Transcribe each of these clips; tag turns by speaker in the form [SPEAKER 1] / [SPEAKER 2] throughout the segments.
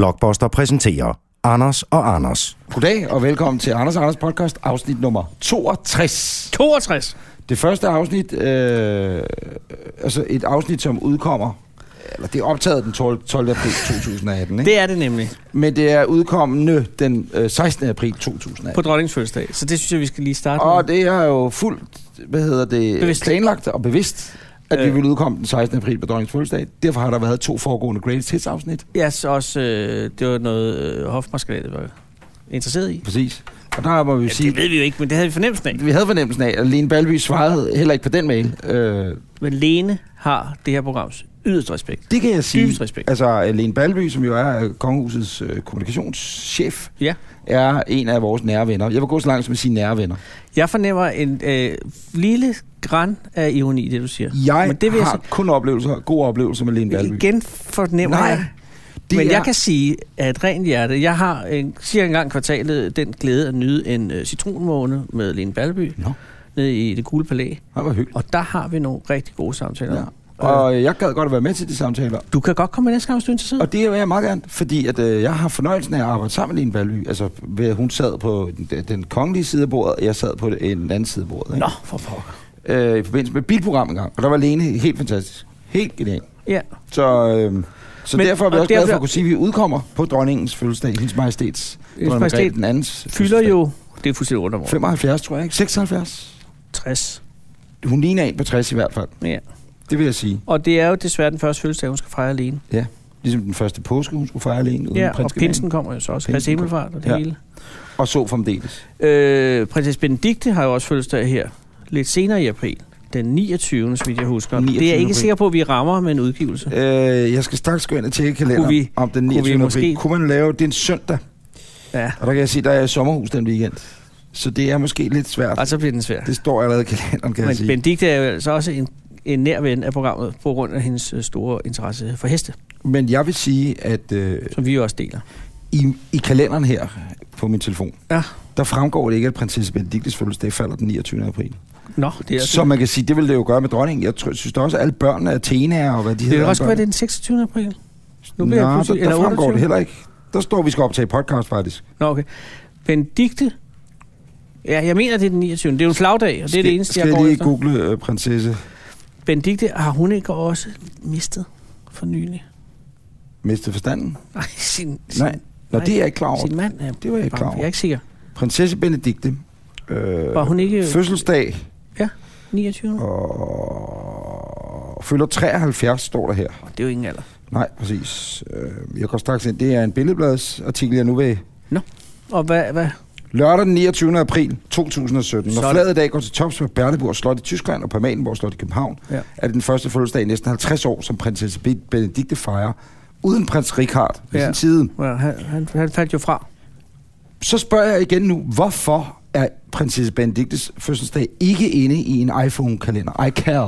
[SPEAKER 1] Blockbuster præsenterer Anders og Anders.
[SPEAKER 2] Goddag og velkommen til Anders og Anders podcast, afsnit nummer 62.
[SPEAKER 3] 62.
[SPEAKER 2] Det første afsnit, øh, altså et afsnit, som udkommer, eller det er optaget den 12. 12. april 2018, ikke?
[SPEAKER 3] Det er det nemlig
[SPEAKER 2] men det er udkommende den øh, 16. april 2018.
[SPEAKER 3] på dronningens fødselsdag. Så det synes jeg, vi skal lige starte med.
[SPEAKER 2] Og det er jo fuldt, hvad hedder det,
[SPEAKER 3] Bevidst.
[SPEAKER 2] planlagt og bevidst, at øh. vi
[SPEAKER 3] Øh.
[SPEAKER 2] vil udkomme den 16. april på dronningens fødselsdag. Derfor har der været to foregående Greatest Hits afsnit.
[SPEAKER 3] Ja, så også, øh, det var noget, øh, Hofmarskalatet var interesseret i.
[SPEAKER 2] Præcis. Og der må vi
[SPEAKER 3] Ja,
[SPEAKER 2] sige,
[SPEAKER 3] det ved vi jo ikke, men det havde vi fornemmelsen af.
[SPEAKER 2] vi havde fornemmelsen af, at Lene Balby svarede heller ikke på den mail. Øh,
[SPEAKER 3] Men Lene har det her programs yderst respekt.
[SPEAKER 2] det kan jeg sige.
[SPEAKER 3] Dybest respekt.
[SPEAKER 2] Altså, øh, Lene Balby, som jo er øh, kongehusets øh, kommunikationschef,
[SPEAKER 3] Ja.
[SPEAKER 2] er en af vores nære venner. Jeg vil gå så langt som at sige nære venner.
[SPEAKER 3] Jeg fornemmer en øh, lille græn af ironi i det, du siger.
[SPEAKER 2] Jeg
[SPEAKER 3] men det vil
[SPEAKER 2] har
[SPEAKER 3] jeg
[SPEAKER 2] kun oplevelser, gode oplevelser med Lene
[SPEAKER 3] sige,
[SPEAKER 2] Balby.
[SPEAKER 3] igen fornemmer
[SPEAKER 2] Nej,
[SPEAKER 3] jeg.
[SPEAKER 2] det
[SPEAKER 3] Men
[SPEAKER 2] er-
[SPEAKER 3] jeg kan sige, at rent hjerte, jeg har en, cirka en gang i kvartalet den glæde at nyde en øh, citronmåne med Lene Balby
[SPEAKER 2] Nå,
[SPEAKER 3] nede i det gule palæ.
[SPEAKER 2] det var hyggeligt.
[SPEAKER 3] Og der har vi nogle rigtig gode samtaler.
[SPEAKER 2] Ja. Og øh, jeg gad godt at være med til de samtaler.
[SPEAKER 3] Du kan godt komme med næste gang, hvis du er interesseret.
[SPEAKER 2] Og det vil jeg meget gerne, fordi at, øh, jeg har fornøjelsen af at arbejde sammen med Lene Valby. Altså, ved, hun sad på den, den kongelige side af bordet, og jeg sad på den anden side af bordet.
[SPEAKER 3] Nå, for pokker.
[SPEAKER 2] Ikke? Øh, I forbindelse med et bilprogram engang, og der var Lene helt fantastisk. Helt genial.
[SPEAKER 3] Ja.
[SPEAKER 2] Så, øh, så
[SPEAKER 3] Men-
[SPEAKER 2] Men, derfor er vi
[SPEAKER 3] og
[SPEAKER 2] også glade for
[SPEAKER 3] derfor-
[SPEAKER 2] at kunne sige, at vi udkommer på dronningens fødselsdag, hendes majestæts. dronning
[SPEAKER 3] majestæt
[SPEAKER 2] Margrethe den andens
[SPEAKER 3] Fylder jo... Det er fuldstændig
[SPEAKER 2] fødselsdag.
[SPEAKER 3] undermålet.
[SPEAKER 2] 75, tror jeg, ikke? 76?
[SPEAKER 3] 60.
[SPEAKER 2] Hun ligner en på 60 i hvert fald.
[SPEAKER 3] Ja.
[SPEAKER 2] Det vil jeg sige.
[SPEAKER 3] Og det er jo desværre den første fødselsdag, hun skal fejre alene.
[SPEAKER 2] Ja. Ligesom den første påske, hun skulle fejre alene uden
[SPEAKER 3] Ja, og
[SPEAKER 2] prins Germain.
[SPEAKER 3] pinsen kommer jo så også.
[SPEAKER 2] Pinsen
[SPEAKER 3] Kristi Himmelfart og det
[SPEAKER 2] Ja.
[SPEAKER 3] ja. hele.
[SPEAKER 2] Og så fremdeles.
[SPEAKER 3] Øh, prinsesse Benedikte har jo også fødselsdag her. Lidt senere i april. Den 29. så vidt jeg husker.
[SPEAKER 2] 29.
[SPEAKER 3] Det er jeg
[SPEAKER 2] april.
[SPEAKER 3] ikke sikker på, at vi rammer med en udgivelse.
[SPEAKER 2] Øh, jeg skal straks gå ind og tjekke kalenderen
[SPEAKER 3] Kunne vi-
[SPEAKER 2] om den
[SPEAKER 3] kunne vi
[SPEAKER 2] 29. april.
[SPEAKER 3] måske-
[SPEAKER 2] Kunne man lave, det er en søndag,
[SPEAKER 3] Ja,
[SPEAKER 2] og der kan jeg sige, der er jeg i sommerhus den weekend. Så det er måske lidt svært.
[SPEAKER 3] og så Altså, bliver den svær.
[SPEAKER 2] Det står allerede i kalenderen, kan jeg
[SPEAKER 3] Men
[SPEAKER 2] sige.
[SPEAKER 3] Benedikte er jo altså også en, en nær ven af programmet, på grund af hendes øh, store interesse for heste,
[SPEAKER 2] Men jeg vil sige, at øh,
[SPEAKER 3] som vi jo også deler.
[SPEAKER 2] i, i kalenderen her på min telefon,
[SPEAKER 3] Ja.
[SPEAKER 2] der fremgår det ikke, at prinsesse Benediktes fødselsdag falder den 29. april.
[SPEAKER 3] Nå, det er
[SPEAKER 2] Så man kan sige, det vil det jo gøre med dronningen. Jeg tror, synes da også, at alle børnene er Athena og hvad de
[SPEAKER 3] Det
[SPEAKER 2] hedder.
[SPEAKER 3] kan også
[SPEAKER 2] alle
[SPEAKER 3] være, det
[SPEAKER 2] børnene.
[SPEAKER 3] er den 26. april. Nu bliver jeg
[SPEAKER 2] Nå,
[SPEAKER 3] pludselig...
[SPEAKER 2] der, der fremgår
[SPEAKER 3] 28.
[SPEAKER 2] det heller ikke. Der står, at vi skal optage podcast, faktisk.
[SPEAKER 3] Nå, okay. Benedikte... Ja, jeg mener, det er den 29. Det er jo en flagdag, og det er det eneste,
[SPEAKER 2] skal,
[SPEAKER 3] jeg
[SPEAKER 2] skal
[SPEAKER 3] går
[SPEAKER 2] lige
[SPEAKER 3] efter.
[SPEAKER 2] google øh, prinsesse
[SPEAKER 3] Benedikte, har hun ikke også mistet for nylig?
[SPEAKER 2] mistet forstanden?
[SPEAKER 3] Nej, sin, sin,
[SPEAKER 2] Nej, Nå,
[SPEAKER 3] nej,
[SPEAKER 2] det er jeg ikke klar over.
[SPEAKER 3] sin mand. Er
[SPEAKER 2] Det var jeg ikke klar over.
[SPEAKER 3] Jeg er ikke sikker.
[SPEAKER 2] Prinsesse Benedikte. Øh,
[SPEAKER 3] Var hun ikke
[SPEAKER 2] Fødselsdag
[SPEAKER 3] 29? Oh.
[SPEAKER 2] og fylder 73, står der her.
[SPEAKER 3] Det er jo ingen alder.
[SPEAKER 2] Nej, præcis. Øh, jeg går straks ind. Det er en billedbladsartikel, jeg nu ved.
[SPEAKER 3] Og hvad, hvad?
[SPEAKER 2] Lørdag den 29. april 2017, når
[SPEAKER 3] Sådan.
[SPEAKER 2] fladet dag går til tops på Berleburg Slot i Tyskland og på Amalienborg Slot i København,
[SPEAKER 3] Ja.
[SPEAKER 2] er det den første fødselsdag i næsten 50 år, som prinsesse Ben- Benedikte fejrer, uden prins Richard ved
[SPEAKER 3] Ja.
[SPEAKER 2] sin side.
[SPEAKER 3] Ja, han, han, han faldt jo fra.
[SPEAKER 2] Så spørger jeg igen nu, hvorfor er prinsesse Benediktes fødselsdag ikke inde i en iPhone-kalender? iCal.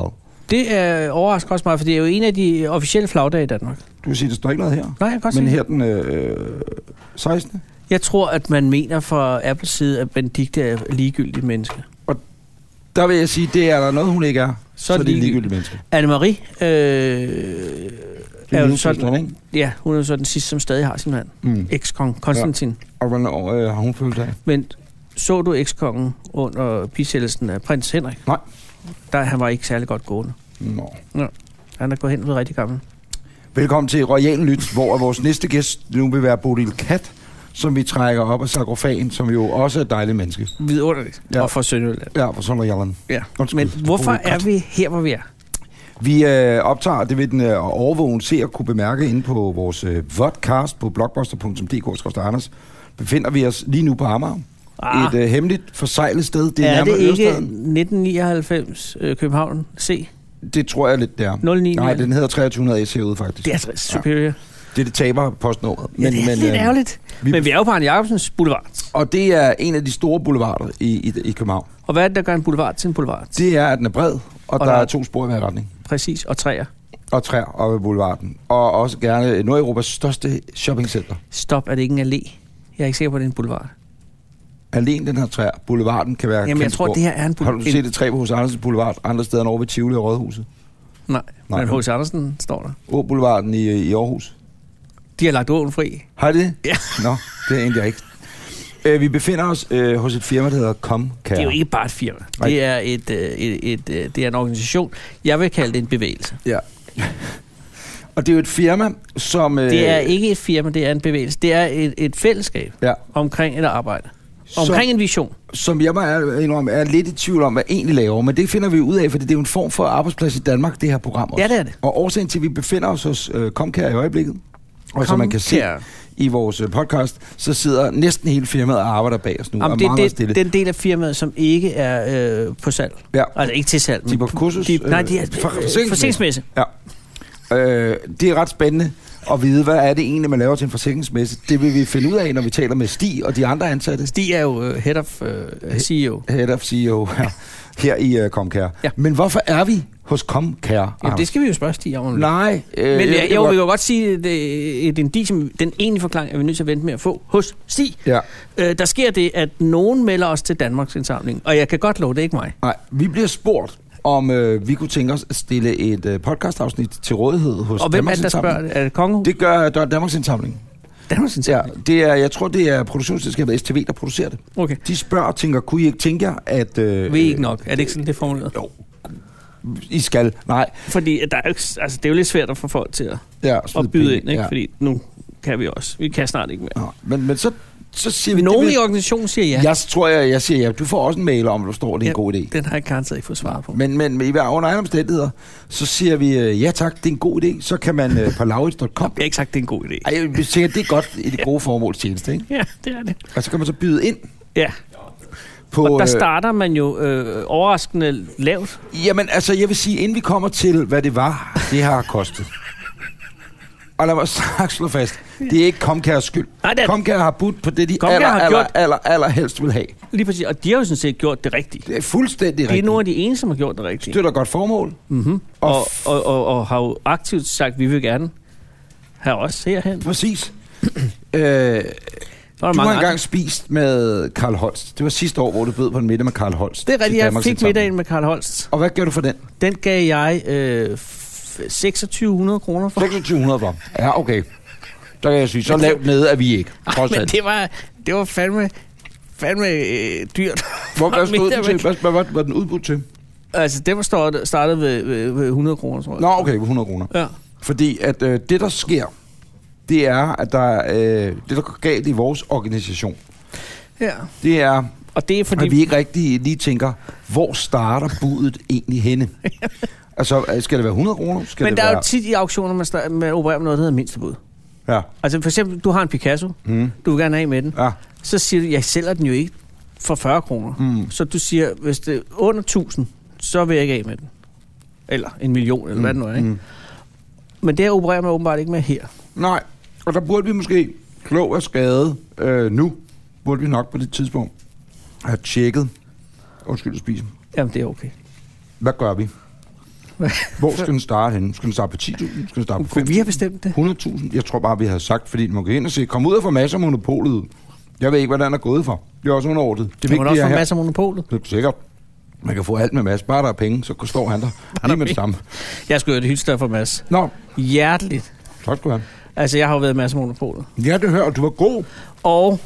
[SPEAKER 3] Det er overrasker også mig, for det er jo en af de officielle flagdage i Danmark.
[SPEAKER 2] Du kan sige, der står ikke noget her.
[SPEAKER 3] Nej, jeg kan godt
[SPEAKER 2] Men
[SPEAKER 3] se
[SPEAKER 2] her den øh, 16.
[SPEAKER 3] Jeg tror, at man mener fra Apples side, at Benedikte er et ligegyldigt menneske.
[SPEAKER 2] Der vil jeg sige, det er der noget, hun ikke er.
[SPEAKER 3] Så er det
[SPEAKER 2] en ligegyldig
[SPEAKER 3] ligegyldigt.
[SPEAKER 2] menneske.
[SPEAKER 3] Anne-Marie, øh,
[SPEAKER 2] Det er
[SPEAKER 3] jo
[SPEAKER 2] jo
[SPEAKER 3] sådan-
[SPEAKER 2] sådan, ikke?
[SPEAKER 3] ja, hun er jo så den sidste, som stadig har sin mand.
[SPEAKER 2] Mm.
[SPEAKER 3] Ex-kong, Konstantin. Ja.
[SPEAKER 2] Og hvornår øh, har hun fødselsdag?
[SPEAKER 3] Men så du ekskongen under bisættelsen af prins Henrik?
[SPEAKER 2] Nej.
[SPEAKER 3] Der, han var ikke særlig godt gående.
[SPEAKER 2] Nå.
[SPEAKER 3] Han er gået hen og blevet rigtig gammel.
[SPEAKER 2] Velkommen til Royal Nyt, hvor vores næste gæst nu vil være Bodil Kat, som vi trækker op af sarkofagen, som jo også er et dejligt menneske.
[SPEAKER 3] Vidunderligt.
[SPEAKER 2] Ja.
[SPEAKER 3] Ja. Og fra Sønderjylland.
[SPEAKER 2] Ja, for sådan noget,
[SPEAKER 3] Ja.
[SPEAKER 2] Undskyld.
[SPEAKER 3] Men hvorfor
[SPEAKER 2] Bodil Kat.
[SPEAKER 3] er vi her, hvor vi er?
[SPEAKER 2] Vi øh, optager, det vil den øh, overvågen se og kunne bemærke inde på vores øh, vodcast på blogbuster.dk, Anders, befinder vi os lige nu på Amager. Ah.
[SPEAKER 3] Ah.
[SPEAKER 2] Et øh, hemmeligt forsejlet sted. Det er,
[SPEAKER 3] er det
[SPEAKER 2] nærmere
[SPEAKER 3] ikke
[SPEAKER 2] Ørestaden.
[SPEAKER 3] 1999 øh, København C?
[SPEAKER 2] Det tror jeg lidt, det er.
[SPEAKER 3] 09?
[SPEAKER 2] Nej, den hedder 2300 S herude, faktisk.
[SPEAKER 3] Det er
[SPEAKER 2] Det,
[SPEAKER 3] altså superior. Ja.
[SPEAKER 2] det, er det taber postnummeret.
[SPEAKER 3] Men, ja, det er men, lidt
[SPEAKER 2] øh,
[SPEAKER 3] ærgerligt.
[SPEAKER 2] vi-
[SPEAKER 3] Vi... Men vi er jo på Arne Jacobsens boulevard.
[SPEAKER 2] Og det er en af de store boulevarder i, i, i København.
[SPEAKER 3] Og hvad er det, der gør en boulevard til en boulevard?
[SPEAKER 2] Det er, at den er bred, og, og der,
[SPEAKER 3] der-
[SPEAKER 2] er to spor i hver retning.
[SPEAKER 3] Præcis, og træer.
[SPEAKER 2] Og træer oppe i boulevarden. Og også gerne Nordeuropas største shoppingcenter.
[SPEAKER 3] Stop, er det ikke en allé? Jeg er ikke sikker på, at det er en boulevard.
[SPEAKER 2] Alene den her træer. Boulevarden kan være
[SPEAKER 3] Jamen, jeg
[SPEAKER 2] kæmpestor.
[SPEAKER 3] tror, det her er en
[SPEAKER 2] Har du
[SPEAKER 3] boulevard.
[SPEAKER 2] set et træ på hos Andersens Boulevard andre steder end over ved Tivoli og Rådhuset?
[SPEAKER 3] Nej,
[SPEAKER 2] Nej.
[SPEAKER 3] men H.C. Andersen står der.
[SPEAKER 2] Å Boulevarden i, i Aarhus.
[SPEAKER 3] De har lagt åen fri.
[SPEAKER 2] Har I det?
[SPEAKER 3] Ja.
[SPEAKER 2] Nå, det er egentlig ikke. Øh, vi befinder os øh, hos et firma, der hedder Comcare.
[SPEAKER 3] Det er jo ikke bare et firma.
[SPEAKER 2] Nej.
[SPEAKER 3] Det er, et, øh, et, et, øh, det er en organisation. Jeg vil kalde det en bevægelse.
[SPEAKER 2] Ja. Og det er jo et firma, som... Øh,
[SPEAKER 3] Det er ikke et firma, det er en bevægelse. Det er et, et fællesskab
[SPEAKER 2] Ja,
[SPEAKER 3] omkring et arbejde.
[SPEAKER 2] som,
[SPEAKER 3] Omkring en vision.
[SPEAKER 2] som jeg bare er, indrømme, er lidt i tvivl om, hvad egentlig laver, men det finder vi ud af, fordi det er jo en form for arbejdsplads i Danmark, det her program også.
[SPEAKER 3] Ja, det er det.
[SPEAKER 2] Og årsagen til, at vi befinder os hos øh, Comcare i øjeblikket, og som man kan se
[SPEAKER 3] Comcare.
[SPEAKER 2] i vores øh, podcast, så sidder næsten hele firmaet og arbejder bag os nu,
[SPEAKER 3] Jamen,
[SPEAKER 2] og
[SPEAKER 3] det
[SPEAKER 2] meget, meget
[SPEAKER 3] er
[SPEAKER 2] stille.
[SPEAKER 3] det, den del af firmaet, som ikke er øh, på salg.
[SPEAKER 2] Ja.
[SPEAKER 3] Altså ikke til salg.
[SPEAKER 2] De er på kursus,
[SPEAKER 3] De, nej, de er
[SPEAKER 2] øh, for-
[SPEAKER 3] øh,
[SPEAKER 2] forsikringsmæssigt.
[SPEAKER 3] forsikringsmæssigt.
[SPEAKER 2] Ja. Øh, det er ret spændende at vide, hvad er det egentlig, man laver til en forsikringsmesse. Det vil vi finde ud af, når vi taler med Stig og de andre ansatte.
[SPEAKER 3] De er jo øh, head of øh, CEO.
[SPEAKER 2] Head of CEO her, her i uh, Comcare.
[SPEAKER 3] Ja.
[SPEAKER 2] Men hvorfor er vi hos Comcare?
[SPEAKER 3] Jamen, det
[SPEAKER 2] Anders?
[SPEAKER 3] skal vi jo spørge Stig om. lidt.
[SPEAKER 2] Nej. Øh, jeg
[SPEAKER 3] Men øh,
[SPEAKER 2] ved
[SPEAKER 3] jo,
[SPEAKER 2] godt-
[SPEAKER 3] vi kan godt sige, at det, et indi, som den egentlige forklaring er vi nødt til at vente med at få hos Stig.
[SPEAKER 2] Ja.
[SPEAKER 3] Øh, der sker det, at nogen melder os til Danmarks indsamling, og jeg kan godt love, det er ikke mig.
[SPEAKER 2] Nej, vi bliver spurgt, om øh, vi kunne tænke os at stille et øh, podcastafsnit til rådighed hos
[SPEAKER 3] og hvem er det, der
[SPEAKER 2] Danmarksindsamlingen.
[SPEAKER 3] spørger? det? Er det Kongehus?
[SPEAKER 2] Det gør øh, Danmarks Indsamling.
[SPEAKER 3] Danmarks
[SPEAKER 2] Ja,
[SPEAKER 3] indsamling?
[SPEAKER 2] det er, jeg tror, det er produktionsselskabet STV, der producerer det.
[SPEAKER 3] Okay.
[SPEAKER 2] De spørger og tænker, kunne I ikke tænke jer, at... Øh,
[SPEAKER 3] Vi er ikke nok. Er det ikke sådan, det er formuleret?
[SPEAKER 2] Jo, I skal. Nej.
[SPEAKER 3] Fordi at der er, jo ikke- altså, det er jo lidt svært at få folk til at,
[SPEAKER 2] Ja,
[SPEAKER 3] at
[SPEAKER 2] smid
[SPEAKER 3] byde
[SPEAKER 2] penge.
[SPEAKER 3] ind, ikke?
[SPEAKER 2] Ja.
[SPEAKER 3] fordi nu kan vi også. Vi kan snart ikke mere.
[SPEAKER 2] Nå, men, men så, så siger vi...
[SPEAKER 3] Nogen
[SPEAKER 2] det
[SPEAKER 3] i organisationen siger ja.
[SPEAKER 2] vil, jeg tror, jeg, jeg siger, ja, du får også en mail om, at du står, det er en
[SPEAKER 3] Ja,
[SPEAKER 2] god idé.
[SPEAKER 3] Den har jeg garanteret ikke fået svar på.
[SPEAKER 2] Men, men i hver under egen omstændigheder, så siger vi, øh, ja tak, det er en god idé. Så kan man øh, på laurits.com...
[SPEAKER 3] Jeg har ikke sagt, det er en god idé.
[SPEAKER 2] Ej, vi tænker, det er godt i det gode formålstjeneste, ikke?
[SPEAKER 3] Ja, det er det.
[SPEAKER 2] Og så kan man så byde ind
[SPEAKER 3] Ja,
[SPEAKER 2] på...
[SPEAKER 3] og der
[SPEAKER 2] øh,
[SPEAKER 3] starter man jo øh, overraskende lavt.
[SPEAKER 2] Jamen, altså, jeg vil sige, inden vi kommer til, hvad det var, det har kostet. Og lad mig straks slå fast, det er ikke Comcares skyld.
[SPEAKER 3] Nej, det er-
[SPEAKER 2] Comcare har budt på det, de
[SPEAKER 3] Comcare
[SPEAKER 2] aller,
[SPEAKER 3] har
[SPEAKER 2] aller,
[SPEAKER 3] gjort-
[SPEAKER 2] aller, aller helst vil have.
[SPEAKER 3] Lige præcis. Og de har jo sådan set gjort det rigtigt.
[SPEAKER 2] Det er fuldstændig
[SPEAKER 3] Det er
[SPEAKER 2] rigtigt.
[SPEAKER 3] nogle af de eneste, som har gjort det rigtigt.
[SPEAKER 2] Støtter godt formål.
[SPEAKER 3] Mm-hmm.
[SPEAKER 2] Og
[SPEAKER 3] Og, og, og, og har jo aktivt sagt, at vi vil gerne have os herhen.
[SPEAKER 2] Præcis. øh,
[SPEAKER 3] Så er der
[SPEAKER 2] du har
[SPEAKER 3] mange
[SPEAKER 2] engang spist med Karl Holst. Det var sidste år, hvor du bød på en middag med Karl Holst.
[SPEAKER 3] andre. Det er
[SPEAKER 2] til
[SPEAKER 3] rigtigt, jeg
[SPEAKER 2] Danmarks
[SPEAKER 3] fik
[SPEAKER 2] Indsamling.
[SPEAKER 3] middagen med Karl Holst.
[SPEAKER 2] Og hvad gav du for den?
[SPEAKER 3] Den gav jeg øh, f- 2600 kroner for.
[SPEAKER 2] 2600 for. Ja, okay. Der kan jeg sige, så lavt nede er vi ikke. Trods
[SPEAKER 3] Men
[SPEAKER 2] alt.
[SPEAKER 3] det var, det var fandme, fandme øh, dyrt.
[SPEAKER 2] Hvor, hvad, stod
[SPEAKER 3] middag
[SPEAKER 2] den
[SPEAKER 3] med-
[SPEAKER 2] til? Hvad, hvad, var- var den udbudt til?
[SPEAKER 3] Altså, det var start- startede ved, ved, ved 100 kroner, tror jeg.
[SPEAKER 2] Nå, okay, 100 kroner.
[SPEAKER 3] Ja.
[SPEAKER 2] Fordi at øh, det, der sker, det er, at der, øh, det, der går galt i vores organisation,
[SPEAKER 3] ja.
[SPEAKER 2] det er,
[SPEAKER 3] Og det er
[SPEAKER 2] fordi...
[SPEAKER 3] fordi...
[SPEAKER 2] at vi ikke rigtig lige tænker, hvor starter budet egentlig henne? altså, øh, skal det være 100 kroner? Skal
[SPEAKER 3] men
[SPEAKER 2] det
[SPEAKER 3] der er
[SPEAKER 2] være...
[SPEAKER 3] jo tit i auktioner, man, start, man opererer med noget, der hedder mindstebud.
[SPEAKER 2] Ja.
[SPEAKER 3] Altså for eksempel, du har en Picasso,
[SPEAKER 2] Mm.
[SPEAKER 3] du vil gerne af med den.
[SPEAKER 2] ja.
[SPEAKER 3] Så siger du, jeg sælger den jo ikke for 40 kroner.
[SPEAKER 2] Mm.
[SPEAKER 3] Så du siger, hvis det er under 1000, så vil jeg ikke af med den. Eller en million, eller mm. hvad det nu er. Ikke? Mm. Men det her opererer man åbenbart ikke med her.
[SPEAKER 2] Nej, og der burde vi måske, klog af skade øh, nu, burde vi nok på det tidspunkt have tjekket, undskyld spise,
[SPEAKER 3] Jamen, det er okay.
[SPEAKER 2] hvad gør vi?
[SPEAKER 3] Hvad?
[SPEAKER 2] Hvor skal den starte henne? Skal den starte på 10.000? Skal den starte på
[SPEAKER 3] For vi har bestemt det.
[SPEAKER 2] 100.000? Jeg tror bare, vi havde sagt, fordi man kan ind og se, kom ud og få masser af monopolet. Jeg ved ikke, hvad den er gået for. Det er også underordnet. Det
[SPEAKER 3] Kan man også
[SPEAKER 2] er
[SPEAKER 3] få
[SPEAKER 2] her.
[SPEAKER 3] masser af monopolet?
[SPEAKER 2] Det er sikkert. Man kan få alt med Mads. Bare der er penge, så står han der. Lige med det samme.
[SPEAKER 3] Jeg skulle jo det hylde for Mads.
[SPEAKER 2] Nå,
[SPEAKER 3] Hjerteligt.
[SPEAKER 2] tak skal du have.
[SPEAKER 3] Altså, jeg har jo været masser af monopolet.
[SPEAKER 2] Ja, det hører. Du var god.
[SPEAKER 3] Og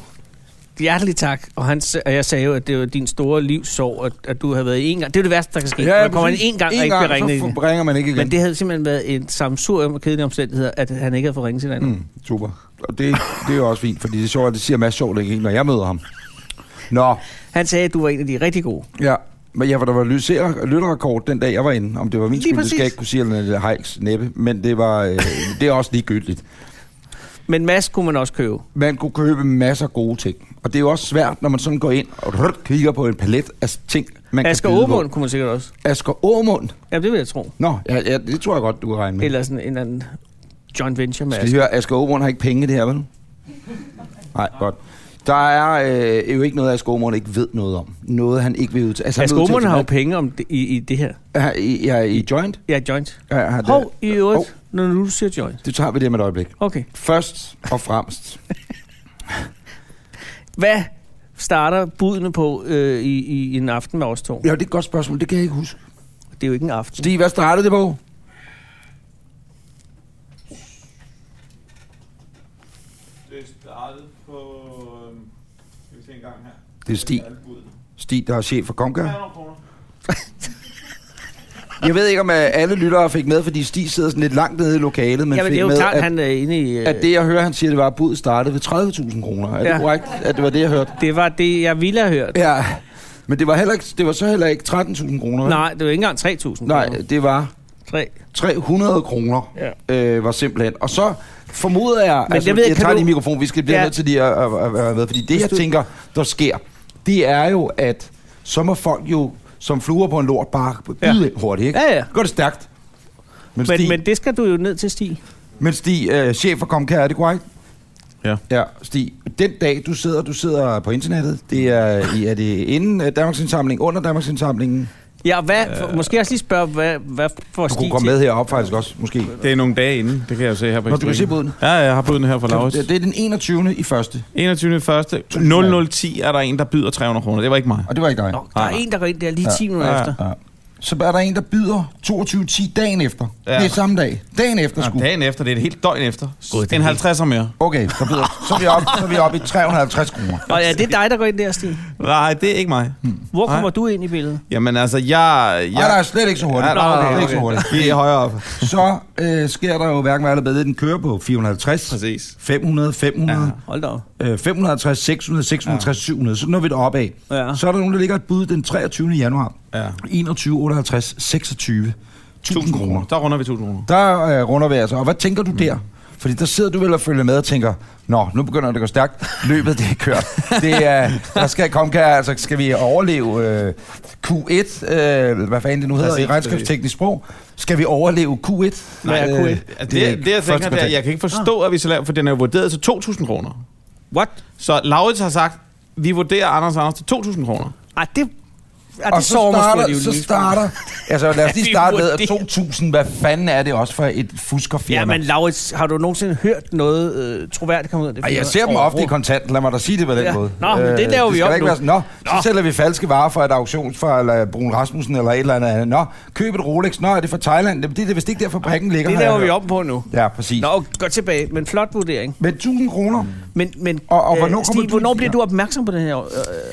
[SPEAKER 3] hjerteligt tak. Og, han, sa- og jeg sagde jo, at det var din store livssorg, at, at du havde været en gang. Det er jo det værste, der kan ske. man kommer
[SPEAKER 2] præcis.
[SPEAKER 3] en gang og ikke bliver ringet
[SPEAKER 2] så
[SPEAKER 3] igen.
[SPEAKER 2] for- ringer man ikke igen.
[SPEAKER 3] Men det havde simpelthen været en samsurium og kedelige omstændigheder, at han ikke havde fået ringet til dig. Mm.
[SPEAKER 2] Mm, super. Og det, det er jo også fint, fordi det er sjovt, at det siger Mads sjovt ikke, når jeg møder ham. Nå,
[SPEAKER 3] Han sagde, at du var en af de rigtig gode.
[SPEAKER 2] ja. Men jeg var der var lytter- lytterrekord den dag, jeg var inde. Om det var min
[SPEAKER 3] Lige
[SPEAKER 2] skyld, det skal
[SPEAKER 3] præcis.
[SPEAKER 2] jeg ikke kunne sige, eller det er Heiks næppe. Men det, var, øh, det er også ligegyldigt.
[SPEAKER 3] Men Mads kunne man også købe.
[SPEAKER 2] man kunne købe masser af gode ting. Og det er jo også svært, når man sådan går ind og rrrt, kigger på en palet af ting, man
[SPEAKER 3] Asger
[SPEAKER 2] kan byde på.
[SPEAKER 3] Aumund kunne man sikkert også.
[SPEAKER 2] Asger Aumund.
[SPEAKER 3] Ja, det vil jeg tro.
[SPEAKER 2] Nå, ja, ja, det tror jeg godt, du kan regne med.
[SPEAKER 3] Eller sådan en eller anden John Venture med
[SPEAKER 2] Skal I
[SPEAKER 3] Asger.
[SPEAKER 2] høre, Asger Aumund har ikke penge i det her, vel? Nej, godt. Der er øh, jo ikke noget, Asger Aumund ikke ved noget om. Noget, han ikke vil udtale. Altså, han
[SPEAKER 3] Asger
[SPEAKER 2] vil udtale
[SPEAKER 3] Aumund
[SPEAKER 2] sig-
[SPEAKER 3] har jo penge om det, i, i det her.
[SPEAKER 2] Ja, i, ja, i joint.
[SPEAKER 3] Ja, joint.
[SPEAKER 2] Ja, har det,
[SPEAKER 3] Hov, i øvrigt, når nu du siger joint.
[SPEAKER 2] det tager vi det med et øjeblik.
[SPEAKER 3] Okay.
[SPEAKER 2] Først og fremmest.
[SPEAKER 3] Hvad starter budene på øh, i, i, en aften med os to?
[SPEAKER 2] Ja, det er et godt spørgsmål. Det kan jeg ikke huske.
[SPEAKER 3] Det er jo ikke en aften.
[SPEAKER 2] Stig, hvad startede det på?
[SPEAKER 4] startet på... øhm, Skal vi se en gang her.
[SPEAKER 2] Det er Stig. Stig, der er chef for Comcare.
[SPEAKER 4] 300 kroner.
[SPEAKER 2] Jeg ved ikke, om øh, alle lyttere fik med, fordi Stig sidder sådan lidt langt nede i lokalet, men
[SPEAKER 3] Jamen,
[SPEAKER 2] fik
[SPEAKER 3] det er jo
[SPEAKER 2] med,
[SPEAKER 3] klart,
[SPEAKER 2] at,
[SPEAKER 3] han er inde i... øh,
[SPEAKER 2] at det, jeg hører, han siger, det var, at budet startede ved 30.000 kroner. Er
[SPEAKER 3] Ja.
[SPEAKER 2] det korrekt, at det var det, jeg hørte?
[SPEAKER 3] det var det, jeg ville have hørt.
[SPEAKER 2] Ja, men det var, heller ikke, det var så heller ikke 13.000 kroner. vel?
[SPEAKER 3] Nej, det var ikke engang 3.000.
[SPEAKER 2] Nej, det var
[SPEAKER 3] 3.
[SPEAKER 2] 300 kroner, ja. øh, var simpelthen. Og så formoder jeg, men altså,
[SPEAKER 3] jeg
[SPEAKER 2] jeg,
[SPEAKER 3] ved
[SPEAKER 2] ved,
[SPEAKER 3] ikke,
[SPEAKER 2] jeg
[SPEAKER 3] kan
[SPEAKER 2] tager
[SPEAKER 3] du-
[SPEAKER 2] lige mikrofonen, vi skal blive
[SPEAKER 3] Ja.
[SPEAKER 2] ja. nødt til lige at, at, at være med, fordi det, jeg
[SPEAKER 3] du-
[SPEAKER 2] tænker, der sker, det er jo, at så må folk jo som fluer på en lort bare byde
[SPEAKER 3] Ja.
[SPEAKER 2] ja. ind hurtigt, ikke?
[SPEAKER 3] Ja, ja.
[SPEAKER 2] Går det stærkt. Men, men,
[SPEAKER 3] Men,
[SPEAKER 2] Stig,
[SPEAKER 3] men
[SPEAKER 2] men...
[SPEAKER 3] det skal du jo ned til Stig.
[SPEAKER 2] men Stig øh, chef for Comcare, er det korrekt?
[SPEAKER 4] Ja.
[SPEAKER 2] Ja, Stig, den dag, du sidder, du sidder på internettet, det er, i- er det inden øh, Danmarks Indsamling, under Danmarks Indsamling?
[SPEAKER 3] Ja, og hvad,
[SPEAKER 4] Øh.
[SPEAKER 3] for, måske også lige spørge, hvad, hvad får
[SPEAKER 2] Du
[SPEAKER 3] Stig
[SPEAKER 2] kunne komme
[SPEAKER 3] til?
[SPEAKER 2] med herop faktisk også, måske.
[SPEAKER 4] Det er nogle dage inden, det kan jeg jo se her på
[SPEAKER 2] Nå, du kan
[SPEAKER 4] historikken.
[SPEAKER 2] se buden.
[SPEAKER 4] Ja, ja, jeg har buden her fra Laurits.
[SPEAKER 2] Det det er den 21. i første,
[SPEAKER 4] 21.1. 0010 er der en, der byder 300 kroner. Det var ikke mig.
[SPEAKER 2] og det var ikke dig.
[SPEAKER 3] Nå, der er
[SPEAKER 4] Nej.
[SPEAKER 3] en, der går ind der lige 10 minutter
[SPEAKER 4] Ja, ja.
[SPEAKER 3] efter.
[SPEAKER 2] Ja. Så er der en, der byder 22.10 dagen efter.
[SPEAKER 4] Ja.
[SPEAKER 2] Ja. Det er samme dag. Dagen efter
[SPEAKER 4] Ja,
[SPEAKER 2] skulle.
[SPEAKER 4] dagen efter, det er et helt døgn efter.
[SPEAKER 3] Gud, det er
[SPEAKER 4] en 50'er mere.
[SPEAKER 2] Okay, så, byder, så, er vi oppe, så er vi oppe i 350 kroner.
[SPEAKER 3] Og ja, det er dig, der går ind der, Stig.
[SPEAKER 4] Nej, det er ikke mig.
[SPEAKER 3] Hvor
[SPEAKER 4] Nej.
[SPEAKER 3] kommer du ind i billedet?
[SPEAKER 4] Jamen altså, jeg... jeg
[SPEAKER 2] Ja. Hmm. Ej, der er slet ikke så hurtigt.
[SPEAKER 4] Ja,
[SPEAKER 2] Ja,
[SPEAKER 4] nej, nej,
[SPEAKER 2] okay, okay.
[SPEAKER 4] nej,
[SPEAKER 2] Ikke så, hurtigt.
[SPEAKER 4] Vi er højere op.
[SPEAKER 2] så øh, sker der jo hverken hvad eller bedre. Den kører på 450,
[SPEAKER 4] Præcis.
[SPEAKER 2] 500, 500,
[SPEAKER 3] Hold da op.
[SPEAKER 2] ja. øh, 550, 600, 650, ja. 700. Så når vi deroppe af.
[SPEAKER 3] Ja.
[SPEAKER 2] Ja. Så er der nogen, der ligger et bud den 23. januar.
[SPEAKER 4] Ja.
[SPEAKER 2] 21, 58, 26. 1000 kroner.
[SPEAKER 4] Der runder vi 1000 kroner.
[SPEAKER 2] Der øh, runder vi altså. Og hvad tænker du der? Fordi der sidder du vel og følger med og tænker, Nå, nu begynder det at gå stærkt. Løbet, det er kørt. Det er, der skal komme, altså skal vi overleve øh, Q1, øh, hvad fanden det nu hedder
[SPEAKER 4] Præcis,
[SPEAKER 2] i regnskabsteknisk sprog. Skal vi overleve Q1? Øh,
[SPEAKER 3] Hvad er Q1?
[SPEAKER 4] Det, det, det jeg
[SPEAKER 2] første
[SPEAKER 4] tænker, det er,
[SPEAKER 2] kvartal. Ah.
[SPEAKER 4] jeg kan ikke forstå, at vi så lavt, for den er jo vurderet til 2.000 kroner.
[SPEAKER 3] What?
[SPEAKER 4] Så Laurits har sagt, vi vurderer Anders og Anders til 2.000 kroner.
[SPEAKER 3] Ej, det... Ej,
[SPEAKER 2] Og
[SPEAKER 3] det
[SPEAKER 2] så
[SPEAKER 3] sover mig sgu
[SPEAKER 2] starter,
[SPEAKER 3] alligevel en
[SPEAKER 2] så
[SPEAKER 3] lille smule.
[SPEAKER 2] starter, altså lad os lige
[SPEAKER 3] Vi
[SPEAKER 2] starte med,
[SPEAKER 3] vurderer.
[SPEAKER 2] at 2000, hvad fanden er det også for et
[SPEAKER 3] Ja,
[SPEAKER 2] fuskerfirma?
[SPEAKER 3] men Laurits, har du nogensinde hørt noget øh, troværdigt komme ud af det?
[SPEAKER 2] Ej, jeg
[SPEAKER 3] firma?
[SPEAKER 2] ser dem ofte i
[SPEAKER 3] Overhovedet.
[SPEAKER 2] kontant. Lad mig da sige det på den
[SPEAKER 3] Ja.
[SPEAKER 2] måde.
[SPEAKER 3] Nå, men det laver vi
[SPEAKER 2] skal
[SPEAKER 3] om
[SPEAKER 2] da ikke
[SPEAKER 3] nu.
[SPEAKER 2] være sådan, Nå,
[SPEAKER 3] Nå.
[SPEAKER 2] så sælger vi falske varer for et auktions for eller Brun Rasmussen eller et eller andet andet. Nå, køb et Rolex. Nå, er det fra Thailand? Jamen, Det er det vist ikke der fabrikken ligger.
[SPEAKER 3] Det
[SPEAKER 2] har jeg
[SPEAKER 3] laver vi
[SPEAKER 2] hørt.
[SPEAKER 3] om på nu.
[SPEAKER 2] Ja, præcis.
[SPEAKER 3] Nå, gå tilbage. Men flot vurdering.
[SPEAKER 2] Men 1000 kroner.
[SPEAKER 3] Men, men
[SPEAKER 2] Og- og hvornår
[SPEAKER 3] øh,
[SPEAKER 2] kommer
[SPEAKER 3] Stig,
[SPEAKER 2] du-
[SPEAKER 3] hvornår bliver du opmærksom på den her øh,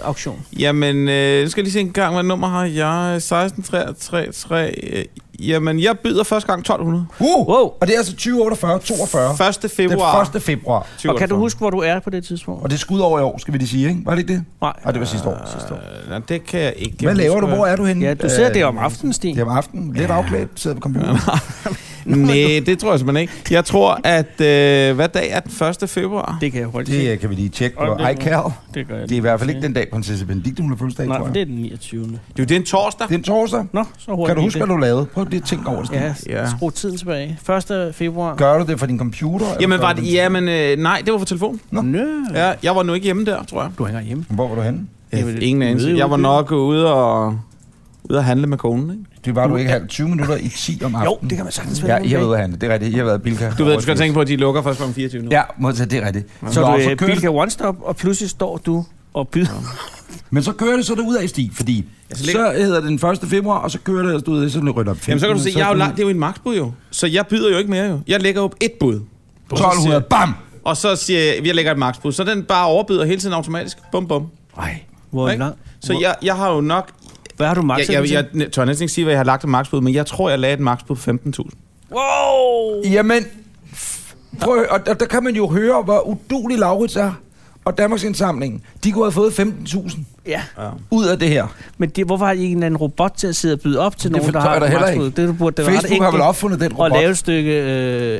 [SPEAKER 3] auktion?
[SPEAKER 4] Jamen, øh, nu skal jeg lige se en gang, hvad nummer har jeg? 16, 3, 3, 3. Øh, jamen, jeg byder første gang 1.200.
[SPEAKER 2] Uh,
[SPEAKER 3] Wow.
[SPEAKER 2] Og det er altså 2048, 42.
[SPEAKER 4] 1.
[SPEAKER 2] Den
[SPEAKER 4] februar.
[SPEAKER 2] 1. februar.
[SPEAKER 4] 20.
[SPEAKER 3] Og kan du huske, hvor du er på det tidspunkt?
[SPEAKER 2] Og det er skud over i år, skal vi lige sige, ikke? Var det ikke det?
[SPEAKER 3] Nej.
[SPEAKER 2] Og det var sidste år.
[SPEAKER 4] Øh, nej, det kan jeg ikke.
[SPEAKER 2] Hvad laver du? Hvor er du henne?
[SPEAKER 3] Ja, du sidder
[SPEAKER 2] Øh,
[SPEAKER 3] der om aftenen, Stig.
[SPEAKER 2] Det er om aftenen. Lidt afklædt. Sidder på computeren.
[SPEAKER 4] Nej, det tror jeg simpelthen ikke. Jeg tror, at... Øh, hvad dag er den 1. februar?
[SPEAKER 3] Det kan jeg hurtigt
[SPEAKER 2] Det
[SPEAKER 3] se.
[SPEAKER 2] øh, kan vi lige tjekke
[SPEAKER 3] Og
[SPEAKER 2] på
[SPEAKER 3] det-
[SPEAKER 2] iCal.
[SPEAKER 3] Det gør jeg.
[SPEAKER 2] Det er i hvert fald ikke den dag, prinsesse Benedikte, hun har fødselsdag,
[SPEAKER 3] Nej,
[SPEAKER 2] tror
[SPEAKER 3] for
[SPEAKER 2] jeg.
[SPEAKER 3] det er den 29.
[SPEAKER 4] Det er jo det er en torsdag.
[SPEAKER 2] Det er en torsdag.
[SPEAKER 3] Nå, så hurtigt.
[SPEAKER 2] Kan du
[SPEAKER 3] lige
[SPEAKER 2] huske,
[SPEAKER 3] det.
[SPEAKER 2] hvad du lavede? Prøv lige at tænke over det. Ja.
[SPEAKER 3] Ja,
[SPEAKER 4] Ja.
[SPEAKER 3] ja. skru tiden tilbage. 1. februar.
[SPEAKER 2] Gør du det fra din computer? eller
[SPEAKER 4] Jamen,
[SPEAKER 2] fra
[SPEAKER 4] var
[SPEAKER 2] din-
[SPEAKER 4] det, jamen øh, nej, det var for telefon.
[SPEAKER 2] Nå.
[SPEAKER 3] Nø.
[SPEAKER 4] Ja, jeg var nu ikke hjemme der, tror jeg.
[SPEAKER 3] Du hænger hjemme.
[SPEAKER 2] Hvor var du henne?
[SPEAKER 3] Jamen,
[SPEAKER 4] Ingen anelse.
[SPEAKER 3] møde
[SPEAKER 4] Jeg var
[SPEAKER 3] ude.
[SPEAKER 4] nok ude og, ude og handle med konen, ikke?
[SPEAKER 2] Det var du ikke halv 20 minutter i 10 om
[SPEAKER 3] Jo,
[SPEAKER 2] aftenen.
[SPEAKER 3] det kan man sagtens være.
[SPEAKER 2] Ja,
[SPEAKER 3] nogle
[SPEAKER 2] I har
[SPEAKER 3] dage.
[SPEAKER 2] været handle. Det er rigtigt. I har været i Bilka.
[SPEAKER 4] Du ved, du skal tænke på, at de lukker først kl. 24 nu.
[SPEAKER 2] Ja, modtaget, det er rigtigt.
[SPEAKER 3] Så
[SPEAKER 2] Nå,
[SPEAKER 3] du øh, er
[SPEAKER 2] kører
[SPEAKER 3] Bilka One Stop, og pludselig står du og byder.
[SPEAKER 2] det- Men så kører det så ud af Stig, fordi
[SPEAKER 4] Altså,
[SPEAKER 2] så hedder det den 1. februar, og så kører det altså ud af, så det rydder op.
[SPEAKER 4] Jamen, så kan du se, jeg er jo
[SPEAKER 2] skal
[SPEAKER 4] langt, det er jo en maksbud jo. Så jeg byder jo ikke mere jo. Jeg lægger op et bud.
[SPEAKER 2] du- 1200, bam!
[SPEAKER 4] Og så siger jeg, jeg lægger et maksbud. Så den bare overbyder hele tiden automatisk. Bum, bum.
[SPEAKER 2] Nej.
[SPEAKER 3] Hvor
[SPEAKER 4] Ikke?
[SPEAKER 3] lang?
[SPEAKER 4] Så jeg, jeg har jo nok...
[SPEAKER 3] Hvad har du
[SPEAKER 4] Jeg,
[SPEAKER 3] magt?
[SPEAKER 4] jeg, jeg, jeg tør næsten ikke sige, hvad jeg har lagt et maksbud, men jeg tror, jeg lagde et maksbud på 15.000.
[SPEAKER 3] Wow!
[SPEAKER 2] Jamen, f- prøv, at- og der, der kan man jo høre, hvor udulig Laurits er, og Danmarks Indsamling. De kunne have fået 15.000
[SPEAKER 3] Ja,
[SPEAKER 2] ud af det her.
[SPEAKER 3] men det, hvorfor har I ikke en eller anden robot til at sidde og byde op til
[SPEAKER 2] Det
[SPEAKER 3] nogen,
[SPEAKER 2] forstår
[SPEAKER 3] der har
[SPEAKER 2] jeg da heller
[SPEAKER 3] magtfuld?
[SPEAKER 2] ikke.
[SPEAKER 3] Det du burde da være ret
[SPEAKER 2] Facebook har vel
[SPEAKER 3] enkelt
[SPEAKER 2] opfundet den
[SPEAKER 3] at
[SPEAKER 2] robot.
[SPEAKER 3] lave et stykke øh,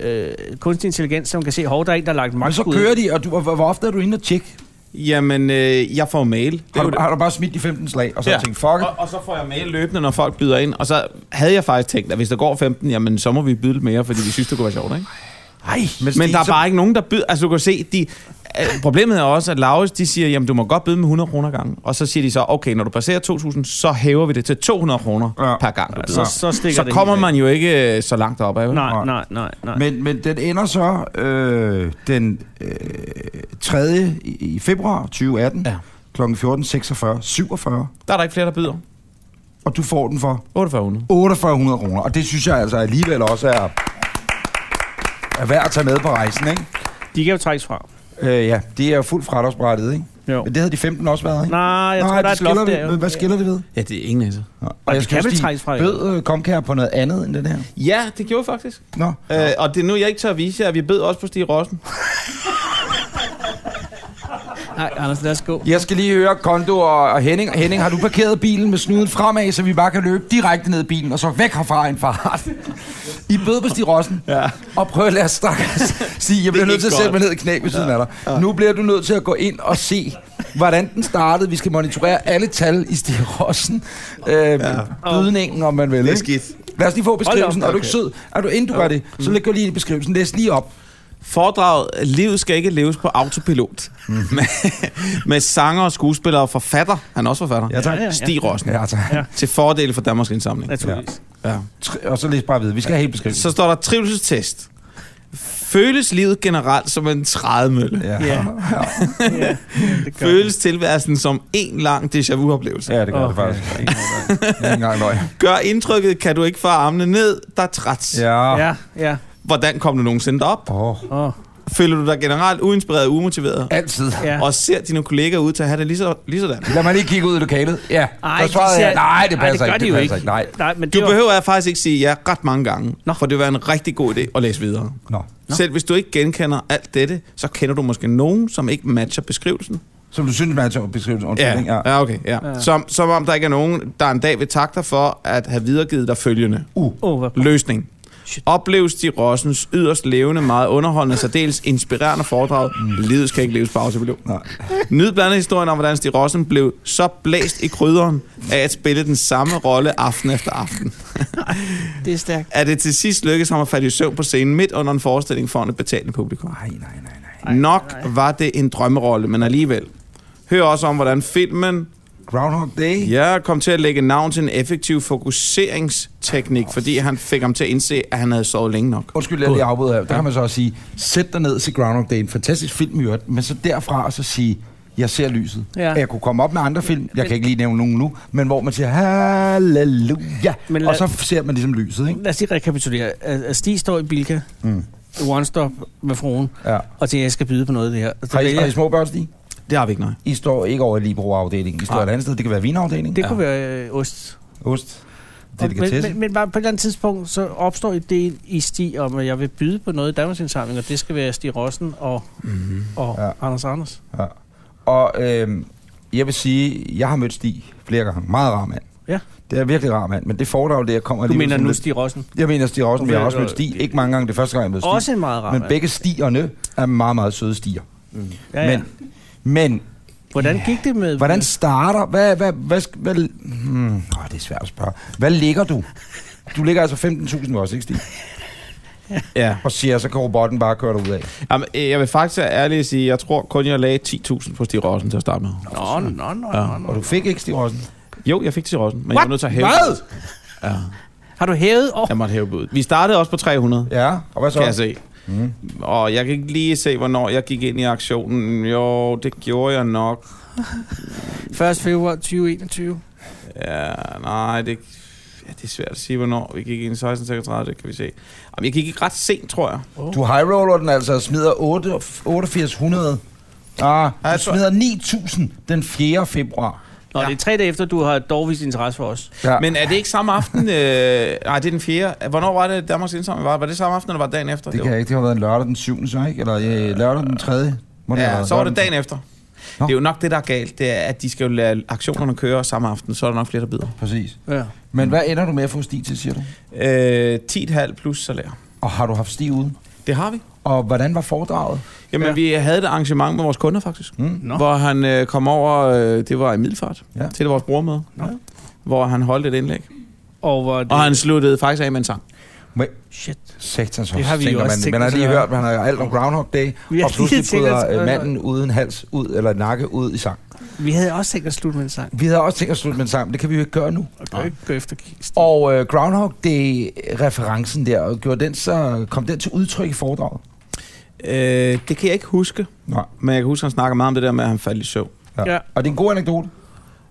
[SPEAKER 3] øh, kunstig intelligens, som kan se, hov, der er en, der har lagt
[SPEAKER 2] Men så
[SPEAKER 3] magtskud.
[SPEAKER 2] kører de, og du, og hvor, hvor ofte er du inde og tjekke?
[SPEAKER 4] Jamen, øh, jeg får mail. Det er
[SPEAKER 2] Har
[SPEAKER 4] jo
[SPEAKER 2] du,
[SPEAKER 4] det.
[SPEAKER 2] har du bare smidt de 15 slag, og så
[SPEAKER 4] Ja.
[SPEAKER 2] ja. tænkt, fuck it.
[SPEAKER 4] Og, og så får jeg mail løbende, når folk byder ind. Og så havde jeg faktisk tænkt, at hvis der går 15, jamen så må vi byde lidt mere, fordi vi synes, det kunne være sjovt, ikke?
[SPEAKER 2] Ej,
[SPEAKER 4] Men der er
[SPEAKER 2] så,
[SPEAKER 4] bare ikke nogen, der byder. Altså, du kan se, de, øh, problemet er også, at Laurits, de siger, jamen du må godt byde med 100 kroner gang. Og så siger de så, okay, når du passerer 2.000, så hæver vi det til 200 kroner ja.
[SPEAKER 2] Ja.
[SPEAKER 4] per gang. Du
[SPEAKER 3] Så,
[SPEAKER 4] byder.
[SPEAKER 3] så stikker
[SPEAKER 4] så
[SPEAKER 3] det
[SPEAKER 4] kommer
[SPEAKER 3] helt af.
[SPEAKER 4] man jo ikke øh, så langt op af.
[SPEAKER 3] Nej, nej, nej, nej.
[SPEAKER 2] Men, men den ender så øh, den øh, 3. i i februar 2018
[SPEAKER 4] Ja.
[SPEAKER 2] ja. kl. 14.46, 47,
[SPEAKER 4] Der er der ikke flere, der byder.
[SPEAKER 2] og du får den for
[SPEAKER 4] 4800.
[SPEAKER 2] 4800 kroner. Og det synes jeg altså alligevel også er, er værd at tage med på rejsen, ikke?
[SPEAKER 3] De kan jo trækkes fra.
[SPEAKER 2] Øh, ja, det er jo fuldt fradragsberettiget, ikke?
[SPEAKER 3] Jo.
[SPEAKER 2] Men det havde de 15 også været, ikke?
[SPEAKER 3] Nej, jeg tror, der er
[SPEAKER 2] det
[SPEAKER 3] et loft
[SPEAKER 2] skiller
[SPEAKER 3] der.
[SPEAKER 2] vi-
[SPEAKER 3] jo.
[SPEAKER 2] Hvad skiller det ved?
[SPEAKER 4] Ja, det er ingen altså.
[SPEAKER 3] det kan
[SPEAKER 2] også
[SPEAKER 3] vel
[SPEAKER 2] lige
[SPEAKER 3] trækkes fra,
[SPEAKER 2] Bød øh, Comcare på noget andet end den her?
[SPEAKER 4] Ja, det gjorde jeg faktisk.
[SPEAKER 2] Nå.
[SPEAKER 4] Øh, og det er nu, jeg ikke tør at vise jer, vi bød også på Stig Rossen.
[SPEAKER 3] Nej, Anders, lad os gå.
[SPEAKER 2] Jeg skal lige høre Kondo og, og Henning. Henning, har du parkeret bilen med snuden fremad, så vi bare kan løbe direkte ned i bilen, og så væk herfra en fart? I bød på Stig Rossen, ja. og prøv at lade stakkels sige, jeg bliver
[SPEAKER 4] Det
[SPEAKER 2] nødt til at
[SPEAKER 4] gik
[SPEAKER 2] sætte mig ned
[SPEAKER 4] godt.
[SPEAKER 2] i knæ ved siden af dig. Nu bliver du nødt til at gå ind og se, hvordan den startede. Vi skal monitorere alle tal i Stig Rossen. Øh, ja. Bydningen, om man vil. Det
[SPEAKER 4] skidt.
[SPEAKER 2] Lad os lige få beskrivelsen.
[SPEAKER 3] op,
[SPEAKER 2] Er du ikke sød? Er du, inden du gør det, så læg lige ind i beskrivelsen. Læs lige op.
[SPEAKER 4] Foredraget Livet skal ikke leves på autopilot.
[SPEAKER 3] Mhm.
[SPEAKER 4] Mm. med, med sanger og skuespiller og forfatter. Han er også forfatter.
[SPEAKER 2] Ja, tak.
[SPEAKER 3] Ja, ja, ja.
[SPEAKER 4] Stig Rossen.
[SPEAKER 2] Ja, altså.
[SPEAKER 3] Ja.
[SPEAKER 4] Til fordel for Danmarks Indsamling.
[SPEAKER 3] Naturligvis.
[SPEAKER 4] Ja.
[SPEAKER 2] Tri- Og så læs bare videre. Vi skal have helt beskrivelsen.
[SPEAKER 4] Så står der trivselstest. Føles livet generelt som en trædemølle?
[SPEAKER 2] Ja.
[SPEAKER 3] Ja. ja. det gør det.
[SPEAKER 4] Føles tilværelsen som en lang déjà vu-oplevelse?
[SPEAKER 2] Ja, det gør
[SPEAKER 3] Åh,
[SPEAKER 2] oh, det faktisk. Ja. Ikke engang løg.
[SPEAKER 4] Gør indtrykket, kan du ikke få armene ned, der er træt.
[SPEAKER 2] Ja.
[SPEAKER 3] Ja, ja.
[SPEAKER 4] Hvordan kom du nogensinde derop?
[SPEAKER 2] Oh.
[SPEAKER 3] Åh,
[SPEAKER 4] Føler du dig generelt uinspireret og umotiveret?
[SPEAKER 2] Altid.
[SPEAKER 3] ja.
[SPEAKER 4] Og ser dine kollegaer ud til at have det lige, så, lige sådan?
[SPEAKER 2] Lad mig lige kigge ud i lokalet. Ja,
[SPEAKER 3] Ej,
[SPEAKER 2] der svarede
[SPEAKER 3] de ser-
[SPEAKER 2] jeg, nej, det
[SPEAKER 3] Ej,
[SPEAKER 2] passer
[SPEAKER 3] det gør
[SPEAKER 2] ikke.
[SPEAKER 3] de jo
[SPEAKER 2] passer
[SPEAKER 3] ikke.
[SPEAKER 2] Nej.
[SPEAKER 3] Nej, men det
[SPEAKER 4] Du
[SPEAKER 3] var...
[SPEAKER 4] behøver jeg faktisk ikke sige ja ret mange gange,
[SPEAKER 3] Nå.
[SPEAKER 4] for det vil være en rigtig god idé at læse videre.
[SPEAKER 2] Nå.
[SPEAKER 4] Selv hvis du ikke genkender alt dette, så kender du måske nogen, som ikke matcher beskrivelsen.
[SPEAKER 2] Som du synes, man har beskrivelsen. Undskyld, ikke?
[SPEAKER 4] Ja, ja okay. Ja. Som, som om der ikke er nogen, der en dag vil takke dig for at have videregivet dig følgende.
[SPEAKER 3] Åh, hvor...
[SPEAKER 4] Løsning. Opleves de Rossens yderst levende, meget underholdende, særdeles inspirerende foredrag. Livet skal ikke leves på autopilot.
[SPEAKER 2] Nej.
[SPEAKER 4] Nyd blandt andet historien om, hvordan Stig Rossen blev så blæst i krydderen af at spille den samme rolle aften efter aften.
[SPEAKER 3] Det er stærkt.
[SPEAKER 4] At det til sidst lykkedes ham at falde i søvn på scenen midt under en forestilling foran et betalende publikum.
[SPEAKER 2] Nej, nej, nej, nej.
[SPEAKER 4] Nok var det en drømmerolle, men alligevel. Hør også om, hvordan filmen
[SPEAKER 2] Groundhog Day?
[SPEAKER 4] ja, kom til at lægge navn til en effektiv fokuseringsteknik, fordi han fik ham til at indse, at han havde sovet længe nok.
[SPEAKER 2] Undskyld, jeg lige afbryder. her. Der kan man så også sige, sæt dig ned til Groundhog Day. En fantastisk film, i øvrigt, men så derfra så sige, jeg ser lyset.
[SPEAKER 3] Ja.
[SPEAKER 2] Jeg kunne komme op med andre film, jeg kan ikke lige nævne nogen nu, men hvor man siger, halleluja,
[SPEAKER 3] Men
[SPEAKER 2] og
[SPEAKER 3] lad-
[SPEAKER 2] så ser man ligesom lyset, ikke?
[SPEAKER 3] Lad os lige rekapitulere. At- at Stig står i Bilka,
[SPEAKER 2] Mm.
[SPEAKER 3] One Stop med fruen,
[SPEAKER 2] Ja.
[SPEAKER 3] og tænker, jeg skal byde på noget af det her. Og så
[SPEAKER 2] Har I,
[SPEAKER 3] vælger-
[SPEAKER 2] har I små børn, Stig?
[SPEAKER 4] Det har vi ikke, nej.
[SPEAKER 2] I står ikke over i Libro-afdelingen. I står
[SPEAKER 4] Nej.
[SPEAKER 2] et andet sted. Det kan være vinafdelingen.
[SPEAKER 3] Det
[SPEAKER 2] Det...
[SPEAKER 3] kunne være øh, ost.
[SPEAKER 2] Ost.
[SPEAKER 3] Og-
[SPEAKER 2] Det, det kan
[SPEAKER 3] men,
[SPEAKER 2] tæsse.
[SPEAKER 3] men, men bare på et eller andet tidspunkt, så opstår ideen i Stig om, at jeg vil byde på noget i Danmarks Indsamling, og det skal være Stig Rossen og, mm-hmm. og
[SPEAKER 2] Mhm. Ja.
[SPEAKER 3] ja. Anders Anders.
[SPEAKER 2] Ja. Og øhm, jeg vil sige, jeg har mødt Stig flere gange. Meget rar mand.
[SPEAKER 3] Ja.
[SPEAKER 2] Det er virkelig rar mand, men det foredrag, det jeg kommer
[SPEAKER 3] Du
[SPEAKER 2] alligevel
[SPEAKER 3] mener
[SPEAKER 2] sådan
[SPEAKER 3] nu
[SPEAKER 2] lidt-
[SPEAKER 3] Stig Rossen?
[SPEAKER 2] Jeg mener Stig Rossen,
[SPEAKER 3] Okay,
[SPEAKER 2] vi har også
[SPEAKER 3] så-
[SPEAKER 2] mødt Stig. Ikke mange gange, det er første gang, jeg mødte Stig.
[SPEAKER 3] Også en meget rar
[SPEAKER 2] men
[SPEAKER 3] mand.
[SPEAKER 2] begge stierne er meget, meget søde stier.
[SPEAKER 3] ja, ja.
[SPEAKER 2] Men, men
[SPEAKER 3] Hvordan gik det med...
[SPEAKER 2] hvordan starter... Hvad, hvad, hvad, sk- hvad, hmm, åh, det er svært at spørge. Hvad ligger du? Du ligger altså 15.000 også, ikke Stig?
[SPEAKER 4] Ja.
[SPEAKER 2] Og siger, så kan robotten bare køre dig ud af.
[SPEAKER 4] Jamen, øh, jeg vil faktisk være ærlig at sige, jeg tror kun, jeg lagde 10.000 på Stig Rossen til at starte med.
[SPEAKER 3] Nå, nå, nå, nå,
[SPEAKER 4] Ja.
[SPEAKER 3] nå, nå.
[SPEAKER 2] Og du fik ikke Stig Rossen?
[SPEAKER 4] Jo, jeg fik til Rossen, men jeg var nødt til at hæve
[SPEAKER 2] Hvad?
[SPEAKER 4] budet. Ja,
[SPEAKER 3] Har du hævet? Oh,
[SPEAKER 4] jeg måtte hæve budet. Vi startede også på 300, ja,
[SPEAKER 2] Ja, og hvad så?
[SPEAKER 4] kan jeg se. Mm. Og jeg kan ikke lige se, hvornår jeg gik ind i aktionen. Jo, det gjorde jeg nok.
[SPEAKER 3] 1. februar 2021.
[SPEAKER 4] Ja, nej, det, ja, det er svært at sige, hvornår. Vi gik ind i 1636, det kan vi se. Jamen, jeg gik ikke ret sent, tror jeg.
[SPEAKER 2] Oh. Du highroller den altså og smider 8 8800. Ah,
[SPEAKER 4] Ja,
[SPEAKER 2] du
[SPEAKER 4] jeg tror-
[SPEAKER 2] smider 9000 den 4. februar.
[SPEAKER 3] Nå,
[SPEAKER 4] Ja.
[SPEAKER 3] ja. det er tre dage efter, du har dog vist interesse for os.
[SPEAKER 2] Ja. Men
[SPEAKER 4] Men er det ikke samme aften? Øh, nej, det er den 4. Hvornår var det, Danmarks Indsamling var? Var det samme aften, eller var det dagen efter?
[SPEAKER 2] det kan jeg ikke. Det har været en lørdag den 7. så, ikke? Eller øh, lørdag den 3. Må have
[SPEAKER 4] Ja,
[SPEAKER 2] været.
[SPEAKER 4] så var det
[SPEAKER 2] Lørdag den
[SPEAKER 4] dagen efter.
[SPEAKER 2] Nå.
[SPEAKER 4] Det er jo nok det, der er galt, det er, at de skal jo lade aktionerne køre samme aften, så er der nok flere, der bider.
[SPEAKER 2] 3.. Præcis.
[SPEAKER 3] Ja.
[SPEAKER 2] Men hvad ender du med at få Stig til, siger du?
[SPEAKER 4] Øh, 10,5 plus salær.
[SPEAKER 2] Og har du haft Stig ude?
[SPEAKER 4] Det har vi.
[SPEAKER 2] Og hvordan var foredraget?
[SPEAKER 4] Jamen,
[SPEAKER 3] Ja.
[SPEAKER 4] ja. vi havde et arrangement med vores kunder, faktisk.
[SPEAKER 2] Mm.
[SPEAKER 3] Nå.
[SPEAKER 4] Hvor han øh, kom over, øh, det var i Middelfart,
[SPEAKER 2] Ja.
[SPEAKER 4] ja. til vores brormøde.
[SPEAKER 3] Nå.
[SPEAKER 4] Hvor han holdt et indlæg.
[SPEAKER 3] Og, hvor det,
[SPEAKER 4] Og han sluttede faktisk af med en sang.
[SPEAKER 2] Men
[SPEAKER 3] Shit.
[SPEAKER 2] sektens
[SPEAKER 3] Det har vi jo
[SPEAKER 2] tænker
[SPEAKER 3] også
[SPEAKER 2] man.
[SPEAKER 3] tænkt
[SPEAKER 2] Man har
[SPEAKER 3] os at
[SPEAKER 2] lige
[SPEAKER 3] gøre.
[SPEAKER 2] hørt, man har alt om Groundhog Day,
[SPEAKER 3] Vi har
[SPEAKER 2] og
[SPEAKER 3] lige
[SPEAKER 2] pludselig
[SPEAKER 3] tænkt os at
[SPEAKER 2] bryder øh,
[SPEAKER 3] gøre
[SPEAKER 2] manden uden hals ud, eller nakke ud i sang.
[SPEAKER 3] Vi havde også tænkt at slutte med en sang.
[SPEAKER 2] Vi havde også tænkt os at slutte med en sang, men det kan vi jo ikke gøre nu.
[SPEAKER 3] Og kan jo ikke gå efter kisten.
[SPEAKER 2] Og øh, Groundhog Day-referencen der, og gjorde den så, kom den til udtryk i foredraget?
[SPEAKER 4] Øh, det kan jeg ikke huske,
[SPEAKER 2] Nej.
[SPEAKER 4] men jeg kan huske, at han snakker meget om det der med, at han faldt i søvn.
[SPEAKER 2] Ja. ja.
[SPEAKER 3] Ja.
[SPEAKER 2] Og det er en god anekdote.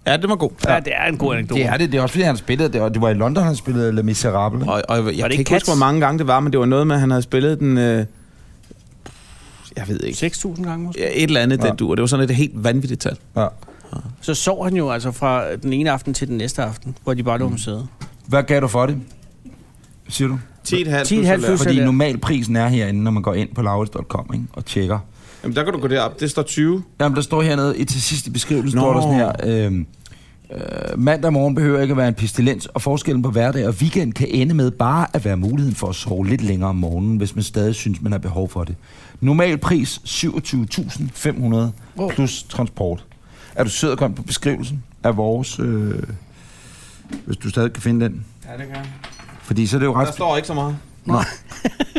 [SPEAKER 4] Ja, det var god.
[SPEAKER 3] Ja, det er en god anekdote.
[SPEAKER 2] Mm, Det er det. Det er også, fordi han spillede det, og det var i London, han spillede Le Miserable.
[SPEAKER 4] Og, og jeg, jeg kan
[SPEAKER 3] ikke
[SPEAKER 4] ikke
[SPEAKER 3] Cats?
[SPEAKER 4] huske, hvor mange gange det var, men det var noget med, at han havde spillet den... Øh, jeg ved ikke,
[SPEAKER 3] 6.000 gange måske.
[SPEAKER 4] Ja, et eller andet, ja.
[SPEAKER 2] Ja.
[SPEAKER 4] den dur. Det var sådan et helt vanvittigt tal.
[SPEAKER 2] Ja.
[SPEAKER 3] Så sov han jo altså fra den ene aften til den næste aften, hvor de bare
[SPEAKER 2] Mm.
[SPEAKER 3] lå om sædet.
[SPEAKER 2] Hvad gav du for det? Siger du?
[SPEAKER 4] 10,5
[SPEAKER 3] 10,5 plus
[SPEAKER 4] plus.
[SPEAKER 3] plus-
[SPEAKER 2] Fordi
[SPEAKER 3] Salær.
[SPEAKER 2] normalprisen er herinde, når man går ind på lavest.com ikke? og tjekker.
[SPEAKER 4] Jamen, der kan du gå derop. Det står 20.
[SPEAKER 2] Jamen, der står hernede i til sidste beskrivelse,
[SPEAKER 4] Nå.
[SPEAKER 2] står der sådan her. Øh, øh, mandag morgen behøver ikke at være en pestilens, og forskellen på hverdag og weekend kan ende med bare at være muligheden for at sove lidt længere om morgenen, hvis man stadig synes, man har behov for det. Normal pris 27.500 plus transport. Er du sød at komme på beskrivelsen af vores... Øh, hvis du stadig kan finde den.
[SPEAKER 4] Ja, det kan
[SPEAKER 2] Fordi så er det jo ret...
[SPEAKER 4] Der står ikke så meget.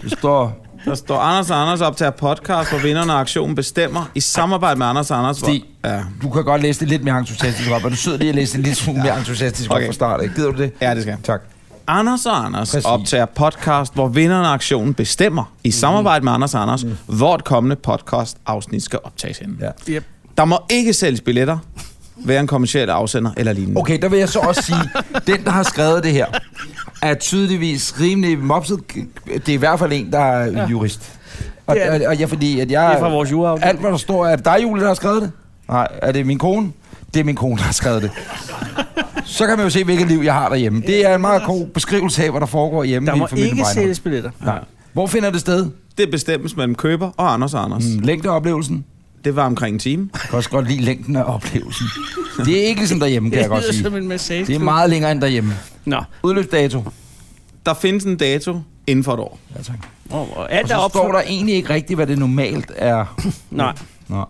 [SPEAKER 2] det står
[SPEAKER 4] Der står, Anders og Anders optager podcast, hvor vinderne af aktionen bestemmer i samarbejde med Anders og Anders. hvor-
[SPEAKER 2] Stig.
[SPEAKER 4] Ja.
[SPEAKER 2] Du kan godt læse det lidt mere entusiastisk op. Er du sød lige at læse det lidt smule mere entusiastisk okay.
[SPEAKER 4] Okay.
[SPEAKER 2] op fra start? Ikke? Gider du det?
[SPEAKER 4] Ja, det skal jeg.
[SPEAKER 2] Tak.
[SPEAKER 4] Anders og Anders Præcis.
[SPEAKER 2] Præcis.
[SPEAKER 4] optager podcast, hvor vinderne af aktionen bestemmer i samarbejde med Anders og Anders, mm. hvor et kommende podcast afsnit skal optages henne.
[SPEAKER 2] Ja.
[SPEAKER 3] Yep.
[SPEAKER 4] Der må ikke sælges billetter, være en kommersiel afsender eller lignende.
[SPEAKER 2] Okay, der vil jeg så også sige, den, der har skrevet det her, er tydeligvis rimelig mopset. Det er i hvert fald en, der er ja. jurist. Og,
[SPEAKER 3] Det er
[SPEAKER 2] og,
[SPEAKER 3] det.
[SPEAKER 2] og ja, fordi at
[SPEAKER 3] Det
[SPEAKER 2] jeg...
[SPEAKER 3] er fra vores juraafdeling.
[SPEAKER 2] Alt, hvad der står, er det dig, Julie, der har skrevet det? Nej, er det min kone? Det er min kone, der har skrevet det. Så kan man jo se, hvilket liv jeg har derhjemme. Det er en meget god beskrivelse af, hvad der foregår hjemme
[SPEAKER 3] Der
[SPEAKER 2] i
[SPEAKER 3] må
[SPEAKER 2] familien
[SPEAKER 3] ikke
[SPEAKER 2] Breinholt.
[SPEAKER 3] sælges billetter.
[SPEAKER 2] Nej. Hvor finder det sted?
[SPEAKER 4] Det bestemmes mellem køber og Anders og Anders. Mm.
[SPEAKER 2] Længde af oplevelsen?
[SPEAKER 4] Det var omkring en time.
[SPEAKER 2] Jeg kan også godt lide længden af oplevelsen. Det er ikke ligesom derhjemme, kan jeg godt sige.
[SPEAKER 3] som en massage.
[SPEAKER 2] Det er meget længere end derhjemme.
[SPEAKER 3] Nå,
[SPEAKER 2] Udløbsdato.
[SPEAKER 4] Der findes en dato inden for et år.
[SPEAKER 2] Ja, tak.
[SPEAKER 3] og, og alt
[SPEAKER 2] Og
[SPEAKER 3] er
[SPEAKER 2] så
[SPEAKER 3] op
[SPEAKER 2] står der egentlig ikke rigtigt, hvad det normalt er.
[SPEAKER 3] Nej,
[SPEAKER 2] Nå.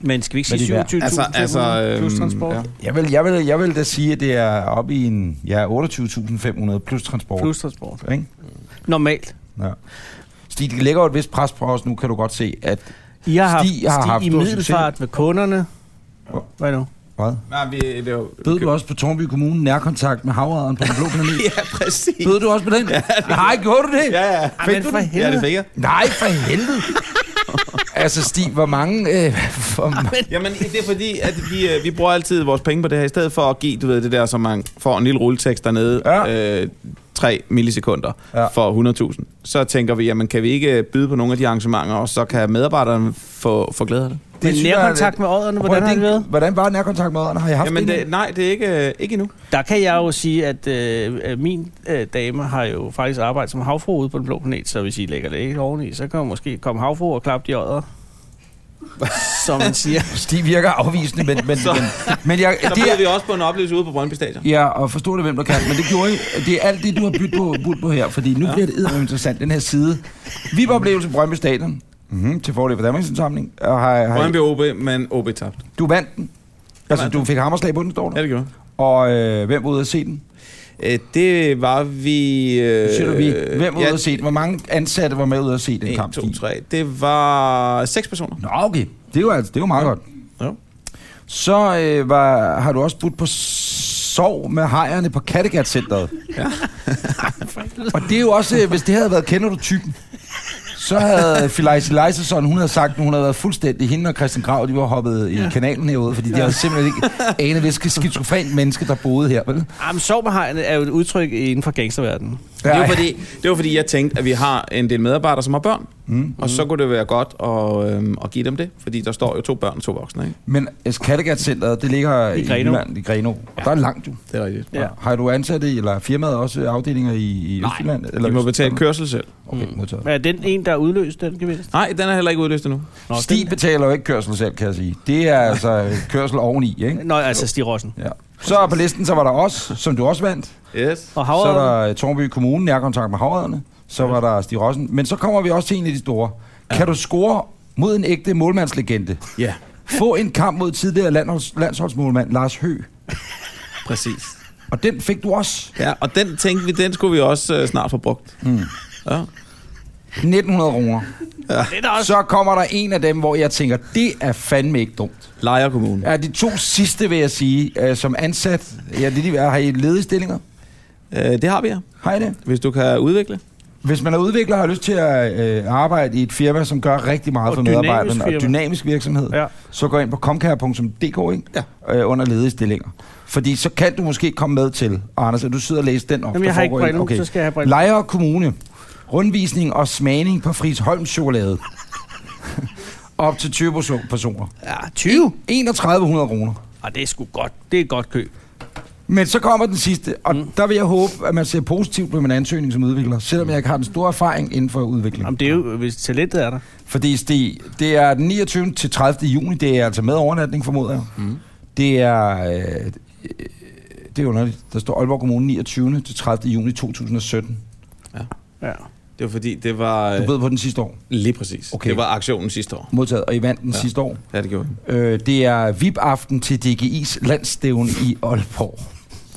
[SPEAKER 3] men skal vi ikke
[SPEAKER 2] Hvad
[SPEAKER 3] sige
[SPEAKER 2] er de
[SPEAKER 3] 27.000
[SPEAKER 4] Altså- altså,
[SPEAKER 3] plus
[SPEAKER 4] øhm,
[SPEAKER 3] transport?
[SPEAKER 4] ja.
[SPEAKER 3] Ja.
[SPEAKER 2] Jeg vil, jeg, vil, jeg vil da sige, at det er oppe i en, ja, 28.500 plus transport.
[SPEAKER 3] Plus transport.
[SPEAKER 2] Ikke?
[SPEAKER 3] Normalt.
[SPEAKER 2] Ja. Stig, det lægger jo et vist pres på os nu, kan du godt se, at...
[SPEAKER 3] I har haft,
[SPEAKER 2] Stig har
[SPEAKER 3] Stig
[SPEAKER 2] haft
[SPEAKER 3] i
[SPEAKER 2] stor
[SPEAKER 3] middelfart
[SPEAKER 2] succes.
[SPEAKER 3] med kunderne. Hvad nu?
[SPEAKER 2] Hvad?
[SPEAKER 4] Nej, vi, det var,
[SPEAKER 2] Bød du også på Tornby Kommune nærkontakt med havrederen på den blå planet?
[SPEAKER 4] Ja, præcis.
[SPEAKER 2] Bød du også på den? Nej, gjorde du det?
[SPEAKER 4] Ja, ja.
[SPEAKER 3] Ej,
[SPEAKER 4] Fik
[SPEAKER 3] men
[SPEAKER 4] du
[SPEAKER 3] for
[SPEAKER 4] den? Ja,
[SPEAKER 3] helvede.
[SPEAKER 4] det fik jeg.
[SPEAKER 2] Nej, for helvede. altså, Stig, hvor mange... Øh, hvor mange
[SPEAKER 4] Jamen, det er fordi, at vi, øh, vi bruger altid vores penge på det her. I stedet for at give, du ved, det der, som man får en lille rulletekst dernede, ja.
[SPEAKER 2] Ja.
[SPEAKER 4] øh, 3 millisekunder ja.
[SPEAKER 2] Ja.
[SPEAKER 4] for 100.000, så tænker vi, jamen, kan vi ikke øh, byde på nogle af de arrangementer, og så kan medarbejderne få, få glæde af det?
[SPEAKER 3] Men
[SPEAKER 2] synes jeg er
[SPEAKER 3] nærkontakt
[SPEAKER 2] lidt-
[SPEAKER 3] med ådderne,
[SPEAKER 2] Prøv
[SPEAKER 3] hvordan
[SPEAKER 2] at
[SPEAKER 3] har det
[SPEAKER 2] tænke,
[SPEAKER 3] været?
[SPEAKER 2] Hvordan var nærkontakt med ådderne? Har I haft
[SPEAKER 4] Jamen,
[SPEAKER 2] det?
[SPEAKER 4] det, nej, det er ikke, øh, ikke endnu.
[SPEAKER 3] Der kan jeg jo sige, at øh, at min øh, dame har jo faktisk arbejdet som havfru ude på den blå planet, så hvis I lægger det ikke oveni, så kan man måske komme havfru og klappe de ådder. Som man siger.
[SPEAKER 2] Stig virker afvisende, men, men, men, men jeg,
[SPEAKER 4] Så
[SPEAKER 2] det
[SPEAKER 4] byder vi
[SPEAKER 2] er,
[SPEAKER 4] også på en oplevelse ude på Brøndby Stadion.
[SPEAKER 2] Ja, og forstå det, hvem der kan, men det gjorde I. Det er alt det, du har byttet på, budt på her, fordi nu ja. bliver det eddermame interessant, den her side. Vi var oplevelse på Brøndby Stadion, mm-hmm, til fordel for Danmarks Indsamling, og har, har,
[SPEAKER 4] Brøndby OB, men OB tabt.
[SPEAKER 2] du vandt den. Altså,
[SPEAKER 4] vandt
[SPEAKER 2] du fik hammerslag på den, står
[SPEAKER 4] Ja,
[SPEAKER 2] der.
[SPEAKER 4] det gjorde
[SPEAKER 2] Og øh, hvem var ude at se den?
[SPEAKER 4] øh, Det var vi... Øh,
[SPEAKER 2] Nu siger du, vi. Hvem var ude
[SPEAKER 4] ja,
[SPEAKER 2] at se den? Hvor mange ansatte var med ude at se den
[SPEAKER 4] 1,
[SPEAKER 2] kamp?
[SPEAKER 4] 2,
[SPEAKER 2] Stig?
[SPEAKER 4] 3. Det var seks personer.
[SPEAKER 2] Nå, okay. Det er jo, altså, det er jo meget godt.
[SPEAKER 4] Ja.
[SPEAKER 2] Så øh, var, har du også budt på sov med hejerne på Kattegat-centret.
[SPEAKER 4] Ja.
[SPEAKER 2] Og det er jo også, øh, hvis det havde været Kender du typen, så havde øh, Felice Leisesson, hun havde sagt, at hun havde været fuldstændig hende og Christian Grav, de var hoppet i kanalen herude, fordi de havde simpelthen ikke anet, hvilket skizofrent menneske, der boede her, vel?
[SPEAKER 3] Jamen, sovmehegnet er jo et udtryk inden for gangsterverdenen.
[SPEAKER 4] Det var,
[SPEAKER 2] Ja.
[SPEAKER 4] fordi, det var fordi, jeg tænkte, at vi har en del medarbejdere, som har børn. Mm. Og så kunne det være godt at, øhm, at give dem det, fordi der står jo to børn og to voksne. Ikke?
[SPEAKER 2] Men altså, Kattegat-centret, det ligger
[SPEAKER 3] I
[SPEAKER 2] i
[SPEAKER 3] Grenaa.
[SPEAKER 2] Jylland, i Greno. Og der er langt, du.
[SPEAKER 4] Det er rigtigt.
[SPEAKER 3] Ja.
[SPEAKER 2] Ja. Har du ansatte, eller firmaet også øh, afdelinger i, i
[SPEAKER 4] Nej,
[SPEAKER 2] Østjylland? Eller
[SPEAKER 4] De må betale
[SPEAKER 2] Østdanmark?
[SPEAKER 4] kørsel selv.
[SPEAKER 2] Okay, modtaget.
[SPEAKER 3] Er den en, der er udløst, den gevinst?
[SPEAKER 4] Nej, den er heller ikke udløst endnu.
[SPEAKER 3] Nå,
[SPEAKER 2] Stig betaler jo ikke kørsel selv, kan jeg sige. Det er altså kørsel oveni, ikke?
[SPEAKER 3] den, Nå, altså Stig Rossen.
[SPEAKER 2] Ja. Så på listen, så var der også, som du også vandt.
[SPEAKER 4] Yes.
[SPEAKER 3] Og
[SPEAKER 2] Så
[SPEAKER 3] havre.
[SPEAKER 2] er der eh, Tornby Kommune, nærkontakt med havrederne. Så var der Stig Rossen. Men så kommer vi også til en af de store. Kan du score mod en ægte målmandslegende?
[SPEAKER 4] Ja,
[SPEAKER 2] Få en kamp mod tidligere landholds, landsholdsmålmand Lars Hø.
[SPEAKER 4] præcis.
[SPEAKER 2] Og den fik du også.
[SPEAKER 4] Ja, og den tænkte vi, den skulle vi også øh, snart få brugt. Mm. Ja.
[SPEAKER 2] 1900 kroner.
[SPEAKER 3] Det er der også.
[SPEAKER 2] Så kommer der en af dem, hvor jeg tænker, det er fandme ikke dumt.
[SPEAKER 4] Lejre Kommune. Ja.
[SPEAKER 2] Ja, de to sidste, vil jeg sige, øh, som ansat. Ja, det er de, har I ledestillinger?
[SPEAKER 4] Øh, det har vi, ja.
[SPEAKER 2] Har I det?
[SPEAKER 4] Hvis du kan udvikle.
[SPEAKER 2] Hvis man er udvikler og har lyst til at øh, arbejde i et firma, som gør rigtig meget
[SPEAKER 3] Og
[SPEAKER 2] for
[SPEAKER 3] dynamisk
[SPEAKER 2] medarbejderne og
[SPEAKER 3] firma.
[SPEAKER 2] dynamisk virksomhed,
[SPEAKER 3] Ja.
[SPEAKER 2] ja. så gå ind på comcare.dk ikke? Ja. Øh, under ledige stillinger. Fordi så kan du måske komme med til, og Anders, at du sidder og læser den op.
[SPEAKER 3] Jamen,
[SPEAKER 2] der
[SPEAKER 3] jeg har ikke
[SPEAKER 2] foregår i-
[SPEAKER 3] briller, så skal jeg have briller.
[SPEAKER 2] Lejre Kommune. Rundvisning og smagning på Frisholm chokolade. Op til 20 perso- personer.
[SPEAKER 3] Ja, 20.
[SPEAKER 2] 3100 kroner.
[SPEAKER 3] Og det er sgu godt. Det er et godt køb.
[SPEAKER 2] Men så kommer den sidste, og mm. der vil jeg håbe, at man ser positivt på min ansøgning som udvikler, selvom jeg ikke har den store erfaring inden for udvikling.
[SPEAKER 3] Jamen, det er jo, hvis talentet er der.
[SPEAKER 2] Fordi Stig, det er den 29. til 30. juni, det er altså med overnatning, formoder jeg. Mm. Det er... Øh, øh, det er underligt. Der står Aalborg Kommune 29. til 30. juni 2017.
[SPEAKER 3] Ja.
[SPEAKER 4] Det var fordi, det var... øh,
[SPEAKER 2] Du ved på den sidste år.
[SPEAKER 4] Lige præcis.
[SPEAKER 2] Okay.
[SPEAKER 4] Okay. Det var aktionen sidste år.
[SPEAKER 2] Modtaget, og I vandt den
[SPEAKER 4] Ja.
[SPEAKER 2] ja. sidste år.
[SPEAKER 4] Ja, det gjorde den.
[SPEAKER 2] Øh, det er VIP-aften til DGI's landstævn i Aalborg.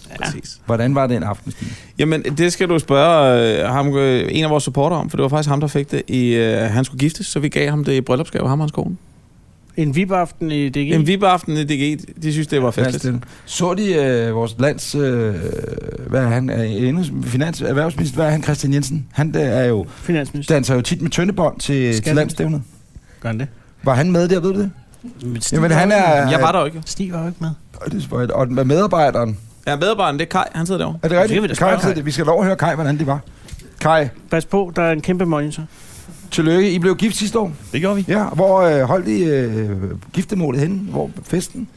[SPEAKER 4] Ja. Præcis.
[SPEAKER 2] Hvordan var den aften, Stig?
[SPEAKER 4] Jamen, det skal du spørge øh, ham, øh, en af vores supporter om, for det var faktisk ham, der fik det. I, øh, han skulle giftes, så vi gav ham det i bryllupsgave, ham og hans kone.
[SPEAKER 3] En VIP-aften i DG.
[SPEAKER 4] En VIP-aften i DG, de synes, det var festligt.
[SPEAKER 2] Landstævn. Så de øh, vores lands... Øh, hvad er han? Øh, finans, erhvervsminister, hvad er han? Christian Jensen. Han der er jo,
[SPEAKER 3] Finansminister.
[SPEAKER 2] danser jo tit med tøndebånd til, til
[SPEAKER 3] Skal-
[SPEAKER 2] landstævnet.
[SPEAKER 3] Gør han det?
[SPEAKER 2] Var han med der, ved du det?
[SPEAKER 3] Men Stig
[SPEAKER 2] Jamen,
[SPEAKER 3] var
[SPEAKER 2] han
[SPEAKER 3] jo ikke
[SPEAKER 2] er...
[SPEAKER 4] Jeg var der jo ikke.
[SPEAKER 3] med. Stig var jo ikke med.
[SPEAKER 2] Øj, det er spøjt. Og med medarbejderen.
[SPEAKER 4] Ja, medarbejderen, det er Kai, han sidder derovre.
[SPEAKER 2] Er det
[SPEAKER 3] skal vi da
[SPEAKER 2] rigtigt?
[SPEAKER 3] spørge
[SPEAKER 2] Kai, Kai.
[SPEAKER 3] Kai.
[SPEAKER 2] Vi skal lov at høre Kai, hvordan det var. Kai,
[SPEAKER 3] Pas på, der er en kæmpe monitor.
[SPEAKER 2] tillykke. I blev gift sidste år.
[SPEAKER 5] Det gjorde vi.
[SPEAKER 2] Ja, hvor øh, holdt I øh, giftemålet henne? Hvor festen?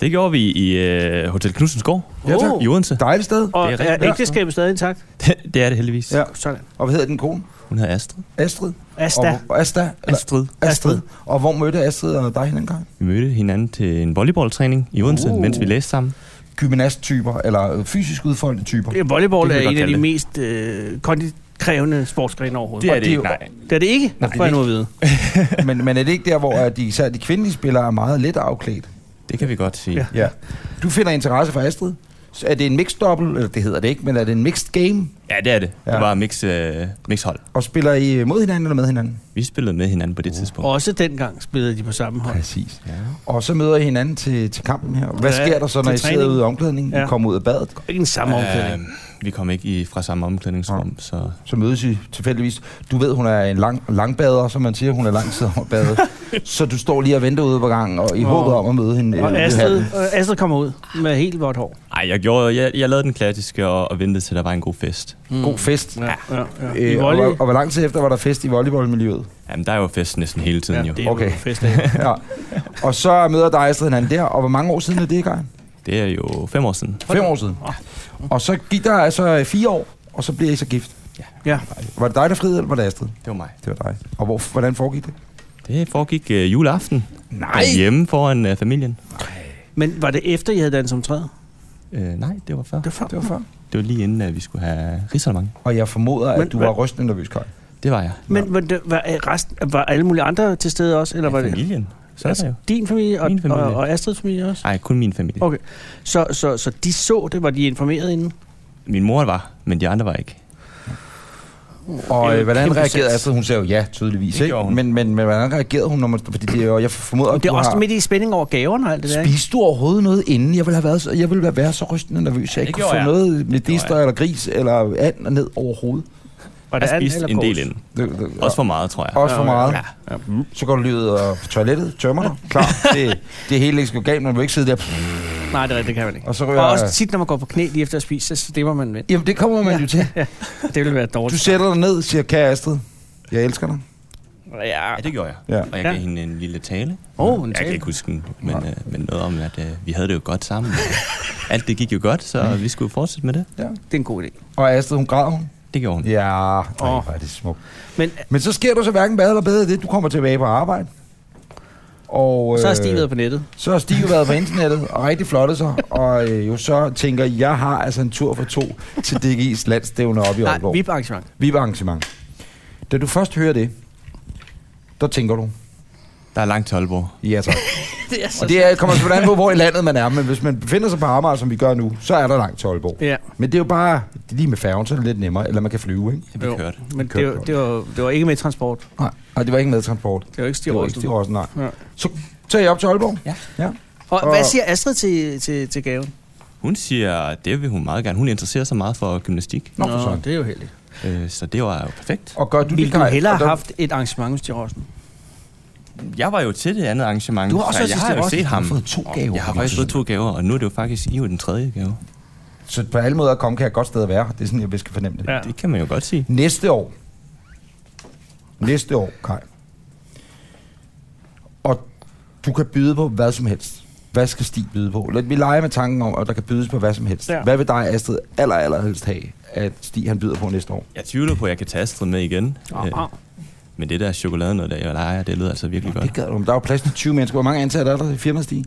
[SPEAKER 5] Det gjorde vi i øh, Hotel Knudsens Gård
[SPEAKER 2] Ja, tak.
[SPEAKER 5] i Odense.
[SPEAKER 2] Dejligt sted.
[SPEAKER 3] Og
[SPEAKER 5] Det
[SPEAKER 3] det
[SPEAKER 5] er
[SPEAKER 3] er,
[SPEAKER 5] rigtigt.
[SPEAKER 3] er ægteskabet stadig intakt?
[SPEAKER 5] Det, det er det heldigvis.
[SPEAKER 2] Ja.
[SPEAKER 3] Sådan.
[SPEAKER 2] Og hvad hedder den kone?
[SPEAKER 5] Hun hedder Astrid.
[SPEAKER 2] Astrid.
[SPEAKER 3] Asta.
[SPEAKER 2] Og, hvor- Asta. Eller,
[SPEAKER 5] Astrid.
[SPEAKER 2] Astrid. Og hvor mødte Astrid og dig hinanden, Kai?
[SPEAKER 5] Vi mødte hinanden til en volleyballtræning i Odense,
[SPEAKER 2] Uh.
[SPEAKER 5] uh. mens vi læste sammen.
[SPEAKER 2] Gymnasttyper, eller øh, fysisk udfoldende typer.
[SPEAKER 3] Ja, Volleyball
[SPEAKER 5] Det kan vi
[SPEAKER 3] er en
[SPEAKER 5] godt
[SPEAKER 3] af
[SPEAKER 5] kalde
[SPEAKER 3] de
[SPEAKER 5] det.
[SPEAKER 3] mest øh, kondikrævende sportsgrene overhovedet.
[SPEAKER 5] Det
[SPEAKER 2] Og
[SPEAKER 5] er det
[SPEAKER 2] det er
[SPEAKER 5] ikke,
[SPEAKER 2] jo-
[SPEAKER 5] nej.
[SPEAKER 3] Det er det ikke, Nej, får jeg nu at vide.
[SPEAKER 2] Men, men er det ikke der, hvor øh, de, især de kvindelige spillere er meget let afklædt?
[SPEAKER 5] Det kan vi godt sige.
[SPEAKER 3] Ja.
[SPEAKER 5] Ja.
[SPEAKER 2] Ja. Du finder interesse for Astrid. Så er det en mixed double, eller det hedder det ikke, men er det en mixed game?
[SPEAKER 5] ja, det er det.
[SPEAKER 2] Ja.
[SPEAKER 5] Det var mix, øh, mixhold.
[SPEAKER 2] Og spiller I mod hinanden eller med hinanden?
[SPEAKER 5] Vi spillede med hinanden på det uh. tidspunkt.
[SPEAKER 3] Også dengang spillede de på samme hold.
[SPEAKER 2] Præcis.
[SPEAKER 5] Ja.
[SPEAKER 2] Og så møder I hinanden til, til kampen her. Hvad
[SPEAKER 3] Ja,
[SPEAKER 2] sker der så, når
[SPEAKER 3] til
[SPEAKER 2] I sidder
[SPEAKER 3] træning.
[SPEAKER 2] ude i omklædningen? Ja.
[SPEAKER 3] Ja.
[SPEAKER 2] I kommer ud af badet,
[SPEAKER 3] Ikke den samme omklædning.
[SPEAKER 5] Øh, vi kom ikke i, fra samme omklædningsrum, så
[SPEAKER 2] så mødes I tilfældigvis. Du ved, hun er en lang, langbader, som man siger. Hun er lang tid om at bade. så du står lige og venter ude på gangen, og i
[SPEAKER 3] Åh.
[SPEAKER 2] håbet om at møde hende. øh, ude
[SPEAKER 3] Og
[SPEAKER 2] i
[SPEAKER 3] Astrid,
[SPEAKER 2] hallen.
[SPEAKER 3] øh, Astrid kommer ud med helt vådt hår.
[SPEAKER 5] Ej, jeg, gjorde, jeg, jeg lavede den klassiske og, og ventede til, der var en god fest.
[SPEAKER 2] God fest.
[SPEAKER 3] Ja, ja, ja. I
[SPEAKER 2] Øh, og,
[SPEAKER 3] volley,
[SPEAKER 2] hvor- og hvor lang tid efter var der fest i volleyballmiljøet?
[SPEAKER 5] Jamen, der er jo fest næsten hele tiden,
[SPEAKER 3] ja,
[SPEAKER 5] ja, jo.
[SPEAKER 3] det
[SPEAKER 5] Det.
[SPEAKER 3] er jo
[SPEAKER 2] Okay.
[SPEAKER 3] fest af.
[SPEAKER 2] ja. Og så møder dig og Astrid hinanden der, og hvor mange år siden er det i gang?
[SPEAKER 5] det er jo fem år siden.
[SPEAKER 2] Fem år siden. Og så gik der altså øh, fire år, og så bliver I så gift.
[SPEAKER 3] Ja,
[SPEAKER 2] Var det dig, der friede, eller var det Astrid?
[SPEAKER 5] Det var mig.
[SPEAKER 2] Det var dig. Og hvor, hvordan foregik det?
[SPEAKER 5] Det foregik øh, juleaften.
[SPEAKER 2] Nej.
[SPEAKER 5] Hjemme foran øh, familien.
[SPEAKER 3] men var det efter, I havde danset om træet?
[SPEAKER 5] Øh, nej, det var før.
[SPEAKER 3] Det var før.
[SPEAKER 2] Det var før.
[SPEAKER 5] Det var lige inden, at vi skulle have risalemang.
[SPEAKER 2] Og jeg formoder, at
[SPEAKER 3] Men
[SPEAKER 2] du
[SPEAKER 3] hvad-
[SPEAKER 2] var rystende nervøs, Kai.
[SPEAKER 5] Det var jeg.
[SPEAKER 3] Men var, det, var, øh, resten, var alle mulige andre til stede også? Eller var
[SPEAKER 5] Ja,
[SPEAKER 3] det
[SPEAKER 5] familien. Så er der jo.
[SPEAKER 3] din familie og,
[SPEAKER 5] Min familie.
[SPEAKER 3] og, og Astrids familie også?
[SPEAKER 5] Nej, kun min familie.
[SPEAKER 3] Okay. Så, så, så de så det? Var de informeret inden?
[SPEAKER 5] Min mor var, men de andre var ikke.
[SPEAKER 2] Og øh, hvordan
[SPEAKER 3] kæmpe
[SPEAKER 2] reagerede
[SPEAKER 3] sats.
[SPEAKER 2] Astrid? Hun sagde jo ja, tydeligvis.
[SPEAKER 5] Det
[SPEAKER 2] ikke?
[SPEAKER 5] gjorde hun.
[SPEAKER 2] Men, men, men hvordan reagerede hun, når man... Fordi det, er jo- jeg formoder,
[SPEAKER 3] Og
[SPEAKER 2] at
[SPEAKER 3] det er
[SPEAKER 2] du
[SPEAKER 3] også
[SPEAKER 2] har...
[SPEAKER 3] midt i spænding over gaverne og alt det der, ikke?
[SPEAKER 2] Spiste du overhovedet noget inden? Jeg ville have været så, jeg ville have været så rystende nervøs, jeg
[SPEAKER 5] det
[SPEAKER 2] ikke kunne
[SPEAKER 5] gjorde
[SPEAKER 2] få
[SPEAKER 5] jeg.
[SPEAKER 2] noget medister
[SPEAKER 5] gjorde
[SPEAKER 2] eller gris eller and ned overhovedet.
[SPEAKER 3] Var
[SPEAKER 5] Jeg
[SPEAKER 3] der and
[SPEAKER 5] spiste
[SPEAKER 3] eller
[SPEAKER 5] en
[SPEAKER 3] kål?
[SPEAKER 5] del inden.
[SPEAKER 2] Det, det,
[SPEAKER 5] Også for meget, tror jeg.
[SPEAKER 2] Også for
[SPEAKER 3] Ja,
[SPEAKER 2] meget.
[SPEAKER 5] ja. Mm.
[SPEAKER 2] Ja. Så går du lige ud og på toilettet, tømmer dig. Klar. Det, det er helt ikke skal galt, man vil ikke sidde der.
[SPEAKER 3] Nej, det er rigtigt, det kan man ikke.
[SPEAKER 2] Og så
[SPEAKER 3] Og
[SPEAKER 2] ryger
[SPEAKER 3] også tit, når man går på knæ lige efter at spise, så stemmer man med.
[SPEAKER 2] Jamen, det kommer man jo til.
[SPEAKER 3] Det ville være
[SPEAKER 2] Du
[SPEAKER 3] dårligt.
[SPEAKER 2] sætter dig ned, siger, kære Astrid, jeg elsker dig.
[SPEAKER 3] Ja.
[SPEAKER 5] Ja, det gjorde jeg.
[SPEAKER 2] Ja.
[SPEAKER 5] Og jeg
[SPEAKER 3] Ja.
[SPEAKER 5] gav hende en lille tale.
[SPEAKER 3] Åh, en
[SPEAKER 5] Jeg kan
[SPEAKER 3] tale.
[SPEAKER 5] ikke huske den, men, øh, men noget om, at øh, vi havde det jo godt sammen. Alt det gik jo godt, så vi skulle fortsætte med det.
[SPEAKER 3] Det er en god idé.
[SPEAKER 2] Og Astrid, hun græder hun.
[SPEAKER 5] Det gjorde hun.
[SPEAKER 2] Ja, oh.
[SPEAKER 3] Åh.
[SPEAKER 2] det er smukt.
[SPEAKER 3] Men
[SPEAKER 2] Men så sker du så hverken bad eller bedre det. Du kommer tilbage på arbejde. Og,
[SPEAKER 3] så er
[SPEAKER 2] øh,
[SPEAKER 3] Stig været på nettet.
[SPEAKER 2] Så har Stig jo været på internettet og rigtig flottet sig. Og øh, jo så tænker, jeg har altså en tur for to til DGI's landstævne op i
[SPEAKER 3] Nej,
[SPEAKER 2] Aalborg.
[SPEAKER 3] vip arrangement.
[SPEAKER 2] vi arrangement. Da du først hører det, der tænker du,
[SPEAKER 5] Der er langt til Aalborg.
[SPEAKER 2] ja tak.
[SPEAKER 3] Det er så
[SPEAKER 2] Og det er- kommer selvfølgelig an på, hvor i landet man er, men hvis man befinder sig på Amager, som vi gør nu, så er der langt til Aalborg.
[SPEAKER 3] Ja,
[SPEAKER 2] Men det er jo bare, det er lige med færgen, så er det lidt nemmere, eller man kan flyve, ikke?
[SPEAKER 5] Vi
[SPEAKER 3] Jo.
[SPEAKER 5] kørte.
[SPEAKER 3] men det,
[SPEAKER 2] Kørte
[SPEAKER 3] var-
[SPEAKER 2] godt.
[SPEAKER 3] det, var, det var ikke med transport.
[SPEAKER 2] Nej, og det var ikke med transport.
[SPEAKER 3] Det var ikke Stig
[SPEAKER 2] Det var ikke
[SPEAKER 3] Rossen.
[SPEAKER 2] Stig Rossen, nej.
[SPEAKER 3] Ja.
[SPEAKER 2] Så tager jeg op til Aalborg.
[SPEAKER 5] Ja.
[SPEAKER 2] ja.
[SPEAKER 3] Og hvad
[SPEAKER 2] Og-
[SPEAKER 3] siger Astrid til, til, til gaven?
[SPEAKER 5] Hun siger, at det vil hun meget gerne. Hun interesserer sig meget for gymnastik,
[SPEAKER 2] Nå, for sådan.
[SPEAKER 3] det er jo heldigt.
[SPEAKER 5] øh, så det var jo perfekt.
[SPEAKER 2] Og gør du
[SPEAKER 3] Ville
[SPEAKER 2] det, Kai?
[SPEAKER 3] du hellere
[SPEAKER 2] Og
[SPEAKER 3] have
[SPEAKER 2] der-
[SPEAKER 3] haft et arrangement med Stig Rossen?
[SPEAKER 5] Jeg var jo til det andet arrangement,
[SPEAKER 2] Du har også
[SPEAKER 5] så
[SPEAKER 2] været
[SPEAKER 5] jeg
[SPEAKER 2] til
[SPEAKER 5] har jo
[SPEAKER 2] Steve Austin.
[SPEAKER 5] set ham.
[SPEAKER 2] Du har fået to gaver.
[SPEAKER 5] Jeg har faktisk fået to gaver, og nu er det jo faktisk i jo den tredje gave.
[SPEAKER 2] Så på alle måder kom kan jeg godt sted at være. Det er sådan, jeg skal fornemme det.
[SPEAKER 3] Ja.
[SPEAKER 5] Det kan man jo godt sige.
[SPEAKER 2] Næste år. Næste år, Kai. og du kan byde på hvad som helst. Hvad skal Stig byde på? Lad, vi leger med tanken om, at der kan bydes på hvad som helst.
[SPEAKER 3] Ja.
[SPEAKER 2] Ja. Hvad vil dig, Astrid, aller, aller helst have, at Stig han byder på næste år?
[SPEAKER 5] Jeg tvivler på, at jeg kan tage Astrid med igen. Øh,
[SPEAKER 3] Ah, ah.
[SPEAKER 5] Men det der chokolade, når jeg leger, det lyder altså virkelig
[SPEAKER 2] Det
[SPEAKER 5] godt.
[SPEAKER 2] gad du, men der er jo plads til 20 mennesker. Hvor mange ansatte er der i firmaet, Stig?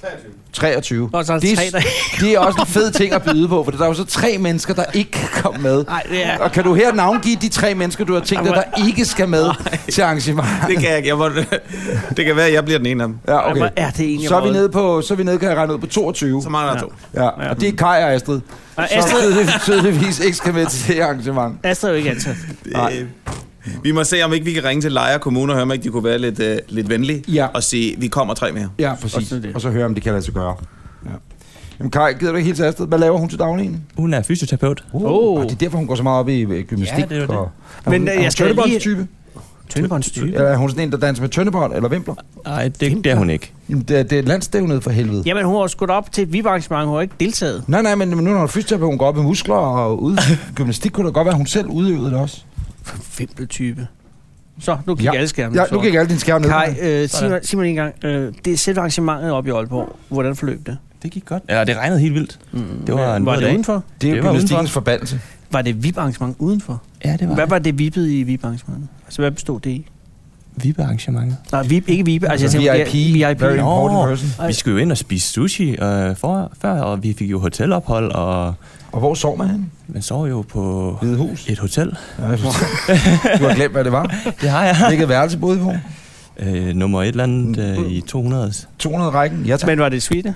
[SPEAKER 2] 23. 23.
[SPEAKER 3] Nå, så er der
[SPEAKER 2] det,
[SPEAKER 3] tre, der-
[SPEAKER 2] er, det er også en fed ting at byde på, for der er jo så tre mennesker, der ikke kan komme med.
[SPEAKER 3] Ej, det er-
[SPEAKER 2] Og kan du her navngive de tre mennesker, du har tænkt dig, der ikke skal med Nej. til arrangementet?
[SPEAKER 4] Det kan jeg ikke. Jeg må, det kan være, at jeg bliver den ene af dem.
[SPEAKER 2] Ja,
[SPEAKER 3] Ej,
[SPEAKER 2] okay.
[SPEAKER 3] hvor er det egentlig
[SPEAKER 2] så er vi
[SPEAKER 3] røget.
[SPEAKER 2] nede på, så er vi nede, kan jeg regne ud, på 22.
[SPEAKER 4] Så mangler der to.
[SPEAKER 2] Ja, og det er Kaj og Astrid.
[SPEAKER 3] Nej,
[SPEAKER 2] Som
[SPEAKER 3] Astrid-
[SPEAKER 2] tydelig- tydeligvis ikke skal med til det arrangement.
[SPEAKER 3] Astrid er jo ikke ansat.
[SPEAKER 2] Nej.
[SPEAKER 4] Øh, Vi må se, om ikke vi kan ringe til Lejer Kommune og høre, om ikke de kunne være lidt, øh, lidt venlige
[SPEAKER 2] Ja.
[SPEAKER 4] og sige, vi kommer tre mere.
[SPEAKER 2] Ja,
[SPEAKER 3] Og
[SPEAKER 2] præcis.
[SPEAKER 3] sådan er det.
[SPEAKER 2] Og så høre, om det kan lade sig gøre. Ja. Jamen Kaj, gider du ikke helt til Astrid? Hvad laver hun til daglig?
[SPEAKER 5] Hun er fysioterapeut.
[SPEAKER 2] Uh,
[SPEAKER 3] Oh.
[SPEAKER 2] oh. Det er derfor, hun går så meget op i øh, gymnastik.
[SPEAKER 5] Ja, det er jo det.
[SPEAKER 2] Og, er
[SPEAKER 3] Men,
[SPEAKER 2] hun,
[SPEAKER 3] øh,
[SPEAKER 2] er hun
[SPEAKER 3] jeg skal lige-
[SPEAKER 2] tøndebåndstype?
[SPEAKER 3] Tyndbåndstype.
[SPEAKER 2] Eller er hun sådan en, der danser med tøndebånd eller vimpler?
[SPEAKER 5] Nej, det, det er hun ikke.
[SPEAKER 2] Jamen, det, er- det er landstævnet for helvede. Ja.
[SPEAKER 3] Jamen, hun har jo skudt op til et vibarrangement, hun har ikke deltaget.
[SPEAKER 2] Nej, nej, men men nu når hun er fysioterapeut, hun går op i muskler og ud. gymnastik kunne det godt være, hun selv udøvede det også.
[SPEAKER 3] Vimpeltype. Så, nu gik alle skærmene.
[SPEAKER 2] ja,
[SPEAKER 3] så.
[SPEAKER 2] nu gik alle dine skærme ned.
[SPEAKER 3] Kai, øh, sig, mig, sig mig lige en gang, øh, det er selve arrangementet op i Aalborg. Hvordan forløb det?
[SPEAKER 5] Det gik godt. Ja, det regnede helt vildt. Mm, det var en
[SPEAKER 3] var
[SPEAKER 5] våd
[SPEAKER 3] det
[SPEAKER 5] dag.
[SPEAKER 3] udenfor?
[SPEAKER 2] Det er jo
[SPEAKER 5] det var
[SPEAKER 2] gymnastikkens
[SPEAKER 5] udenfor.
[SPEAKER 2] forbandelse.
[SPEAKER 3] Var det VIP-arrangement udenfor?
[SPEAKER 5] Ja, det var
[SPEAKER 3] Hvad var det vippet i VIP-arrangementet? Altså, hvad bestod det i?
[SPEAKER 5] VIP-arrangementet.
[SPEAKER 3] Nej, VIP, ikke VIP. Altså, jeg tænker,
[SPEAKER 2] VIP,
[SPEAKER 3] VIP.
[SPEAKER 2] very
[SPEAKER 3] Nå.
[SPEAKER 2] important
[SPEAKER 5] Nå.
[SPEAKER 2] person.
[SPEAKER 5] Vi skulle jo ind og spise sushi øh, for, før, og vi fik jo hotelophold, og
[SPEAKER 2] Og hvor sov man henne?
[SPEAKER 5] man sov jo på
[SPEAKER 2] Hvide hus?
[SPEAKER 5] et hotel.
[SPEAKER 2] Ja, jeg forstår. du har glemt, hvad det var.
[SPEAKER 5] Det har jeg.
[SPEAKER 2] Hvilket værelse boede I på?
[SPEAKER 5] Øh, nummer et eller andet øh, i 200.
[SPEAKER 2] 200 rækken? Ja, tak.
[SPEAKER 3] Men var det suite?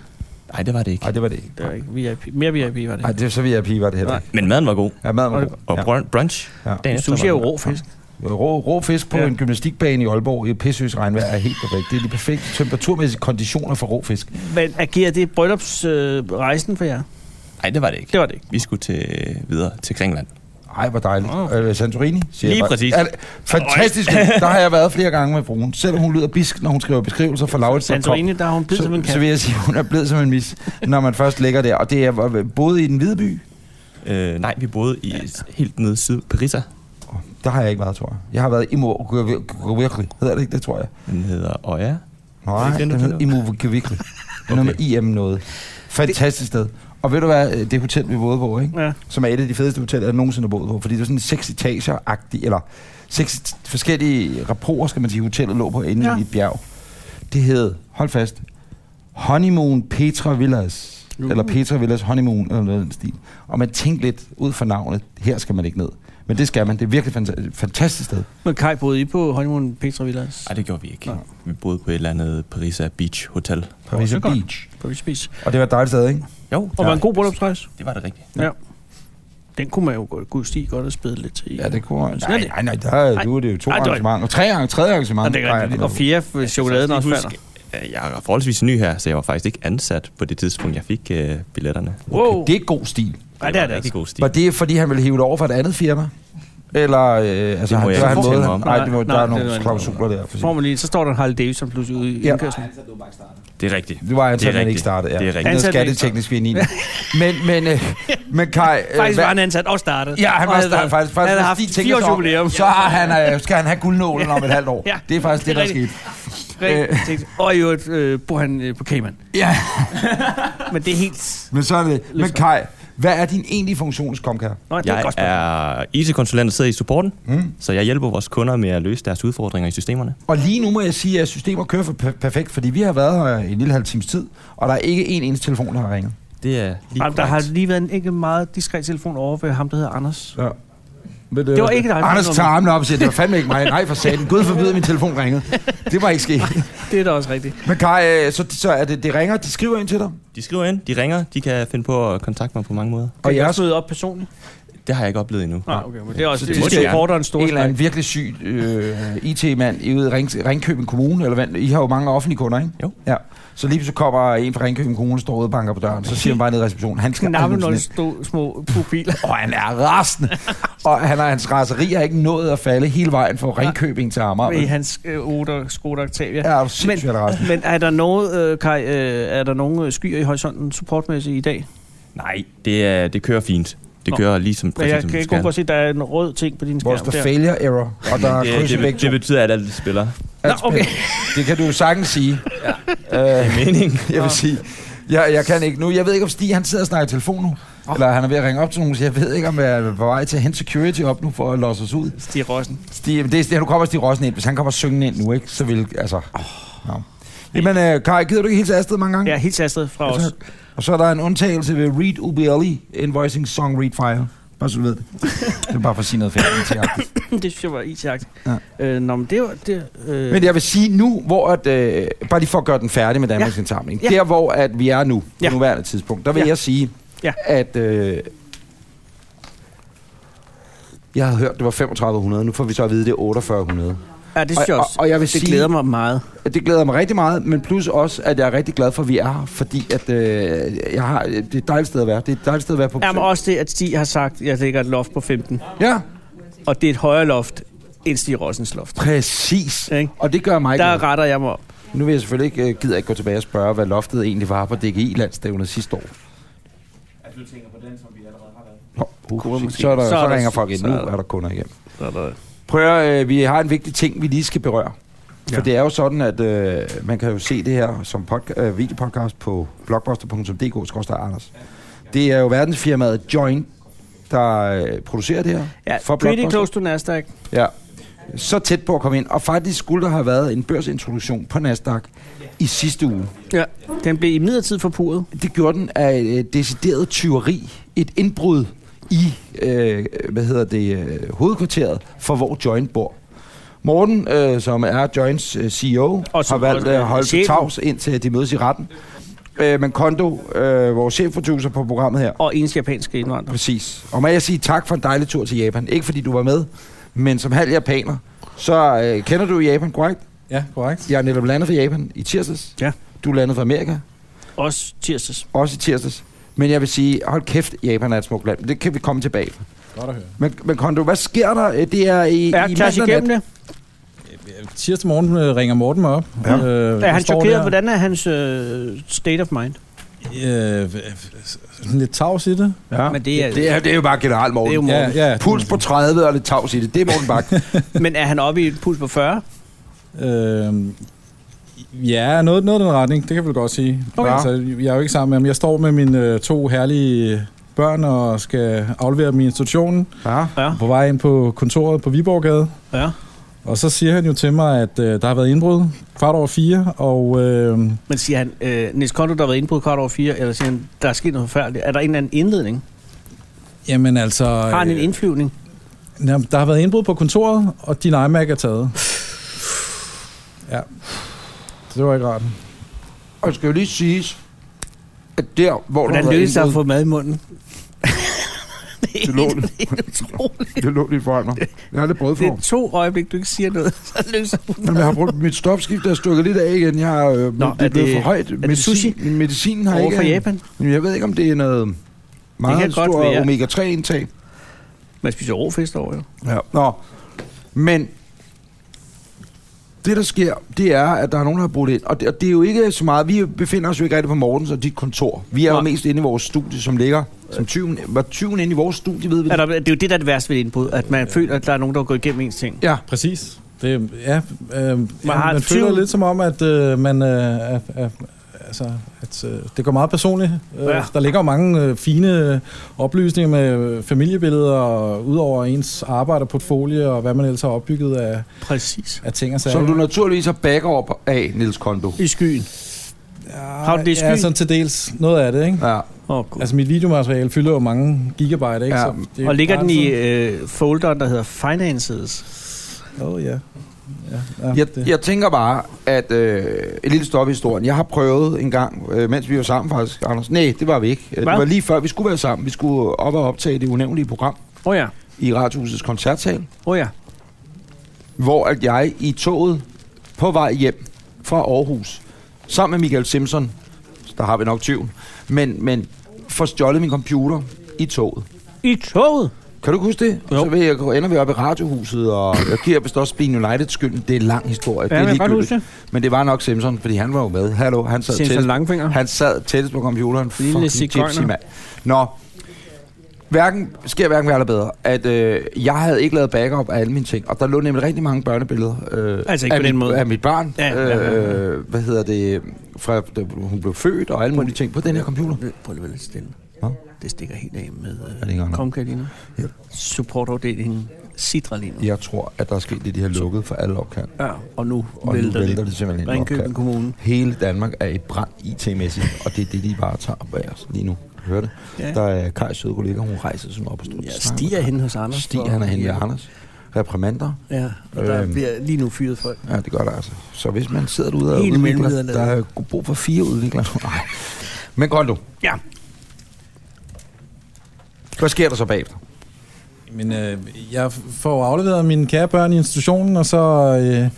[SPEAKER 5] Nej, det var det ikke.
[SPEAKER 2] Nej, det var det ikke.
[SPEAKER 3] Det var ikke VIP. Mere VIP var det.
[SPEAKER 2] Nej, det, så vil jeg pige, var det heller
[SPEAKER 3] Nej.
[SPEAKER 2] ikke.
[SPEAKER 5] Men maden var god.
[SPEAKER 2] Ja, maden var
[SPEAKER 3] Og-
[SPEAKER 2] god.
[SPEAKER 5] Og
[SPEAKER 2] Ja.
[SPEAKER 5] brun- brunch.
[SPEAKER 2] Ja.
[SPEAKER 5] dagen efter
[SPEAKER 3] Sushi er
[SPEAKER 5] var
[SPEAKER 3] jo
[SPEAKER 5] den-
[SPEAKER 3] rå fisk.
[SPEAKER 2] Rå, rå fisk på
[SPEAKER 3] Ja.
[SPEAKER 2] ja. en gymnastikbane i Aalborg i pissøs regnvejr er helt perfekt. Det er de perfekte temperaturmæssige konditioner for rå fisk.
[SPEAKER 3] Men agerer det bryllupsrejsen øh, rejsen for jer?
[SPEAKER 5] Nej, det var det ikke.
[SPEAKER 3] Det var det ikke.
[SPEAKER 5] Vi skulle til, videre til Grækenland.
[SPEAKER 2] Ej, hvor dejligt.
[SPEAKER 3] Åh.
[SPEAKER 2] Øh, Santorini, siger
[SPEAKER 5] Lige
[SPEAKER 2] jeg bare.
[SPEAKER 5] præcis.
[SPEAKER 2] Er det- fantastisk. Der har jeg været flere gange med fruen. Selvom hun lyder bisk, når hun skriver beskrivelser for Laurits.
[SPEAKER 3] Santorini, der er hun blevet som en
[SPEAKER 2] så, så
[SPEAKER 3] kat.
[SPEAKER 2] vil jeg sige, at hun er blevet som en mis, når man først ligger der. Og det er både i den hvide by,
[SPEAKER 5] Øh, nej, vi boede i helt nede syd Parisa.
[SPEAKER 2] der har jeg ikke været, tror jeg. Jeg har været i virkelig. Hedder det ikke det, tror jeg?
[SPEAKER 5] Den hedder Oya.
[SPEAKER 2] Nej,
[SPEAKER 5] Er
[SPEAKER 2] den,
[SPEAKER 5] det den, du
[SPEAKER 2] den hedder
[SPEAKER 5] kender?
[SPEAKER 2] Imovikivikli. Det er noget med IM noget. Fantastisk sted. Og ved du hvad, øh, det hotel, vi boede på, ikke?
[SPEAKER 3] Ja.
[SPEAKER 2] som er et af de fedeste hoteller, jeg nogensinde har boet på, fordi det var sådan seks etager-agtigt, eller seks t- forskellige rapporter, skal man sige, hotellet lå på inde
[SPEAKER 3] Ja.
[SPEAKER 2] ja. i et bjerg. Det hed, hold fast, Honeymoon Petra Villas. Uh. Eller Petra Villas Honeymoon, eller noget af den stil. Og man tænkte lidt ud fra navnet, her skal man ikke ned. Men det skal man. Det er virkelig fanta- fantastisk sted.
[SPEAKER 3] Men Kai boede I på honeymoon Petra Villas?
[SPEAKER 5] Nej, det gjorde vi ikke.
[SPEAKER 3] Nå.
[SPEAKER 5] Vi boede på et eller andet Parisa Beach Hotel.
[SPEAKER 2] Paris
[SPEAKER 3] så godt.
[SPEAKER 2] Beach.
[SPEAKER 3] På Beach.
[SPEAKER 2] Og det var et dejligt sted, ikke?
[SPEAKER 5] Jo,
[SPEAKER 3] Og var en god bryllupsrejse?
[SPEAKER 5] det var det rigtigt.
[SPEAKER 3] Ja. Den kunne man jo godt, kunne stige godt og spæde lidt til.
[SPEAKER 2] Ja, det kunne
[SPEAKER 3] Sådan er
[SPEAKER 2] Nej,
[SPEAKER 3] det.
[SPEAKER 2] nej, nej, der, nu er det jo to
[SPEAKER 3] Ej, det var-
[SPEAKER 2] arrangementer. Og tre, arrange- tredje arrangement.
[SPEAKER 3] Og, det er
[SPEAKER 2] Nej,
[SPEAKER 3] rigtigt.
[SPEAKER 2] nej,
[SPEAKER 3] og fjerde øh, chokoladen også falder.
[SPEAKER 5] falder. øh, Jeg er forholdsvis ny her, så jeg var faktisk ikke ansat på det tidspunkt, jeg fik øh, billetterne.
[SPEAKER 3] Wow.
[SPEAKER 2] Det er god stil.
[SPEAKER 3] Nej, det er
[SPEAKER 5] var
[SPEAKER 3] det
[SPEAKER 5] rigtig
[SPEAKER 3] ikke.
[SPEAKER 5] god stil.
[SPEAKER 2] Var det, fordi han ville hive det over fra et andet firma? Eller, øh, altså,
[SPEAKER 5] må
[SPEAKER 2] han,
[SPEAKER 5] jeg
[SPEAKER 2] det var han
[SPEAKER 5] ikke fortælle
[SPEAKER 2] måde,
[SPEAKER 5] mig om.
[SPEAKER 2] nej, det var,
[SPEAKER 3] Nej,
[SPEAKER 2] der er
[SPEAKER 3] nej, det
[SPEAKER 2] nogle
[SPEAKER 3] var-
[SPEAKER 2] klausuler der. For
[SPEAKER 3] Får
[SPEAKER 2] sig.
[SPEAKER 3] man lige, så står der en Harley Davidson pludselig ude i
[SPEAKER 2] Ja.
[SPEAKER 3] indkørslen.
[SPEAKER 5] Det er rigtigt.
[SPEAKER 2] Det var ansat,
[SPEAKER 5] Det er
[SPEAKER 2] man ikke
[SPEAKER 5] rigtigt.
[SPEAKER 2] startede. Ja.
[SPEAKER 5] Det er rigtigt.
[SPEAKER 2] Noget
[SPEAKER 3] Ansat, man ikke
[SPEAKER 2] skatteteknisk vi er inde i. Men, men, øh, men Kai... øh,
[SPEAKER 3] Faktisk
[SPEAKER 2] hvad-
[SPEAKER 3] var han ansat og startet.
[SPEAKER 2] Ja, han
[SPEAKER 3] Og
[SPEAKER 2] var
[SPEAKER 3] havde
[SPEAKER 2] start,
[SPEAKER 3] været-
[SPEAKER 2] faktisk. faktisk
[SPEAKER 3] han havde
[SPEAKER 2] hvis
[SPEAKER 3] haft
[SPEAKER 2] de tænker
[SPEAKER 3] fire års
[SPEAKER 2] sig om,
[SPEAKER 3] jubilæum.
[SPEAKER 2] Så har han, øh, skal han have guldnålen om et halvt år.
[SPEAKER 3] Ja.
[SPEAKER 2] Det er faktisk det,
[SPEAKER 3] Det er
[SPEAKER 2] der skete.
[SPEAKER 3] Rigtig tænkt. Og i øvrigt øh, bor han øh, på Cayman.
[SPEAKER 2] Ja,
[SPEAKER 3] Men det er helt...
[SPEAKER 2] men så er det. Men Kai, hvad er din egentlige funktion hos Comcare?
[SPEAKER 3] Nå, det er et
[SPEAKER 5] Jeg
[SPEAKER 3] godt spørgsmål.
[SPEAKER 5] er IT-konsulent, der sidder i supporten, mm. så jeg hjælper vores kunder med at løse deres udfordringer i systemerne.
[SPEAKER 2] Og lige nu må jeg sige, at systemet kører for per- perfekt, fordi vi har været her i en lille halv times tid, og der er ikke en ens telefon, der har ringet.
[SPEAKER 5] Det er lige
[SPEAKER 3] Jamen, der har
[SPEAKER 5] korrekt.
[SPEAKER 3] lige været en ikke meget diskret telefon over ved ham, der hedder Anders.
[SPEAKER 2] Ja. Men,
[SPEAKER 3] Det var ikke dig,
[SPEAKER 2] Anders
[SPEAKER 3] Peter.
[SPEAKER 2] tager armene op og siger, det var fandme ikke mig. Nej, for satan. Gud forbyde, at min telefon ringede. Det var ikke sket.
[SPEAKER 3] Det er da også rigtigt.
[SPEAKER 2] Men Kai, øh, så, så er det, det ringer, de skriver ind til dig.
[SPEAKER 5] De skriver ind, de ringer, de kan finde på at kontakte mig på mange måder.
[SPEAKER 3] Og
[SPEAKER 2] Og
[SPEAKER 3] jeg
[SPEAKER 2] jeres-
[SPEAKER 3] også møde op personligt?
[SPEAKER 5] Det har jeg ikke oplevet endnu.
[SPEAKER 3] Nej, okay, men det er også
[SPEAKER 2] Så
[SPEAKER 3] det,
[SPEAKER 2] det
[SPEAKER 3] det,
[SPEAKER 5] skal-
[SPEAKER 3] det, det, en stor
[SPEAKER 2] en eller
[SPEAKER 3] snak.
[SPEAKER 2] anden virkelig syg øh, IT-mand i ude i Ring, Ringkøbing Kommune, eller hvad? I har jo mange offentlige kunder, ikke?
[SPEAKER 5] Jo.
[SPEAKER 2] Ja. Så lige så kommer en fra Ringkøbing Kommune, står ude og banker på døren, så siger han bare ned i receptionen, han skal
[SPEAKER 3] Knappe nogle
[SPEAKER 2] aldrig
[SPEAKER 3] stå, små profiler.
[SPEAKER 2] og han er rasende. og han har hans raseri har ikke nået at falde hele vejen fra Ringkøbing til Amager.
[SPEAKER 3] i
[SPEAKER 2] Ja,
[SPEAKER 3] hans øh, Oder, Skoda Octavia.
[SPEAKER 2] er du sindssygt,
[SPEAKER 3] men,
[SPEAKER 2] han er rasende.
[SPEAKER 3] men er der noget, øh, Kai, øh, er der nogen øh, skyer i horisonten supportmæssigt i dag?
[SPEAKER 5] Nej, det, er, det kører fint. Det
[SPEAKER 3] Nå.
[SPEAKER 5] kører ligesom
[SPEAKER 3] Men
[SPEAKER 5] præcis
[SPEAKER 3] jeg
[SPEAKER 5] som
[SPEAKER 3] kan
[SPEAKER 5] det
[SPEAKER 3] ikke kun
[SPEAKER 5] skal.
[SPEAKER 3] prøve at se, at der er en rød ting på din
[SPEAKER 2] Hvor
[SPEAKER 3] skærm.
[SPEAKER 2] der står
[SPEAKER 3] Der.
[SPEAKER 2] failure error, og der er
[SPEAKER 5] Det,
[SPEAKER 2] kryds i
[SPEAKER 5] det, det,
[SPEAKER 2] begge
[SPEAKER 5] det
[SPEAKER 2] to.
[SPEAKER 5] betyder, at alt det spiller.
[SPEAKER 3] Nå,
[SPEAKER 2] Alt
[SPEAKER 3] okay.
[SPEAKER 2] Det kan du jo sagtens sige. Ja. Øh,
[SPEAKER 5] Mening.
[SPEAKER 2] jeg vil sige, jeg, jeg kan ikke nu. Jeg ved ikke, om Stig han sidder og snakker i telefon nu. Eller han er ved at ringe op til nogen, så jeg ved ikke, om jeg er på vej til at hente security op nu for at låse os ud.
[SPEAKER 3] Stig Rossen.
[SPEAKER 2] Stig, men det er, Stig- nu kommer Stig Rossen ind. Hvis han kommer syngende ind nu, ikke, så vil... Altså, oh. no. Jamen, øh, Kai, gider du ikke hilse Astrid mange gange?
[SPEAKER 3] Ja, helt tastet fra os.
[SPEAKER 2] Altså, og så er der en undtagelse ved Read UBLE, Invoicing Song Read File. Bare så du ved det. Det er bare for at sige noget færdigt til
[SPEAKER 3] det synes jeg var it
[SPEAKER 2] Ja.
[SPEAKER 3] ja. øh, Nå, men det var... Det, øh,
[SPEAKER 2] Men jeg vil sige nu, hvor at, øh, bare lige for at gøre den færdig med Danmarks ja. indsamling, ja.
[SPEAKER 3] Ja.
[SPEAKER 2] der hvor at vi er nu, på ja.
[SPEAKER 3] Ja.
[SPEAKER 2] nuværende tidspunkt, der vil ja.
[SPEAKER 3] Ja.
[SPEAKER 2] jeg sige, ja.
[SPEAKER 3] Ja.
[SPEAKER 2] at øh, jeg havde hørt, det var 3500, nu får vi så at vide, det er 4800.
[SPEAKER 3] ja, det synes
[SPEAKER 2] og-
[SPEAKER 3] jeg også.
[SPEAKER 2] og- og jeg vil
[SPEAKER 3] det
[SPEAKER 2] sige-
[SPEAKER 3] glæder mig meget.
[SPEAKER 2] Det glæder mig rigtig meget, men plus også, at jeg er rigtig glad for, at vi er her, fordi at, øh, jeg har, det er et dejligt sted at være. Det er et dejligt sted at være på
[SPEAKER 3] Ja, men
[SPEAKER 2] besøg.
[SPEAKER 3] også det, at Stig har sagt, at jeg lægger et loft på 15.
[SPEAKER 2] Ja,
[SPEAKER 3] Og det er et højere loft end Stig Rossens loft.
[SPEAKER 2] præcis.
[SPEAKER 3] Ikke?
[SPEAKER 2] Og det gør mig glad.
[SPEAKER 3] Der retter jeg mig op.
[SPEAKER 2] Nu vil jeg selvfølgelig ikke, øh, gider ikke gå tilbage og spørge, hvad loftet egentlig var på DGI-landstævnet sidste år. At du tænker på den, som vi allerede har været? Nå, uh, så, er der, så,
[SPEAKER 3] Så er
[SPEAKER 2] så
[SPEAKER 3] der-
[SPEAKER 2] ringer folk ind.
[SPEAKER 3] så
[SPEAKER 2] Nu
[SPEAKER 3] er der-
[SPEAKER 2] er der kunder igen.
[SPEAKER 3] Så er der-
[SPEAKER 2] Prøv at, høre, øh, vi har en vigtig ting, vi lige skal berøre. For det er jo sådan, at øh, man kan jo se det her som podca- øh, videopodcast på blogbuster.dk-anders. Det er jo verdensfirmaet Join, der øh, producerer det her.
[SPEAKER 3] Ja, for pretty
[SPEAKER 2] Blockbuster.
[SPEAKER 3] close to Nasdaq.
[SPEAKER 2] Ja. Så tæt på at komme ind. Og faktisk skulle der have været en børsintroduktion på Nasdaq i sidste uge.
[SPEAKER 3] Ja. Den blev i midlertid forpurret.
[SPEAKER 2] Det gjorde den af øh, decideret tyveri. Et indbrud i, øh, hvad hedder det, øh, hovedkvarteret for hvor Joint bor. Morten, øh, som er Joints øh, CEO,
[SPEAKER 3] Og
[SPEAKER 2] har
[SPEAKER 3] som
[SPEAKER 2] valgt
[SPEAKER 3] også
[SPEAKER 2] at
[SPEAKER 3] er
[SPEAKER 2] holde sig
[SPEAKER 3] chefen.
[SPEAKER 2] tavs indtil de mødes i retten. Øh, men Kondo, øh, vores chefproducer på programmet her,
[SPEAKER 3] Og ens japanske indvandrer.
[SPEAKER 2] Præcis. Og må jeg sige tak for en dejlig tur til Japan. Ikke fordi du var med, men som halv japaner, så øh, kender du Japan, korrekt?
[SPEAKER 6] Ja, korrekt.
[SPEAKER 2] Jeg er netop landet fra Japan i tirsdags.
[SPEAKER 3] Ja.
[SPEAKER 2] Du er landet fra Amerika,
[SPEAKER 3] Også tirsdags.
[SPEAKER 2] også i tirsdags. Men jeg vil sige, hold kæft, Japan er et smukt land. Det kan vi komme tilbage. til.
[SPEAKER 6] Godt at høre.
[SPEAKER 2] Men, men Kondo, hvad sker der? Øh, Det er i,
[SPEAKER 3] Er
[SPEAKER 2] i
[SPEAKER 3] Clash
[SPEAKER 2] mandag nat.
[SPEAKER 3] igennem det?
[SPEAKER 6] Tirsdag morgen øh, ringer Morten mig op.
[SPEAKER 2] Ja.
[SPEAKER 6] Øh,
[SPEAKER 3] Er han
[SPEAKER 6] står
[SPEAKER 3] chokeret?
[SPEAKER 6] der,
[SPEAKER 3] Hvordan er hans øh, state of mind?
[SPEAKER 6] Øh, øh, sådan lidt tavs i det.
[SPEAKER 2] Ja.
[SPEAKER 3] Men det er-
[SPEAKER 2] det, er, det er jo bare generelt Morten.
[SPEAKER 3] Det er jo
[SPEAKER 6] Ja,
[SPEAKER 3] Morten.
[SPEAKER 6] ja.
[SPEAKER 2] Puls på 30 og lidt tavs i det. Det er Morten Bak.
[SPEAKER 3] Men er han oppe i et puls på 40?
[SPEAKER 6] Øh, ja, noget, noget i den retning, det kan jeg vel godt sige.
[SPEAKER 2] Okay.
[SPEAKER 6] Altså, jeg er jo ikke sammen med ham. Jeg står med mine øh, to herlige børn og skal aflevere dem i institutionen
[SPEAKER 2] ja.
[SPEAKER 3] Ja.
[SPEAKER 6] på vej ind på kontoret på Viborggade.
[SPEAKER 3] ja.
[SPEAKER 6] Og så siger han jo til mig, at øh, der har været indbrud kvart over fire, og øh,
[SPEAKER 3] Men siger han, øh, Niels Kondo, der har været inde på kvart over 4, eller siger han, der er sket noget forfærdeligt? Er der en eller anden indledning?
[SPEAKER 6] jamen altså...
[SPEAKER 3] Har han en
[SPEAKER 6] øh,
[SPEAKER 3] indflyvning?
[SPEAKER 6] Jamen, der har været indbrud på kontoret, og din iMac er taget. Ja. Så det var ikke rart.
[SPEAKER 2] Og det skal jo lige siges, at der, hvor der
[SPEAKER 3] Hvordan
[SPEAKER 2] var
[SPEAKER 3] lykkes det at
[SPEAKER 2] indbrud-
[SPEAKER 3] få mad i munden? det,
[SPEAKER 2] Det
[SPEAKER 3] er
[SPEAKER 2] lå-
[SPEAKER 3] helt, helt utroligt.
[SPEAKER 2] Det lå lige foran mig. Jeg har lidt brød
[SPEAKER 3] Det er to øjeblik, du ikke siger noget, så lykkes det.
[SPEAKER 2] Jamen, jeg har brugt mit stopskift, der er stukket lidt af igen. Jeg har, øh, Nå, det er,
[SPEAKER 3] er
[SPEAKER 2] blevet
[SPEAKER 3] det-
[SPEAKER 2] for højt. Er
[SPEAKER 3] det sushi?
[SPEAKER 2] Medicinen har
[SPEAKER 3] Over
[SPEAKER 2] ikke...
[SPEAKER 3] for Japan.
[SPEAKER 2] Jamen, Jeg ved ikke, om det er noget meget
[SPEAKER 3] kan godt
[SPEAKER 2] stor
[SPEAKER 3] være.
[SPEAKER 2] omega-3-indtag.
[SPEAKER 3] Man spiser rå fisk over, jo.
[SPEAKER 2] Ja. Nå, men det, der sker, det er, at der er nogen, der har brugt ind. Og det, og det er jo ikke så meget... Vi befinder os jo ikke rigtig på Mortens og dit kontor. Vi er jo
[SPEAKER 3] Nej.
[SPEAKER 2] mest inde i vores studie, som ligger... Som tyven, var tyven inde i vores studie, ved vi
[SPEAKER 3] Er
[SPEAKER 2] det?
[SPEAKER 3] der, det er jo det, der er det værste ved et indbrud, at man føler, at der er nogen, der går igennem ens ting.
[SPEAKER 2] Ja,
[SPEAKER 6] Præcis. Det, ja, øh, man, ja,
[SPEAKER 3] har
[SPEAKER 6] man
[SPEAKER 3] en
[SPEAKER 6] føler
[SPEAKER 3] tvivl.
[SPEAKER 6] lidt som om, at øh, man... Øh, er, er, altså, at, øh, det går meget personligt. Øh,
[SPEAKER 3] Ja.
[SPEAKER 6] Der ligger jo mange øh, fine øh, oplysninger med øh, familiebilleder, og ud over ens arbejderportfolio, og hvad man ellers har opbygget af,
[SPEAKER 3] Præcis.
[SPEAKER 6] af ting og sager.
[SPEAKER 2] som du naturligvis har backer op af, Nils Kondo.
[SPEAKER 3] I skyen.
[SPEAKER 6] ja,
[SPEAKER 3] har du det i
[SPEAKER 6] Ja,
[SPEAKER 3] skyen?
[SPEAKER 6] sådan til dels noget af det, ikke?
[SPEAKER 2] Ja.
[SPEAKER 3] Åh, oh,
[SPEAKER 6] Altså mit videomateriale fylder jo mange gigabyte, ikke?
[SPEAKER 2] Ja,
[SPEAKER 6] det er jo
[SPEAKER 3] og ligger
[SPEAKER 6] bare
[SPEAKER 3] den i
[SPEAKER 6] sådan-
[SPEAKER 3] øh, folderen, der hedder Finances?
[SPEAKER 6] Åh, oh, ja. ja, ja
[SPEAKER 2] Jeg,
[SPEAKER 6] det.
[SPEAKER 2] jeg tænker bare, at øh, et lille stop i historien. Jeg har prøvet en gang, øh, mens vi var sammen faktisk, Anders. Nej, det var vi ikke. Hvad?
[SPEAKER 3] Hvad?
[SPEAKER 2] Det var lige før, vi skulle være sammen. Vi skulle op og optage det unævnlige program
[SPEAKER 3] Åh oh, ja,
[SPEAKER 2] i Radiohusets koncertsal,
[SPEAKER 3] åh oh, ja.
[SPEAKER 2] hvor at jeg i toget på vej hjem fra Aarhus, sammen med Michael Simpson, der har vi nok tvivl, men, men får stjålet min computer i toget.
[SPEAKER 3] I toget?
[SPEAKER 2] Kan du ikke huske det?
[SPEAKER 3] Jo.
[SPEAKER 2] Så vil jeg, ender vi op i radiohuset, og jeg giver vist også Bean United skylden. Det er en lang historie.
[SPEAKER 3] Ja,
[SPEAKER 2] det er
[SPEAKER 3] jeg kan godt
[SPEAKER 2] ligegyldigt.
[SPEAKER 3] huske det.
[SPEAKER 2] Men det var nok Simpson, fordi han var jo med. Hallo, han sad
[SPEAKER 3] Simpson
[SPEAKER 2] tættest,
[SPEAKER 3] Langfinger.
[SPEAKER 2] han sad tættest på computeren.
[SPEAKER 3] Lille
[SPEAKER 2] Fucking
[SPEAKER 3] sigøjner.
[SPEAKER 2] tipsy mand. Nå, hverken, sker hverken værre eller bedre, at øh, jeg havde ikke lavet backup af alle mine ting, og der lå nemlig rigtig mange børnebilleder øh,
[SPEAKER 3] Altså ikke
[SPEAKER 2] af,
[SPEAKER 3] på den
[SPEAKER 2] mit,
[SPEAKER 3] måde.
[SPEAKER 2] af mit barn.
[SPEAKER 3] Ja, ja, ja, ja.
[SPEAKER 2] Øh, hvad hedder det? Fra da hun blev født og alle mulige ting på den her computer.
[SPEAKER 3] Prøv lige at være lidt stille.
[SPEAKER 2] Nå.
[SPEAKER 3] Det stikker helt af med
[SPEAKER 2] det ikke
[SPEAKER 3] øh,
[SPEAKER 2] godt nok?
[SPEAKER 3] Comcast lige nu.
[SPEAKER 2] Ja.
[SPEAKER 3] Supportafdelingen sidrer lige nu.
[SPEAKER 2] Jeg tror, at der er sket det, de har lukket for alle opkald.
[SPEAKER 3] Ja, og nu
[SPEAKER 2] Og nu
[SPEAKER 3] vælter
[SPEAKER 2] vælter
[SPEAKER 3] det.
[SPEAKER 2] det simpelthen ind
[SPEAKER 3] Ringkøbing
[SPEAKER 2] opkald.
[SPEAKER 3] Kommune.
[SPEAKER 2] Hele Danmark er i brand IT-mæssigt, og det er det, de bare tager bag os lige nu. Hører det?
[SPEAKER 3] Ja.
[SPEAKER 2] Der er Kajs søde kollega, hun rejser sådan op og stod.
[SPEAKER 3] Ja, Stig er henne hos Anders.
[SPEAKER 2] Stig, han er henne ved
[SPEAKER 3] Ja.
[SPEAKER 2] Anders. Reprimander.
[SPEAKER 3] Ja, og der
[SPEAKER 2] Øhm.
[SPEAKER 3] bliver lige nu fyret folk.
[SPEAKER 2] Ja, det gør der altså. Så hvis man sidder derude og
[SPEAKER 3] Helt
[SPEAKER 2] udvikler,
[SPEAKER 3] mellemlederne.
[SPEAKER 2] der er jo brug for fire udviklere. Nej. Men Gondo,
[SPEAKER 3] Ja,
[SPEAKER 2] hvad sker der så bagefter?
[SPEAKER 6] Men øh, jeg får afleveret mine kære børn i institutionen, og så øh,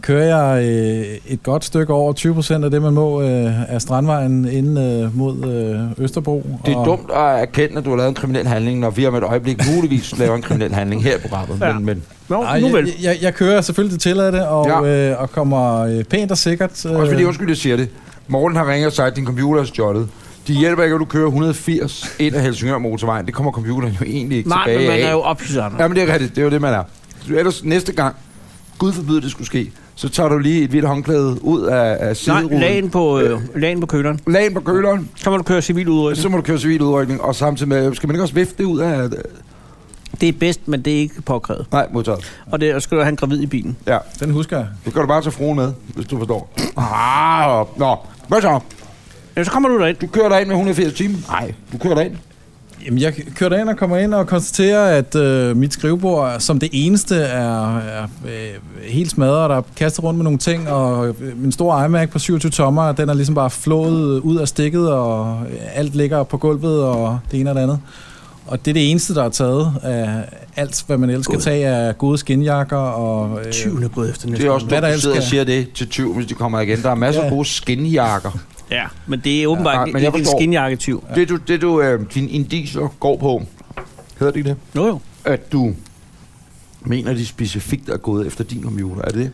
[SPEAKER 6] kører jeg øh, et godt stykke over 20 procent af det, man må øh, af Strandvejen ind øh, mod øh, Østerbro.
[SPEAKER 2] Det er
[SPEAKER 6] og,
[SPEAKER 2] dumt at erkende, at du har lavet en kriminel handling, når vi om et øjeblik muligvis laver en kriminel handling her i programmet.
[SPEAKER 3] Ja.
[SPEAKER 2] Men, men
[SPEAKER 3] Nå,
[SPEAKER 6] Ej,
[SPEAKER 3] nu vel.
[SPEAKER 6] Jeg, jeg, jeg kører selvfølgelig det tilladte, og, ja. øh, og kommer øh, pænt og sikkert. Øh,
[SPEAKER 2] også fordi, undskyld, jeg siger det. Morgen har ringet og sagt, at din computer er stjålet. De hjælper ikke, at du kører 180 ind af Helsingør Motorvejen. Det kommer computeren jo egentlig ikke
[SPEAKER 3] Nej, men
[SPEAKER 2] tilbage
[SPEAKER 3] man
[SPEAKER 2] af.
[SPEAKER 3] er jo oplyser, Anders.
[SPEAKER 2] Ja, men det er rigtigt. Det er jo det, man er. Så Ellers næste gang, Gud forbyde, det skulle ske, så tager du lige et hvidt håndklæde ud af, af
[SPEAKER 3] Nej,
[SPEAKER 2] sideruden.
[SPEAKER 3] lagen på, øh, lagen på køleren.
[SPEAKER 2] Lagen på køleren,
[SPEAKER 3] Så må du køre civil udrykning.
[SPEAKER 2] så må du køre civil udrykning, og samtidig med, skal man ikke også vifte det ud af...
[SPEAKER 3] Det er bedst, men det er ikke påkrævet.
[SPEAKER 2] Nej, modtaget.
[SPEAKER 3] Og det og så skal du have en gravid i bilen.
[SPEAKER 2] Ja,
[SPEAKER 6] Den husker jeg.
[SPEAKER 2] det kan du bare tage fruen med, hvis du forstår. Ah, nå. Hvad så?
[SPEAKER 3] Ja, så kommer du derind.
[SPEAKER 2] Du kører dig ind med 180 timer? Nej. Du kører dig ind?
[SPEAKER 6] Jamen, jeg kører ind og kommer ind og konstaterer, at øh, mit skrivebord som det eneste er, er øh, helt smadret, og der er kastet rundt med nogle ting, og øh, min store iMac på 27 tommer, den er ligesom bare flået ud af stikket, og øh, alt ligger på gulvet, og det ene og det andet. Og det er det eneste, der er taget af alt, hvad man ellers skal tage af gode skinjakker og... Øh,
[SPEAKER 3] 20. brød efter næste
[SPEAKER 2] Det er også
[SPEAKER 6] Hvad
[SPEAKER 2] dumt,
[SPEAKER 6] der
[SPEAKER 2] du sidder og
[SPEAKER 6] ellers
[SPEAKER 2] siger det til 20, hvis de kommer igen. Der er masser af
[SPEAKER 6] Ja.
[SPEAKER 2] gode skinjakker.
[SPEAKER 3] Ja, men det er
[SPEAKER 2] Ja,
[SPEAKER 3] åbenbart ja,
[SPEAKER 2] nej,
[SPEAKER 3] ikke,
[SPEAKER 2] men jeg
[SPEAKER 3] ikke en
[SPEAKER 2] forstår.
[SPEAKER 3] skinjakketyv.
[SPEAKER 2] Det du, det du øh, din indiser går på, hedder det det?
[SPEAKER 3] Nå jo.
[SPEAKER 2] At du mener, de specifikt er gået efter din computer. Er det det?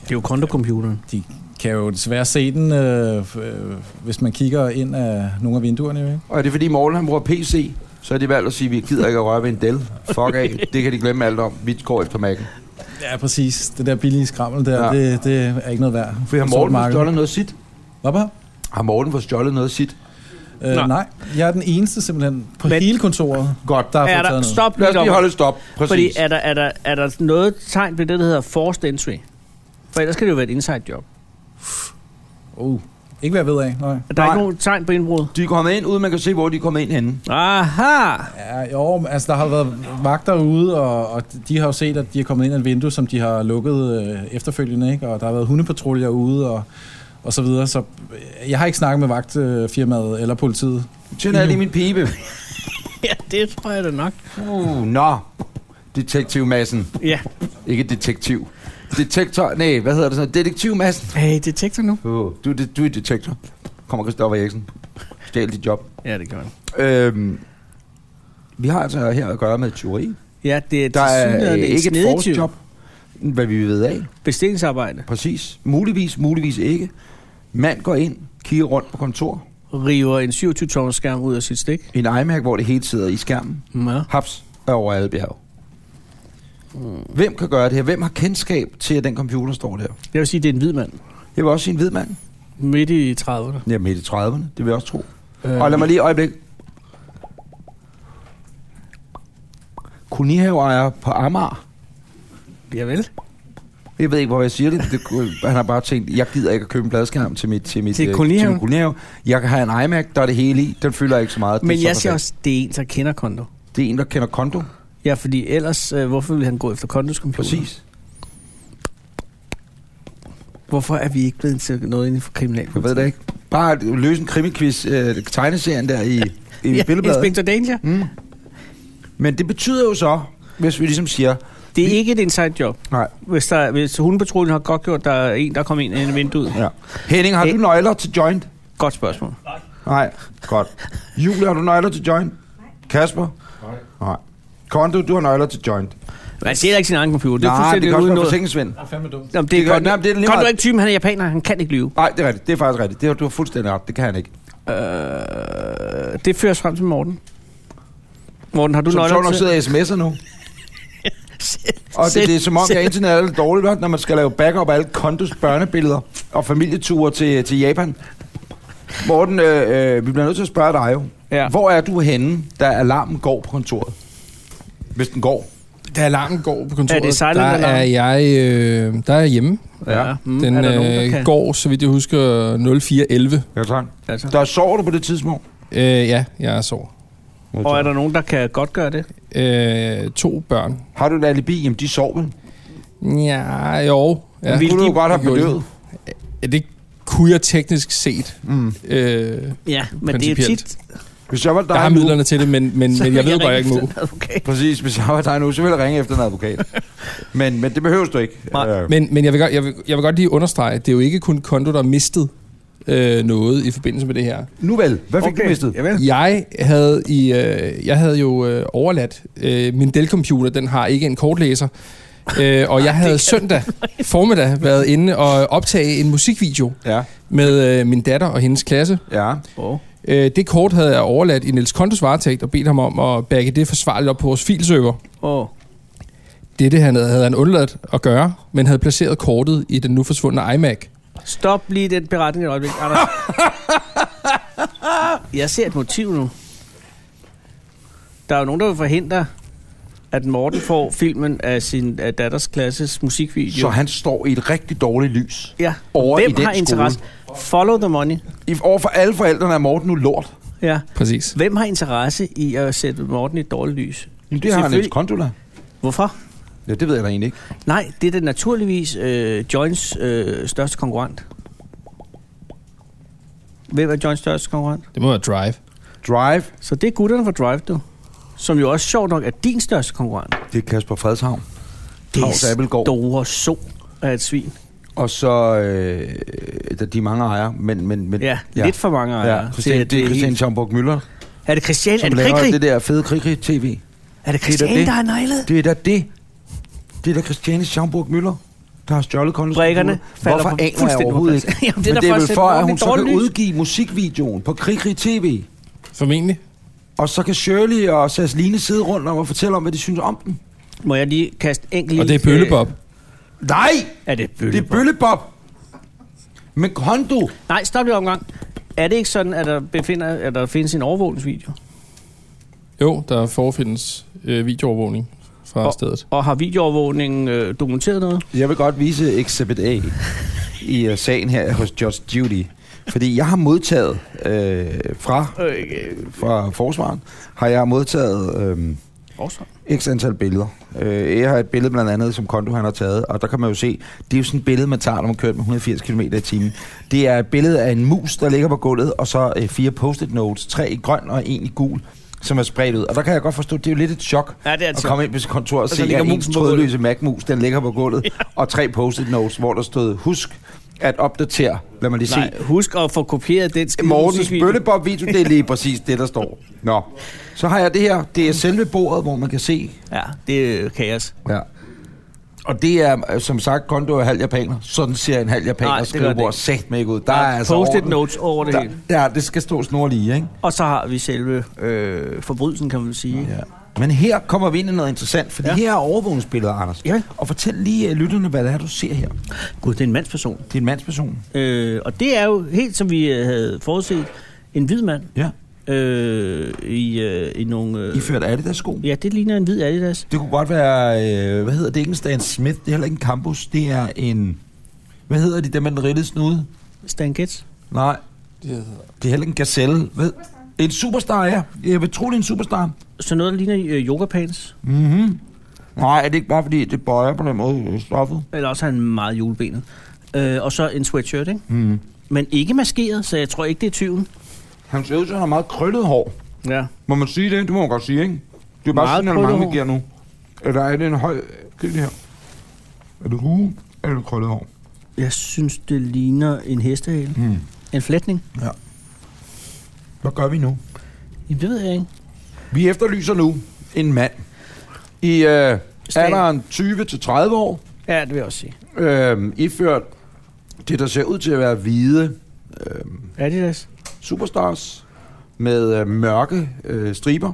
[SPEAKER 3] Det er jo kontocomputeren.
[SPEAKER 6] de kan jo desværre se den, øh, f- øh, hvis man kigger ind af nogle af vinduerne. jo, Ikke?
[SPEAKER 2] Og er det fordi Morten han bruger PC, så er de valgt at sige, vi gider ikke at røre ved en Dell. Fuck af, det kan de glemme alt om. Vi går efter Mac'en.
[SPEAKER 6] Ja, præcis. Det der billige skrammel der,
[SPEAKER 2] Ja.
[SPEAKER 6] ja. det, det er ikke noget værd.
[SPEAKER 2] For har
[SPEAKER 6] På sort
[SPEAKER 2] Morten fået
[SPEAKER 6] marked.
[SPEAKER 2] stjålet noget sit?
[SPEAKER 6] Hvad bare?
[SPEAKER 2] Har Morten fået stjålet noget sit?
[SPEAKER 6] Øh,
[SPEAKER 3] Nej.
[SPEAKER 6] nej. nej, jeg er den eneste simpelthen på
[SPEAKER 3] Men-
[SPEAKER 6] Men... hele kontoret,
[SPEAKER 2] Godt.
[SPEAKER 6] der har
[SPEAKER 3] Er
[SPEAKER 6] fået taget
[SPEAKER 3] der,
[SPEAKER 6] noget.
[SPEAKER 3] stop
[SPEAKER 2] Lad os lige
[SPEAKER 3] op.
[SPEAKER 2] holde et stop. Præcis.
[SPEAKER 3] Fordi er der, er, der, er der noget tegn ved det, der hedder forced entry? For ellers kan det jo være et inside job.
[SPEAKER 6] Uh, ikke hvad jeg ved af, nej.
[SPEAKER 3] Og Der er
[SPEAKER 2] Nej.
[SPEAKER 3] ikke nogen tegn på indbrud.
[SPEAKER 2] De er kommet ind, uden man kan se, hvor de er kommet ind henne.
[SPEAKER 3] Aha!
[SPEAKER 6] Ja, jo, men altså der har været vagter ude, og, og de har jo set, at de er kommet ind ad et vindue, som de har lukket øh, efterfølgende, ikke? og der har været hundepatruljer ude, og, og så videre. Så øh, jeg har ikke snakket med vagtfirmaet øh, eller politiet.
[SPEAKER 2] Tænder jeg lige min pibe.
[SPEAKER 3] Ja, det tror jeg da nok.
[SPEAKER 2] Uh, nå. Detektiv Madsen.
[SPEAKER 3] Ja.
[SPEAKER 2] Ikke detektiv. Detektor, nej, hvad hedder det sådan? Detektiv Madsen.
[SPEAKER 3] Hey, detektor nu?
[SPEAKER 2] Uh, du, er det- du er detektor. Kommer Christoffer Eriksen. Stjæl dit job.
[SPEAKER 3] Ja, det kan man.
[SPEAKER 2] Øhm, vi har altså her at gøre med teori.
[SPEAKER 3] Ja, det er
[SPEAKER 2] Der er øh,
[SPEAKER 3] tilsyneladende
[SPEAKER 2] ikke et
[SPEAKER 3] snedigt
[SPEAKER 2] forced job, hvad vi ved af.
[SPEAKER 3] Bestillingsarbejde.
[SPEAKER 2] Præcis. Muligvis, muligvis ikke. Mand går ind, kigger rundt på kontor.
[SPEAKER 3] River en 27-tommers skærm ud af sit stik.
[SPEAKER 2] En iMac, hvor det hele sidder i skærmen.
[SPEAKER 3] Ja.
[SPEAKER 2] Haps er over alle bjerge. Hvem kan gøre det her? Hvem har kendskab til, at den computer står der?
[SPEAKER 3] Jeg vil sige, det er en hvid mand.
[SPEAKER 2] Jeg vil også sige en hvid mand.
[SPEAKER 3] Midt i 30'erne.
[SPEAKER 2] Ja, midt i 30'erne. Det vil jeg også tro.
[SPEAKER 3] Øh,
[SPEAKER 2] Og lad mig lige et øjeblik. Kolonihaveejer på Amager.
[SPEAKER 3] Javel.
[SPEAKER 2] Jeg ved ikke, hvor jeg siger det. det kunne- han har bare tænkt, jeg gider ikke at købe en bladskærm til mit, til mit,
[SPEAKER 3] Til
[SPEAKER 2] øh,
[SPEAKER 3] kolonihave.
[SPEAKER 2] til min kolonihave. Jeg kan have en iMac, der er det hele i. Den fylder ikke så meget. Det er
[SPEAKER 3] Men
[SPEAKER 2] så
[SPEAKER 3] jeg siger
[SPEAKER 2] perfekt.
[SPEAKER 3] også, det er en, der kender konto.
[SPEAKER 2] Det er en, der kender konto.
[SPEAKER 3] Ja, fordi ellers, øh, hvorfor ville han gå efter kontos computer?
[SPEAKER 2] Præcis.
[SPEAKER 3] Hvorfor er vi ikke blevet til noget inden for
[SPEAKER 2] Jeg
[SPEAKER 3] kriminalpolitik?
[SPEAKER 2] ved det ikke. Bare at løse en krimiquiz, øh, tegneserien der i, i ja,
[SPEAKER 3] Ja,
[SPEAKER 2] billedbladet.
[SPEAKER 3] Inspector Danger.
[SPEAKER 2] Mm. Men det betyder jo så, hvis vi ligesom siger,
[SPEAKER 3] Det er ikke et inside job.
[SPEAKER 2] nej,
[SPEAKER 3] Hvis, der, hvis hundepatruljen har godt gjort, der er en, der kommer ind ind i vinduet.
[SPEAKER 2] ja. Henning, har du
[SPEAKER 3] Øh.
[SPEAKER 2] nøgler til joint?
[SPEAKER 3] Godt spørgsmål.
[SPEAKER 2] Nej, godt. Julie, har du nøgler til joint? Kasper? Nej. Nej. Kondo, du har nøgler til joint.
[SPEAKER 3] Man ser ikke sin egen computer. Det er
[SPEAKER 2] Nej, det
[SPEAKER 3] fuldstændig
[SPEAKER 2] kan også
[SPEAKER 3] uden
[SPEAKER 2] være
[SPEAKER 3] noget.
[SPEAKER 2] forsikringsvind.
[SPEAKER 6] Det er fandme dumt.
[SPEAKER 3] Jamen, det,
[SPEAKER 2] Det
[SPEAKER 3] er
[SPEAKER 2] kan-
[SPEAKER 3] godt.
[SPEAKER 2] Jamen, det er lige
[SPEAKER 3] Godt, du
[SPEAKER 2] meget.
[SPEAKER 3] er ikke typen, han er japaner, han kan ikke lyve.
[SPEAKER 2] Nej, det er rigtigt. Det er faktisk rigtigt. Det har du har fuldstændig ret. Det kan han ikke.
[SPEAKER 3] Øh, det fører os frem til Morten. Morten, har du
[SPEAKER 2] Som sjovt
[SPEAKER 3] nøgler
[SPEAKER 2] nok
[SPEAKER 3] til?
[SPEAKER 2] sidder jeg sms'er nu. Og det, det er som om, at internet er lidt dårligt, hva', når man skal lave backup af alle kontos, børnebilleder og familieture til, til Japan. Morten, øh, øh, vi bliver nødt til at spørge dig jo.
[SPEAKER 3] Ja.
[SPEAKER 2] Hvor er du henne, da alarmen går på kontoret? Hvis den går.
[SPEAKER 7] Da alarmen går på kontoret,
[SPEAKER 3] Er det silent
[SPEAKER 7] der
[SPEAKER 3] alarm?
[SPEAKER 7] er jeg øh, der er jeg hjemme.
[SPEAKER 2] Ja.
[SPEAKER 3] Mm,
[SPEAKER 7] Den
[SPEAKER 3] er der nogen, der
[SPEAKER 7] øh,
[SPEAKER 3] kan?
[SPEAKER 7] går, så vidt jeg husker, 0411.
[SPEAKER 2] Ja, tak.
[SPEAKER 3] Altså.
[SPEAKER 2] Der sover du på det tidspunkt.
[SPEAKER 7] Øh, ja, jeg er så.
[SPEAKER 3] Og er der nogen, der kan godt gøre det?
[SPEAKER 7] Øh, to børn.
[SPEAKER 2] Har du et alibi? Jamen, de sover vel.
[SPEAKER 7] Ja, jo. Ja.
[SPEAKER 2] Ja. Kunne du jo godt have
[SPEAKER 7] gjorde de.
[SPEAKER 2] bedøvet.
[SPEAKER 7] Ja, Det kunne jeg teknisk set. Mm. Øh,
[SPEAKER 3] Ja, men det er
[SPEAKER 7] Principielt.
[SPEAKER 3] tit.
[SPEAKER 2] Hvis jeg var dig
[SPEAKER 7] der har
[SPEAKER 2] nu-
[SPEAKER 7] midlerne til det, men, men, men jeg ved bare, jeg ikke må.
[SPEAKER 3] Okay.
[SPEAKER 2] Præcis, hvis jeg var dig nu, så ville jeg ringe efter en advokat. men, men det behøves du ikke.
[SPEAKER 3] Nej.
[SPEAKER 2] Øh,
[SPEAKER 7] Men, men jeg, vil godt, jeg, vil, jeg vil godt lige understrege, det er jo ikke kun konto, der har mistet øh, noget i forbindelse med det her.
[SPEAKER 2] Nu vel, hvad fik okay. du mistet?
[SPEAKER 3] Jamen.
[SPEAKER 7] Jeg havde, i, øh, jeg havde jo øh, overladt øh, min Dell-computer, den har ikke en kortlæser. Øh, og jeg havde søndag formiddag været inde og optage en musikvideo
[SPEAKER 2] Ja,
[SPEAKER 7] med øh, min datter og hendes klasse.
[SPEAKER 2] ja.
[SPEAKER 3] Oh.
[SPEAKER 7] Øh, det kort havde jeg overladt i Niels Kontos varetægt og bedt ham om at bagge det forsvarligt op på vores filserver.
[SPEAKER 3] Oh.
[SPEAKER 7] Dette han havde han undladt at gøre, men havde placeret kortet i den nu forsvundne iMac.
[SPEAKER 3] Stop lige den beretning et øjeblik, Anders. Jeg ser et motiv nu. Der er jo nogen, der vil forhindre, at Morten får filmen af sin af datters klasses musikvideo.
[SPEAKER 2] Så han står i et rigtig dårligt lys.
[SPEAKER 3] ja.
[SPEAKER 2] over
[SPEAKER 3] Hvem
[SPEAKER 2] i den
[SPEAKER 3] har interesse? Follow the money.
[SPEAKER 2] I, over for alle forældrene er Morten nu lort.
[SPEAKER 3] Ja.
[SPEAKER 7] Præcis.
[SPEAKER 3] Hvem har interesse i at sætte Morten i et dårligt lys?
[SPEAKER 2] Jamen, det har han
[SPEAKER 3] Selvfølgelig.
[SPEAKER 2] Niels Konto da.
[SPEAKER 3] Hvorfor?
[SPEAKER 2] E. Ja, det ved jeg da egentlig ikke.
[SPEAKER 3] Nej, det er da naturligvis øh, Joins øh, største konkurrent. Hvem er Joins største konkurrent?
[SPEAKER 7] Det må være Drive.
[SPEAKER 2] Drive,
[SPEAKER 3] Så det er gutterne fra Drive, du. Som jo også sjovt nok er din største konkurrent.
[SPEAKER 2] det er Kasper Fredshavn.
[SPEAKER 3] Det
[SPEAKER 2] Claus
[SPEAKER 3] er
[SPEAKER 2] Abelgaard.
[SPEAKER 3] store so af et svin.
[SPEAKER 2] Og så, øh, der- de er mange ejere, men... men, men
[SPEAKER 3] Ja, ja. lidt for mange ejere.
[SPEAKER 2] Ja, Christian, det, det er Christian
[SPEAKER 3] helt-
[SPEAKER 2] Schaumburg Møller,
[SPEAKER 3] er det Christian? Er
[SPEAKER 2] som
[SPEAKER 3] det
[SPEAKER 2] laver
[SPEAKER 3] Krikri?
[SPEAKER 2] det der fede Krikri-tv.
[SPEAKER 3] Er det Christian,
[SPEAKER 2] det.
[SPEAKER 3] der har neglet?
[SPEAKER 2] Det er da det. Det er da Christiane Schaumburg Møller, der har stjålet Kontos
[SPEAKER 3] Brækkerne
[SPEAKER 2] computer.
[SPEAKER 3] falder
[SPEAKER 2] Hvorfor
[SPEAKER 3] på
[SPEAKER 2] aner jeg
[SPEAKER 3] fuldstændig
[SPEAKER 2] overhovedet
[SPEAKER 3] på
[SPEAKER 2] ikke?
[SPEAKER 3] plads. Jamen, det er
[SPEAKER 2] Men
[SPEAKER 3] da
[SPEAKER 2] det
[SPEAKER 3] for
[SPEAKER 2] er vel for, at
[SPEAKER 3] at sætte Morten i
[SPEAKER 2] hun så
[SPEAKER 3] dårligt
[SPEAKER 2] kan
[SPEAKER 3] lys.
[SPEAKER 2] udgive musikvideoen på Krikri TV.
[SPEAKER 7] Formentlig.
[SPEAKER 2] Og så kan Shirley og Sasline sidde rundt om og fortælle om, hvad de synes om den.
[SPEAKER 3] Må jeg lige kaste enkelt...
[SPEAKER 7] Og det er Bøllebop.
[SPEAKER 2] Nej!
[SPEAKER 3] Er det
[SPEAKER 2] Det er
[SPEAKER 3] Bøllebop?
[SPEAKER 2] Bøllebop! Men Kondo!
[SPEAKER 3] Nej, stop lige omgang. Er det ikke sådan, at der, befinder, at der findes en overvågningsvideo?
[SPEAKER 7] Jo, der forefindes øh, videoovervågning fra
[SPEAKER 3] Og-
[SPEAKER 7] stedet.
[SPEAKER 3] Og har videoovervågningen øh, dokumenteret noget?
[SPEAKER 2] Jeg vil godt vise Exhibit A i uh, sagen her hos Judge Judy. Fordi jeg har modtaget øh, fra,
[SPEAKER 3] Øh,
[SPEAKER 2] fra forsvaren, har jeg modtaget øh,
[SPEAKER 3] også.
[SPEAKER 2] x antal billeder. Øh, jeg har et billede blandt andet, som Kondo han har taget, og der kan man jo se, det er jo sådan et billede, man tager, når man kører med 180 km i timen. Det er et billede af en mus, der ligger på gulvet, og så øh, fire post-it notes, tre i grøn og en i gul, som er spredt ud. Og der kan jeg godt forstå, det er jo lidt et chok,
[SPEAKER 3] Ja, det er et
[SPEAKER 2] at
[SPEAKER 3] chok.
[SPEAKER 2] komme ind på sit kontor og, og
[SPEAKER 3] så
[SPEAKER 2] se,
[SPEAKER 3] ligger
[SPEAKER 2] at ens
[SPEAKER 3] musen på gulvet.
[SPEAKER 2] trådløse Mac-mus, den ligger på gulvet, og tre post-it notes, hvor der stod, husk at opdatere, lad mig lige se,
[SPEAKER 3] Nej, husk at få kopieret den skide
[SPEAKER 2] Mortens
[SPEAKER 3] musikvideo.
[SPEAKER 2] bøllebop-video, det er lige præcis det, der står. Nå, så har jeg det her. Det er selve bordet, hvor man kan se
[SPEAKER 3] Ja, det er kaos.
[SPEAKER 2] Ja. Og det er, øh, som sagt, Kondo er halv japaner. Sådan ser en halv
[SPEAKER 3] Nej,
[SPEAKER 2] japaner
[SPEAKER 3] det gør det
[SPEAKER 2] skrivebord
[SPEAKER 3] ikke.
[SPEAKER 2] sat med ikke ud. Der
[SPEAKER 3] Der
[SPEAKER 2] er
[SPEAKER 3] er
[SPEAKER 2] altså
[SPEAKER 3] post-it
[SPEAKER 2] orden.
[SPEAKER 3] notes over det
[SPEAKER 2] der,
[SPEAKER 3] hele.
[SPEAKER 2] Ja, det skal stå snor lige, ikke?
[SPEAKER 3] Og så har vi selve øh, forbrydelsen, kan man sige. Ja.
[SPEAKER 2] Men her kommer vi ind i noget interessant, for ja.
[SPEAKER 3] Ja.
[SPEAKER 2] her er overvågningsbilleder, Anders.
[SPEAKER 3] Ja.
[SPEAKER 2] Og fortæl lige uh, lytterne, hvad det er, du ser her. Det
[SPEAKER 3] Gud, det er en mandsperson.
[SPEAKER 2] er en mandsperson.
[SPEAKER 3] Øh, og det er jo helt som vi øh, havde forudset, en hvid mand
[SPEAKER 2] Ja.
[SPEAKER 3] øh, i, øh, i nogle... Øh,
[SPEAKER 2] I ført Adidas-sko. Ja.
[SPEAKER 3] ja, det ligner en hvid Adidas.
[SPEAKER 2] Det kunne godt være, øh, hvad hedder det? ikke en Stan Smith, det er heller ikke en Campus. Det er en, hvad hedder de der med den rillede snude?
[SPEAKER 3] Stan Getz.
[SPEAKER 2] Nej. Det er heller ikke en gazelle. Hvad? En superstar, ja. Jeg vil tro, det er en superstar.
[SPEAKER 3] Så noget, der ligner øh, yogapants.
[SPEAKER 2] Mhm. Nej, er det ikke bare fordi, det bøjer på den måde øh, stoffet?
[SPEAKER 3] Eller også har han meget julebenet. Øh, og så en sweatshirt, ikke?
[SPEAKER 2] Mhm.
[SPEAKER 3] Men ikke maskeret, så jeg tror ikke, det er tyven.
[SPEAKER 2] Han ser ud til, at han har meget krøllet hår.
[SPEAKER 3] Ja.
[SPEAKER 2] Må man sige det? Det må man godt sige, ikke? Det er bare
[SPEAKER 3] Meget
[SPEAKER 2] sådan, at
[SPEAKER 3] krøllet
[SPEAKER 2] mange
[SPEAKER 3] hår.
[SPEAKER 2] vi giver nu. Eller er det en høj... Giv det her. Er det rue, eller er det krøllet hår?
[SPEAKER 3] Jeg synes, det ligner en hestehale.
[SPEAKER 2] Mm.
[SPEAKER 3] En flætning.
[SPEAKER 2] Hvad gør vi nu?
[SPEAKER 3] Jamen, det ved jeg ikke.
[SPEAKER 2] Vi efterlyser nu en mand. I øh,
[SPEAKER 3] Stan.
[SPEAKER 2] alderen 20-30 år.
[SPEAKER 3] Ja, det vil jeg også sige.
[SPEAKER 2] Øh, iført det, der ser ud til at være hvide øh,
[SPEAKER 3] Adidas.
[SPEAKER 2] superstars. Med øh, mørke øh, striber.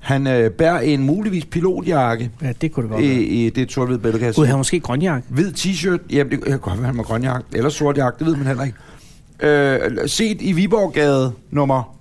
[SPEAKER 2] Han øh, bærer en muligvis pilotjakke
[SPEAKER 3] Ja, det kunne det godt være.
[SPEAKER 2] i, i det sort-hvide bæltekasse.
[SPEAKER 3] Gud, han har måske grønjakke.
[SPEAKER 2] Hvid t-shirt, jamen det kan godt være, han var grønjagt, eller sortjagt, det ved man heller ikke. Øh, set i Viborggade nummer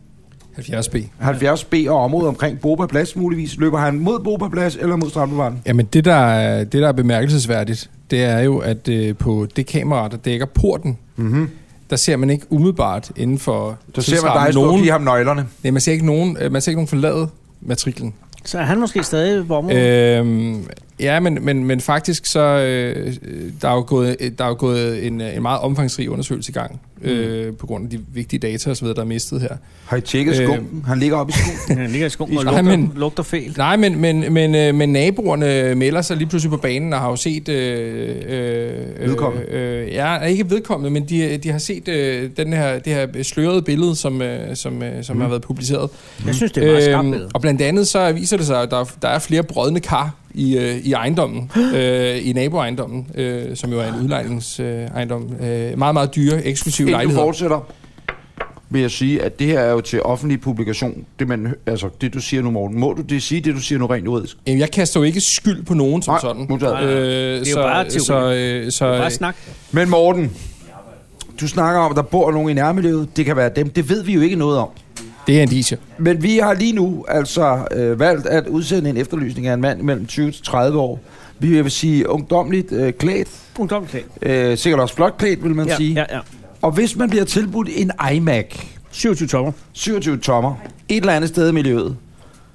[SPEAKER 7] 70B.
[SPEAKER 2] 70B og området omkring Boba Plads muligvis, løber han mod Boba Plads eller mod Strandbevaren?
[SPEAKER 7] Jamen det der, er, det, der er bemærkelsesværdigt, det er jo, at øh, på det kamera, der dækker porten,
[SPEAKER 2] Mm-hmm.
[SPEAKER 7] der ser man ikke umiddelbart inden for
[SPEAKER 2] Så ser man
[SPEAKER 7] tidsrammen
[SPEAKER 2] dig stå og
[SPEAKER 7] nogen.
[SPEAKER 2] give ham nøglerne.
[SPEAKER 7] Nej, man ser ikke nogen, øh, man ser ikke nogen forlade matriklen.
[SPEAKER 3] Så er han måske stadig på området.
[SPEAKER 7] Øhm, ja, men, men, men faktisk så øh, der er jo gået, der er jo gået en, øh, en meget omfangsrig undersøgelse i gang, øh, på grund af de vigtige data og så videre, der er mistet her.
[SPEAKER 2] Har I tjekket
[SPEAKER 7] Øh.
[SPEAKER 2] skumpen? Han ligger oppe i skumpen.
[SPEAKER 3] Han ligger i skoven og
[SPEAKER 7] Nej,
[SPEAKER 3] lugter,
[SPEAKER 7] men-
[SPEAKER 3] lugter fælt.
[SPEAKER 7] Nej, men, men, men, øh, men naboerne melder sig lige pludselig på banen og har jo set... Øh, øh,
[SPEAKER 2] Vedkommende.
[SPEAKER 7] Øh, øh, ja, ikke vedkommende, men de, de har set øh, den her, det her slørede billede, som, øh, som, øh, som mm. har været publiceret. Øhm,
[SPEAKER 3] Jeg synes, det er meget skarpt billede.
[SPEAKER 7] og blandt andet så viser det sig, at der, der er flere brødne kar i, øh, i ejendommen, øh, i naboejendommen, øh, som jo er en udlejningsejendom. Øh, ejendom. øh, meget, meget dyre, eksklusive
[SPEAKER 2] Inden du
[SPEAKER 7] lejligheder.
[SPEAKER 2] fortsætter, vil jeg sige, at det her er jo til offentlig publikation. Det, man, altså, det du siger nu, Morten. Må du det sige, det du siger nu rent juridisk?
[SPEAKER 7] Jamen, Jeg kaster jo ikke skyld på nogen som
[SPEAKER 2] Nej,
[SPEAKER 7] sådan.
[SPEAKER 2] modtaget.
[SPEAKER 7] Øh,
[SPEAKER 3] jo
[SPEAKER 7] så,
[SPEAKER 3] bare teori.
[SPEAKER 7] så, øh, så,
[SPEAKER 3] Bare snak.
[SPEAKER 2] Men Morten, du snakker om, at der bor nogen i nærmiljøet. Det kan være dem. Det ved vi jo ikke noget om.
[SPEAKER 7] øh, det er indicier.
[SPEAKER 2] Men vi har lige nu altså øh, valgt at udsende en efterlysning af en mand mellem 20 til 30 år. Vi vil sige ungdomligt øh, klædt.
[SPEAKER 3] Ungdomsklæd.
[SPEAKER 2] Øh, sikkert også flot klædt, vil man
[SPEAKER 3] Ja,
[SPEAKER 2] sige.
[SPEAKER 3] ja, ja.
[SPEAKER 2] Og hvis man bliver tilbudt en iMac,
[SPEAKER 3] 27 tommer.
[SPEAKER 2] 27 tommer, et eller andet sted i miljøet,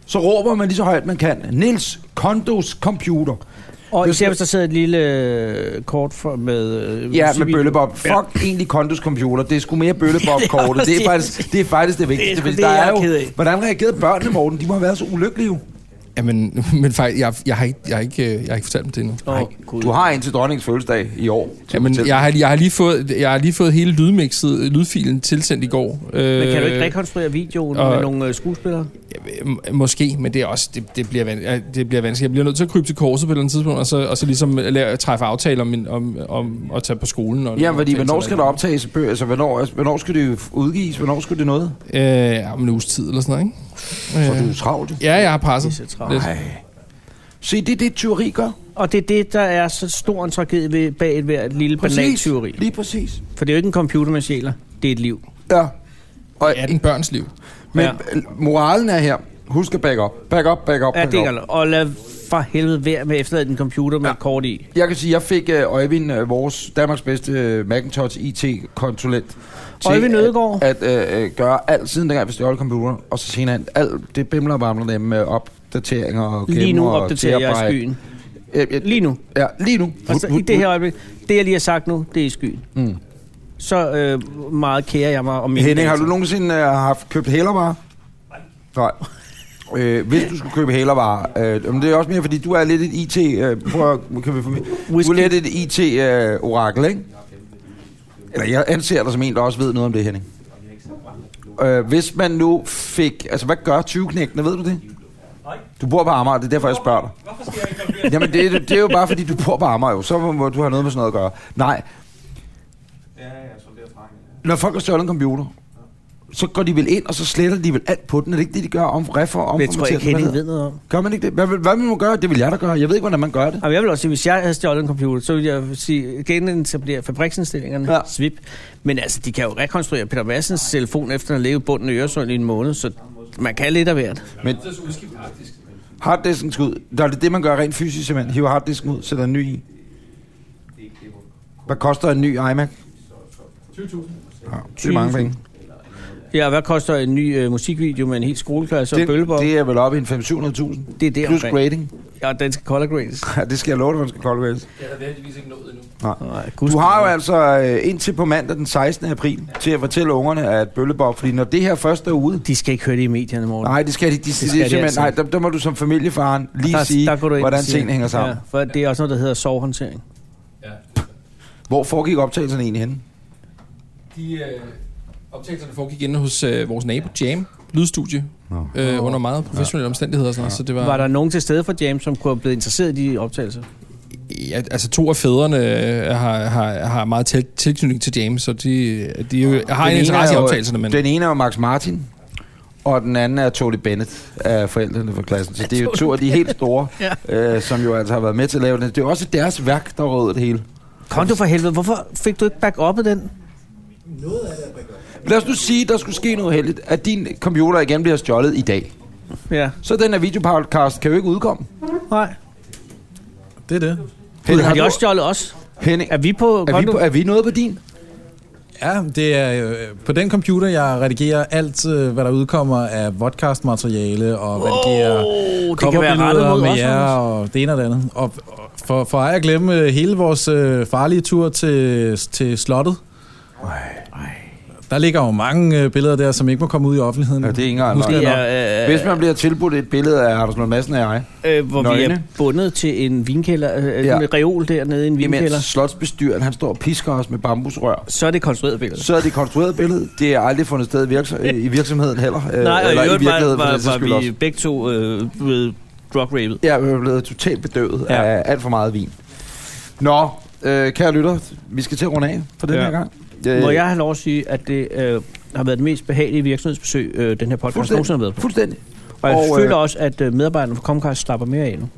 [SPEAKER 2] så råber man lige så højt man kan, Nils Kondos computer.
[SPEAKER 3] Og
[SPEAKER 2] Det
[SPEAKER 3] især
[SPEAKER 2] skal-
[SPEAKER 3] hvis der sidder et lille øh, kort for, med... øh,
[SPEAKER 2] Ja, med
[SPEAKER 3] musikvideo.
[SPEAKER 2] bøllebop.
[SPEAKER 3] Ja.
[SPEAKER 2] Fuck egentlig Kondos computer. Det er sgu mere bøllebop-kortet.
[SPEAKER 3] også
[SPEAKER 2] Det,
[SPEAKER 3] det.
[SPEAKER 2] er faktisk, det er faktisk det
[SPEAKER 3] Det er
[SPEAKER 2] vigtigste.
[SPEAKER 3] sgu
[SPEAKER 2] fordi
[SPEAKER 3] det,
[SPEAKER 2] der
[SPEAKER 3] jeg
[SPEAKER 2] er
[SPEAKER 3] er ked
[SPEAKER 2] jo,
[SPEAKER 3] af.
[SPEAKER 2] hvordan reagerede børnene, Morten? De må have været så ulykkelige. jo.
[SPEAKER 7] Jamen, men faktisk, jeg, jeg, har ikke, jeg, har ikke, øh, jeg har ikke fortalt dem det endnu.
[SPEAKER 3] Åh, Gud.
[SPEAKER 2] Du har en til dronningens fødselsdag i år.
[SPEAKER 7] Jamen, jeg har, jeg, har lige fået, jeg har lige fået hele lydmixet, lydfilen tilsendt i går. Øh,
[SPEAKER 3] Men kan du ikke rekonstruere videoen
[SPEAKER 7] og-
[SPEAKER 3] med nogle øh, skuespillere?
[SPEAKER 7] m- Måske, men det, er også, det, det, bliver, van- øh, det bliver vanskeligt. Jeg bliver nødt til at krybe til korset på et eller andet tidspunkt, og så, og så ligesom lave, træffe aftaler om, en- om, om at tage på skolen. Og
[SPEAKER 2] Ja, fordi hvornår skal der
[SPEAKER 7] op?
[SPEAKER 2] optages et bøger? Altså, hvornår, altså, hvornår skal det udgives? Hvornår skal det noget?
[SPEAKER 7] Øh, ja, om en uges tid eller sådan
[SPEAKER 2] Så
[SPEAKER 7] noget,
[SPEAKER 2] er
[SPEAKER 7] ikke?
[SPEAKER 2] du
[SPEAKER 7] Øh,
[SPEAKER 2] jo travlt. jo.
[SPEAKER 7] ja, jeg har
[SPEAKER 3] Det er
[SPEAKER 7] passet.
[SPEAKER 3] så travlt.
[SPEAKER 7] Lidt.
[SPEAKER 2] Se, det er det, tyveri gør.
[SPEAKER 3] Og det er det, der er så stor en tragedie ved, bag et hvert lille banantyveri.
[SPEAKER 2] Lige præcis.
[SPEAKER 3] For det er jo ikke en computer, man sjæler. Det er et liv.
[SPEAKER 2] Ja. Og,
[SPEAKER 7] Det er den børns liv.
[SPEAKER 2] men
[SPEAKER 3] Ja.
[SPEAKER 2] moralen er her. Husk at back up. Back up, back up,
[SPEAKER 3] Ja,
[SPEAKER 2] back
[SPEAKER 3] det
[SPEAKER 2] up.
[SPEAKER 3] er Og lad for helvede være med at efterlade en computer med
[SPEAKER 2] Ja.
[SPEAKER 3] et kort i.
[SPEAKER 2] Jeg kan sige, at jeg fik øh, Øjvind, øh, vores Danmarks bedste øh, Macintosh IT-konsulent, til
[SPEAKER 3] Øjvind Ødegaard.
[SPEAKER 2] at, at øh, øh, gøre alt siden dengang, vi stjal computeren, og så senere alt, alt det bimler og bamler dem med opdateringer og
[SPEAKER 3] Lige
[SPEAKER 2] gemmer
[SPEAKER 3] nu
[SPEAKER 2] og
[SPEAKER 3] opdaterer jeg i
[SPEAKER 2] terabyte.
[SPEAKER 3] skyen.
[SPEAKER 2] Øh, øh,
[SPEAKER 3] Lige nu.
[SPEAKER 2] Ja, lige nu.
[SPEAKER 3] Altså, i det her øjeblik. Det, jeg lige har sagt nu, det er i skyen.
[SPEAKER 2] Mm.
[SPEAKER 3] Så øh, meget kærer jeg mig om mine
[SPEAKER 2] Henning, har
[SPEAKER 3] data.
[SPEAKER 2] du nogensinde øh, haft købt hælervarer? Nej. Øh, hvis du skulle købe hælervarer, øh, men det er også mere, fordi du er lidt et IT... Øh, prøv at, kan vi få, du er
[SPEAKER 3] Whisky.
[SPEAKER 2] lidt et IT-orakel, ikke? Eller jeg anser dig som en, der også ved noget om det, Henning. Øh, hvis man nu fik... Altså, hvad gør 20-knægtene? Ved du det? Du bor på Amager, det er derfor, jeg spørger dig. Jamen, det, er- det er jo bare, fordi du bor på Amager, jo. Så må- må du have noget med sådan noget at gøre. Nej. Når folk har stjålet en computer, så går de vel ind, og så sletter de vel alt på den. Er det ikke det, de gør om refer og
[SPEAKER 3] Det tror jeg ikke, Henning ved noget om.
[SPEAKER 2] Gør man ikke det? Hvad, vil- hvad vil man gøre? Det vil jeg da gøre. Jeg ved ikke, hvordan man gør det.
[SPEAKER 3] Jamen, jeg vil også sige, hvis jeg havde stjålet en computer, så ville jeg sige, genetablere fabriksindstillingerne,
[SPEAKER 2] Ja.
[SPEAKER 3] ja. svip. Men altså, de kan jo rekonstruere Peter Madsens telefon efter at have levet i bunden af Øresund i en måned, så man kan lidt af hvert.
[SPEAKER 2] Harddisken skal ud. Der er det, det, man gør rent fysisk, simpelthen. Hiver harddisken ud, sætter en ny i. Hvad koster en ny iMac? 20.000. Ja, det er mange
[SPEAKER 3] 20.000.
[SPEAKER 2] penge.
[SPEAKER 3] Ja, hvad koster en ny øh, musikvideo med en hel skoleklasse og
[SPEAKER 2] Det,
[SPEAKER 3] bølgebog? Det,
[SPEAKER 2] det er vel oppe i en 500-700.000.
[SPEAKER 3] det er det
[SPEAKER 2] Plus
[SPEAKER 3] omkring.
[SPEAKER 2] grading.
[SPEAKER 3] Ja, den skal color grades.
[SPEAKER 2] Ja, det skal jeg love dig, man skal kolde grades.
[SPEAKER 3] Nej, gud
[SPEAKER 2] Du
[SPEAKER 3] skal
[SPEAKER 2] har jo
[SPEAKER 3] være.
[SPEAKER 2] altså øh, indtil på mandag den 16. april til at fortælle ungerne, at Bøllebop, fordi når det her først er ude,
[SPEAKER 3] De skal ikke høre det i medierne, Morten.
[SPEAKER 2] Nej, det skal de, de, de,
[SPEAKER 3] skal
[SPEAKER 2] de,
[SPEAKER 3] de
[SPEAKER 2] simpelthen,
[SPEAKER 3] altså
[SPEAKER 2] nej, der, der må du som familiefaren lige der, sige,
[SPEAKER 3] går du ind og
[SPEAKER 2] hvordan
[SPEAKER 3] siger-
[SPEAKER 2] tingene hænger sammen. Ja.
[SPEAKER 3] Ja, for det er også noget, der hedder sovhåndtering.
[SPEAKER 2] Hvor foregik optagelserne egentlig henne?
[SPEAKER 7] De øh, optagelserne foregik inde hos øh, vores nabo, Jam, lydstudie,
[SPEAKER 2] Nå.
[SPEAKER 7] øh, under meget professionelle ja. omstændigheder. og Sådan, noget, så det var,
[SPEAKER 3] Var der nogen til stede for James, som kunne have blevet interesseret i de optagelser?
[SPEAKER 7] Ja, altså to af fædrene øh, har, har, har meget tæt tilknytning til James, så de, de jo, har en
[SPEAKER 2] Ah, ene
[SPEAKER 7] interesse i
[SPEAKER 2] er jo-
[SPEAKER 7] optagelserne, men
[SPEAKER 2] Den ene er jo Max Martin, og den anden er Tony Bennett af forældrene fra klassen. Så det er jo to af de helt store, øh, som jo altså har været med til at lave det. Det er jo også deres værk, der råder det hele.
[SPEAKER 3] Kom du for helvede, hvorfor fik du ikke back op den?
[SPEAKER 2] Lad os nu sige, der skulle ske noget heldigt, at din computer igen bliver stjålet i dag.
[SPEAKER 3] Ja,
[SPEAKER 2] Så den her videopodcast kan jo ikke udkomme.
[SPEAKER 3] nej.
[SPEAKER 6] Det er det.
[SPEAKER 3] Gud, har de
[SPEAKER 2] du-
[SPEAKER 3] også stjålet os?
[SPEAKER 2] Henning,
[SPEAKER 3] Er vi på
[SPEAKER 2] er, vi
[SPEAKER 3] konto?
[SPEAKER 2] på, er vi noget på din?
[SPEAKER 6] Ja, det er øh, på den computer, jeg redigerer alt, øh, hvad der udkommer af podcastmateriale og redigerer
[SPEAKER 3] det kan være rettet
[SPEAKER 6] coverbilleder
[SPEAKER 3] mod
[SPEAKER 6] med
[SPEAKER 3] os,
[SPEAKER 6] jer og det ene og det andet. Og og for, for ej at glemme øh, hele vores øh, farlige tur til, til slottet. Der ligger jo mange øh, billeder der, som ikke må komme ud i offentligheden.
[SPEAKER 2] Ja, det er ikke engang
[SPEAKER 6] Husk
[SPEAKER 2] løgn.
[SPEAKER 6] det
[SPEAKER 3] Det
[SPEAKER 6] nok.
[SPEAKER 3] er, øh,
[SPEAKER 2] Hvis man bliver tilbudt et billede af Anders Lund Madsen og jeg,
[SPEAKER 3] øh, hvor vi er
[SPEAKER 2] Nøgne.
[SPEAKER 3] bundet til en vinkælder, øh,
[SPEAKER 2] Ja.
[SPEAKER 3] ja. en reol dernede i en vinkælder,
[SPEAKER 2] imens slotsbestyren han står og pisker os med bambusrør,
[SPEAKER 3] så er det konstrueret billede.
[SPEAKER 2] så er det konstrueret billede. Det er aldrig fundet sted i, virks- i virksomheden heller. øh,
[SPEAKER 3] Nej, og i
[SPEAKER 2] eller i
[SPEAKER 3] øvrigt var,
[SPEAKER 2] virkeligheden for den sags
[SPEAKER 3] var,
[SPEAKER 2] skyld
[SPEAKER 3] var vi
[SPEAKER 2] også.
[SPEAKER 3] begge to øh, blevet drug raped.
[SPEAKER 2] Jeg er blevet totalt bedøvet
[SPEAKER 3] Ja.
[SPEAKER 2] ja. af alt for meget vin. Nå, øh, kære lytter, vi skal til at runde af for den
[SPEAKER 3] Ja.
[SPEAKER 2] ja. her gang. Øh,
[SPEAKER 3] Må jeg have lov at sige, at det øh, har været det mest behagelige virksomhedsbesøg, øh, den her podcast
[SPEAKER 2] Fuldstændig.
[SPEAKER 3] nogensinde har været på.
[SPEAKER 2] Fuldstændig.
[SPEAKER 3] Og jeg
[SPEAKER 2] Og,
[SPEAKER 3] føler
[SPEAKER 2] øh,
[SPEAKER 3] også, at øh, medarbejderne fra Comcast slapper mere af nu.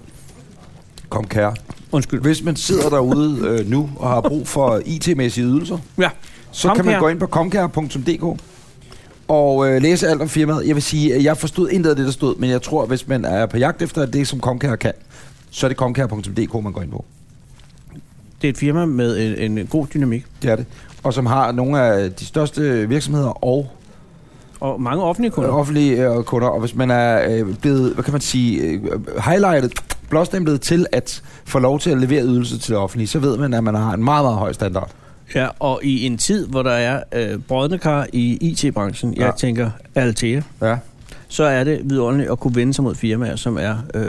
[SPEAKER 2] Kom kære.
[SPEAKER 3] Undskyld.
[SPEAKER 2] Hvis man sidder derude øh, nu og har brug for IT-mæssige ydelser,
[SPEAKER 3] Ja.
[SPEAKER 2] så Comcare. kan
[SPEAKER 3] Comcare.
[SPEAKER 2] man gå ind på comcare.dk og øh, læse alt om firmaet. Jeg vil sige, at jeg forstod intet af det, der stod, men jeg tror, hvis man er på jagt efter det, som Comcare kan, så er det comcare.dk, man går ind på.
[SPEAKER 3] Det er et firma med en, en god dynamik.
[SPEAKER 2] Det er det. Og som har nogle af de største virksomheder og
[SPEAKER 3] Og mange offentlige kunder.
[SPEAKER 2] kunder. offentlige øh, kunder, og hvis man er øh, blevet, hvad kan man sige, øh, highlightet, blåstemplet til at få lov til at levere ydelser til det offentlige, så ved man, at man har en meget, meget høj standard.
[SPEAKER 3] Ja, og i en tid, hvor der er øh, brødende kar i IT-branchen, jeg
[SPEAKER 2] Ja.
[SPEAKER 3] tænker Altea,
[SPEAKER 2] Ja.
[SPEAKER 3] så er det vidunderligt at kunne vende sig mod firmaer, som er øh,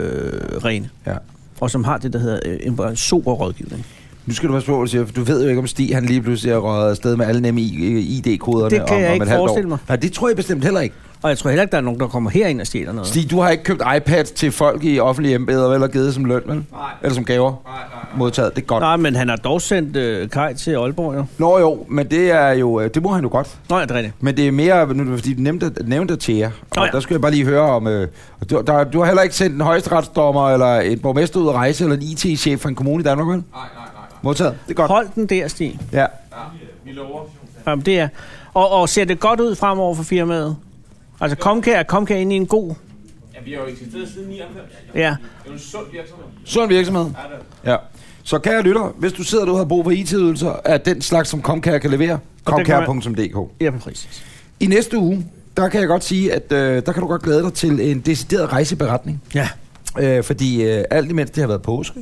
[SPEAKER 3] rene.
[SPEAKER 2] Ja.
[SPEAKER 3] Og som har det, der hedder øh, en bare sober rådgivning.
[SPEAKER 2] Nu skal du passe på, hvad du siger, for du ved jo ikke, om Stig han lige pludselig er røget afsted med alle nemme I- ID-koderne
[SPEAKER 3] Det kan
[SPEAKER 2] om,
[SPEAKER 3] jeg
[SPEAKER 2] om
[SPEAKER 3] ikke
[SPEAKER 2] et halvt
[SPEAKER 3] forestille
[SPEAKER 2] år.
[SPEAKER 3] mig.
[SPEAKER 2] Nej, det tror jeg bestemt heller ikke.
[SPEAKER 3] Og jeg tror heller ikke, der er nogen, der kommer herind og stjæler noget.
[SPEAKER 2] Stig, du har ikke købt iPads til folk i offentlige embeder, vel, og givet som løn, vel? Nej. Eller som gaver? Nej, nej, nej. Modtaget, det er godt. Nej.
[SPEAKER 3] Nej, men han har dog sendt øh, Kaj til Aalborg, jo.
[SPEAKER 2] Nå jo, men det er jo, øh, det må han jo godt.
[SPEAKER 3] Nå, ja, det er rigtigt.
[SPEAKER 2] Men det er mere, nu, er det fordi du nævnte, nævnte Thea, og
[SPEAKER 3] Nå
[SPEAKER 2] oh,
[SPEAKER 3] ja.
[SPEAKER 2] ja. der skulle jeg bare lige høre om, øh, og du, der, du har heller ikke sendt en højesteretsdommer, eller en borgmester ud at rejse, eller en IT-chef fra en kommune i Danmark, vel? Nej, nej, nej. Modtaget. Det er godt.
[SPEAKER 3] Hold den der, Stig.
[SPEAKER 2] Ja.
[SPEAKER 3] Jamen, det er. Og, og ser det godt ud fremover for firmaet? Altså, Comcare er Comcare inde i en god... Ja,
[SPEAKER 2] Sund virksomhed. Ja. Så kære lytter, hvis du sidder derude og har brug for IT-ydelser af den slags, som Comcare kan levere,
[SPEAKER 3] Og det kan man-
[SPEAKER 2] comcare.dk.
[SPEAKER 3] vi har jo eksisteret siden 99. Ja, ja, præcis.
[SPEAKER 2] I næste uge, der kan jeg godt sige, at øh, der kan du godt glæde dig til en decideret rejseberetning.
[SPEAKER 3] Ja.
[SPEAKER 2] Øh, fordi øh, alt imens det har været påske,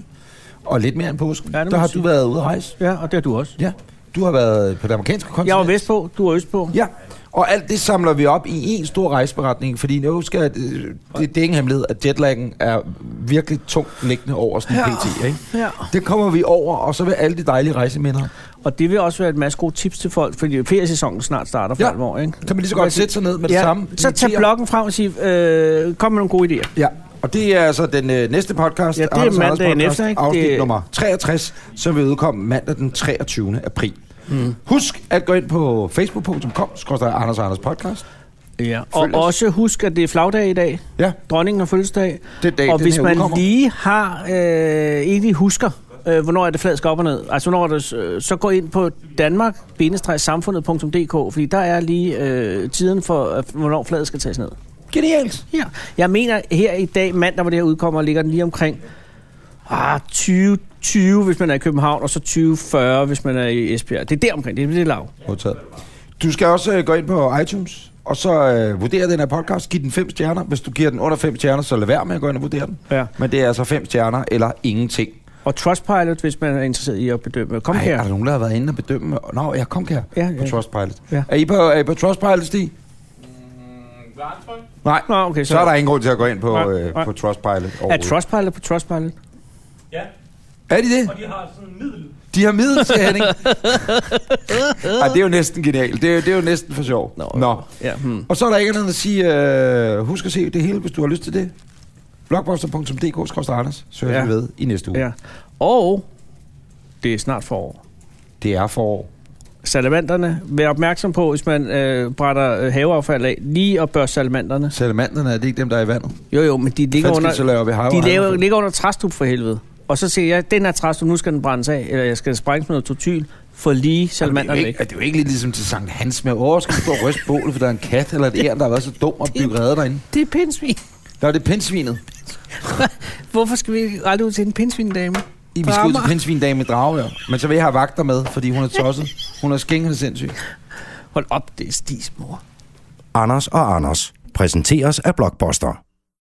[SPEAKER 2] og lidt mere end påske,
[SPEAKER 3] Ja,
[SPEAKER 2] ja,
[SPEAKER 3] det må
[SPEAKER 2] der har
[SPEAKER 3] man sige.
[SPEAKER 2] du været ude at rejse.
[SPEAKER 3] Ja, og det har du også.
[SPEAKER 2] Ja. Du har været på det amerikanske kontinent.
[SPEAKER 3] Jeg var vestpå, du var østpå.
[SPEAKER 2] Ja, og alt det samler vi op i en stor rejseberetning, fordi nu skal, øh, det, det er ingen hemmelighed, at jetlaggen er virkelig tungt liggende over sådan en pt. Ikke?
[SPEAKER 3] Ja.
[SPEAKER 2] Det kommer vi over, og så vil alle de dejlige rejseminder.
[SPEAKER 3] Og det vil også være et masse gode tips til folk, fordi feriesæsonen snart starter for
[SPEAKER 2] Ja.
[SPEAKER 3] alvor, ikke?
[SPEAKER 2] Kan man lige så godt sætte sig ned med det samme?
[SPEAKER 3] Så tag
[SPEAKER 2] notere.
[SPEAKER 3] bloggen frem og sig, øh, kom med nogle gode idéer.
[SPEAKER 2] Ja, og det er altså den øh, næste podcast,
[SPEAKER 3] Ja, det er
[SPEAKER 2] Anders og Anders
[SPEAKER 3] mandagen
[SPEAKER 2] podcast,
[SPEAKER 3] efter, ikke?
[SPEAKER 2] afsnit
[SPEAKER 3] Det-
[SPEAKER 2] det... nummer 63, som vil udkomme mandag den 23. april. Mm. Husk at gå ind på facebook.com, skrøster Anders og Anders podcast.
[SPEAKER 3] Ja. Og
[SPEAKER 2] Følg os.
[SPEAKER 3] også husk, at det er flagdag i dag.
[SPEAKER 2] Ja,
[SPEAKER 3] Dronningen har fødselsdag.
[SPEAKER 2] det er dag,
[SPEAKER 3] og
[SPEAKER 2] den
[SPEAKER 3] hvis
[SPEAKER 2] her
[SPEAKER 3] man
[SPEAKER 2] udkommer.
[SPEAKER 3] lige har, øh, ikke lige husker, øh, hvornår er det flad skal op og ned, altså hvornår er det, øh, så gå ind på danmark-samfundet.dk, fordi der er lige øh, tiden for, øh, hvornår flaget skal tages ned.
[SPEAKER 2] Genialt!
[SPEAKER 3] Ja. Jeg mener, her i dag, mandag, hvor det her udkommer, ligger den lige omkring ah, 20, 20, hvis man er i København, og så 2040, hvis man er øh, i Esbjerg. Det er der omkring, det er det lav.
[SPEAKER 2] Modtaget. Du skal også øh, gå ind på iTunes, og så øh, vurdere den her podcast. Giv den fem stjerner. Hvis du giver den under fem stjerner, så lad være med at gå ind og vurdere den.
[SPEAKER 3] Ja.
[SPEAKER 2] Men det er altså fem stjerner eller ingenting.
[SPEAKER 3] Og Trustpilot, hvis man er interesseret i at bedømme. Kom
[SPEAKER 2] Ej, altså. er
[SPEAKER 3] her.
[SPEAKER 2] der nogen, der har været inde og bedømme? Nå, jeg kom her
[SPEAKER 3] Ja,
[SPEAKER 2] på
[SPEAKER 3] ja.
[SPEAKER 2] Trustpilot.
[SPEAKER 3] Ja.
[SPEAKER 2] Er, I på, er I på Trustpilot, Stig? Nej,
[SPEAKER 3] Nå, okay, så,
[SPEAKER 2] så er der ingen grund til at gå ind på,
[SPEAKER 3] Nej,
[SPEAKER 2] øh,
[SPEAKER 3] nej.
[SPEAKER 2] på Trustpilot.
[SPEAKER 3] Er
[SPEAKER 2] overhovedet.
[SPEAKER 3] Trustpilot på Trustpilot?
[SPEAKER 2] er de det? De har middel, siger Henning. Ej, det er jo næsten genialt. Det er, det er jo næsten for sjov. Nå. Nå.
[SPEAKER 3] Ja, hmm.
[SPEAKER 2] Og så er der ikke andet at sige, øh, husk at se det hele, hvis du har lyst til det. Blogboster.dk-anders, så høres
[SPEAKER 3] Ja.
[SPEAKER 2] ja. vi ved i næste uge. Ja.
[SPEAKER 3] ja. Og det er snart forår.
[SPEAKER 2] Det er forår.
[SPEAKER 8] salamanderne. Vær opmærksom på, hvis man øh, brænder øh, haveaffald af, lige at børste salamanderne.
[SPEAKER 2] Salamanderne, er det ikke dem, der er i vandet?
[SPEAKER 8] Jo, jo, men de ligger
[SPEAKER 2] Fanden skal de så
[SPEAKER 8] under,
[SPEAKER 2] lave op i hav-
[SPEAKER 8] de laver,
[SPEAKER 2] hav-
[SPEAKER 8] ligger under træstup for helvede. Og så siger jeg, den her træstup, nu skal den brændes af, eller jeg skal sprænges med noget totyl, for lige
[SPEAKER 2] det, er
[SPEAKER 8] salamanderne
[SPEAKER 2] jo
[SPEAKER 8] væk.
[SPEAKER 2] ikke, det er jo ikke lidt ligesom til Sankt Hans med, åh, skal du stå og ryste bålet, for der er en kat eller et æren, der har været så dum at blive reddet derinde.
[SPEAKER 8] Det er pindsvin.
[SPEAKER 2] Der er det pindsvinet.
[SPEAKER 8] Hvorfor skal vi aldrig ud til en pindsvindame?
[SPEAKER 2] I vi
[SPEAKER 8] På
[SPEAKER 2] skal ud til
[SPEAKER 8] Amager.
[SPEAKER 2] pindsvindame med drage, ja. Men så vil jeg have vagter med, fordi hun er tosset. Hun er skængende sindssyg.
[SPEAKER 8] Hold op, det er stis, mor.
[SPEAKER 1] Anders og Anders præsenteres af Blockbuster.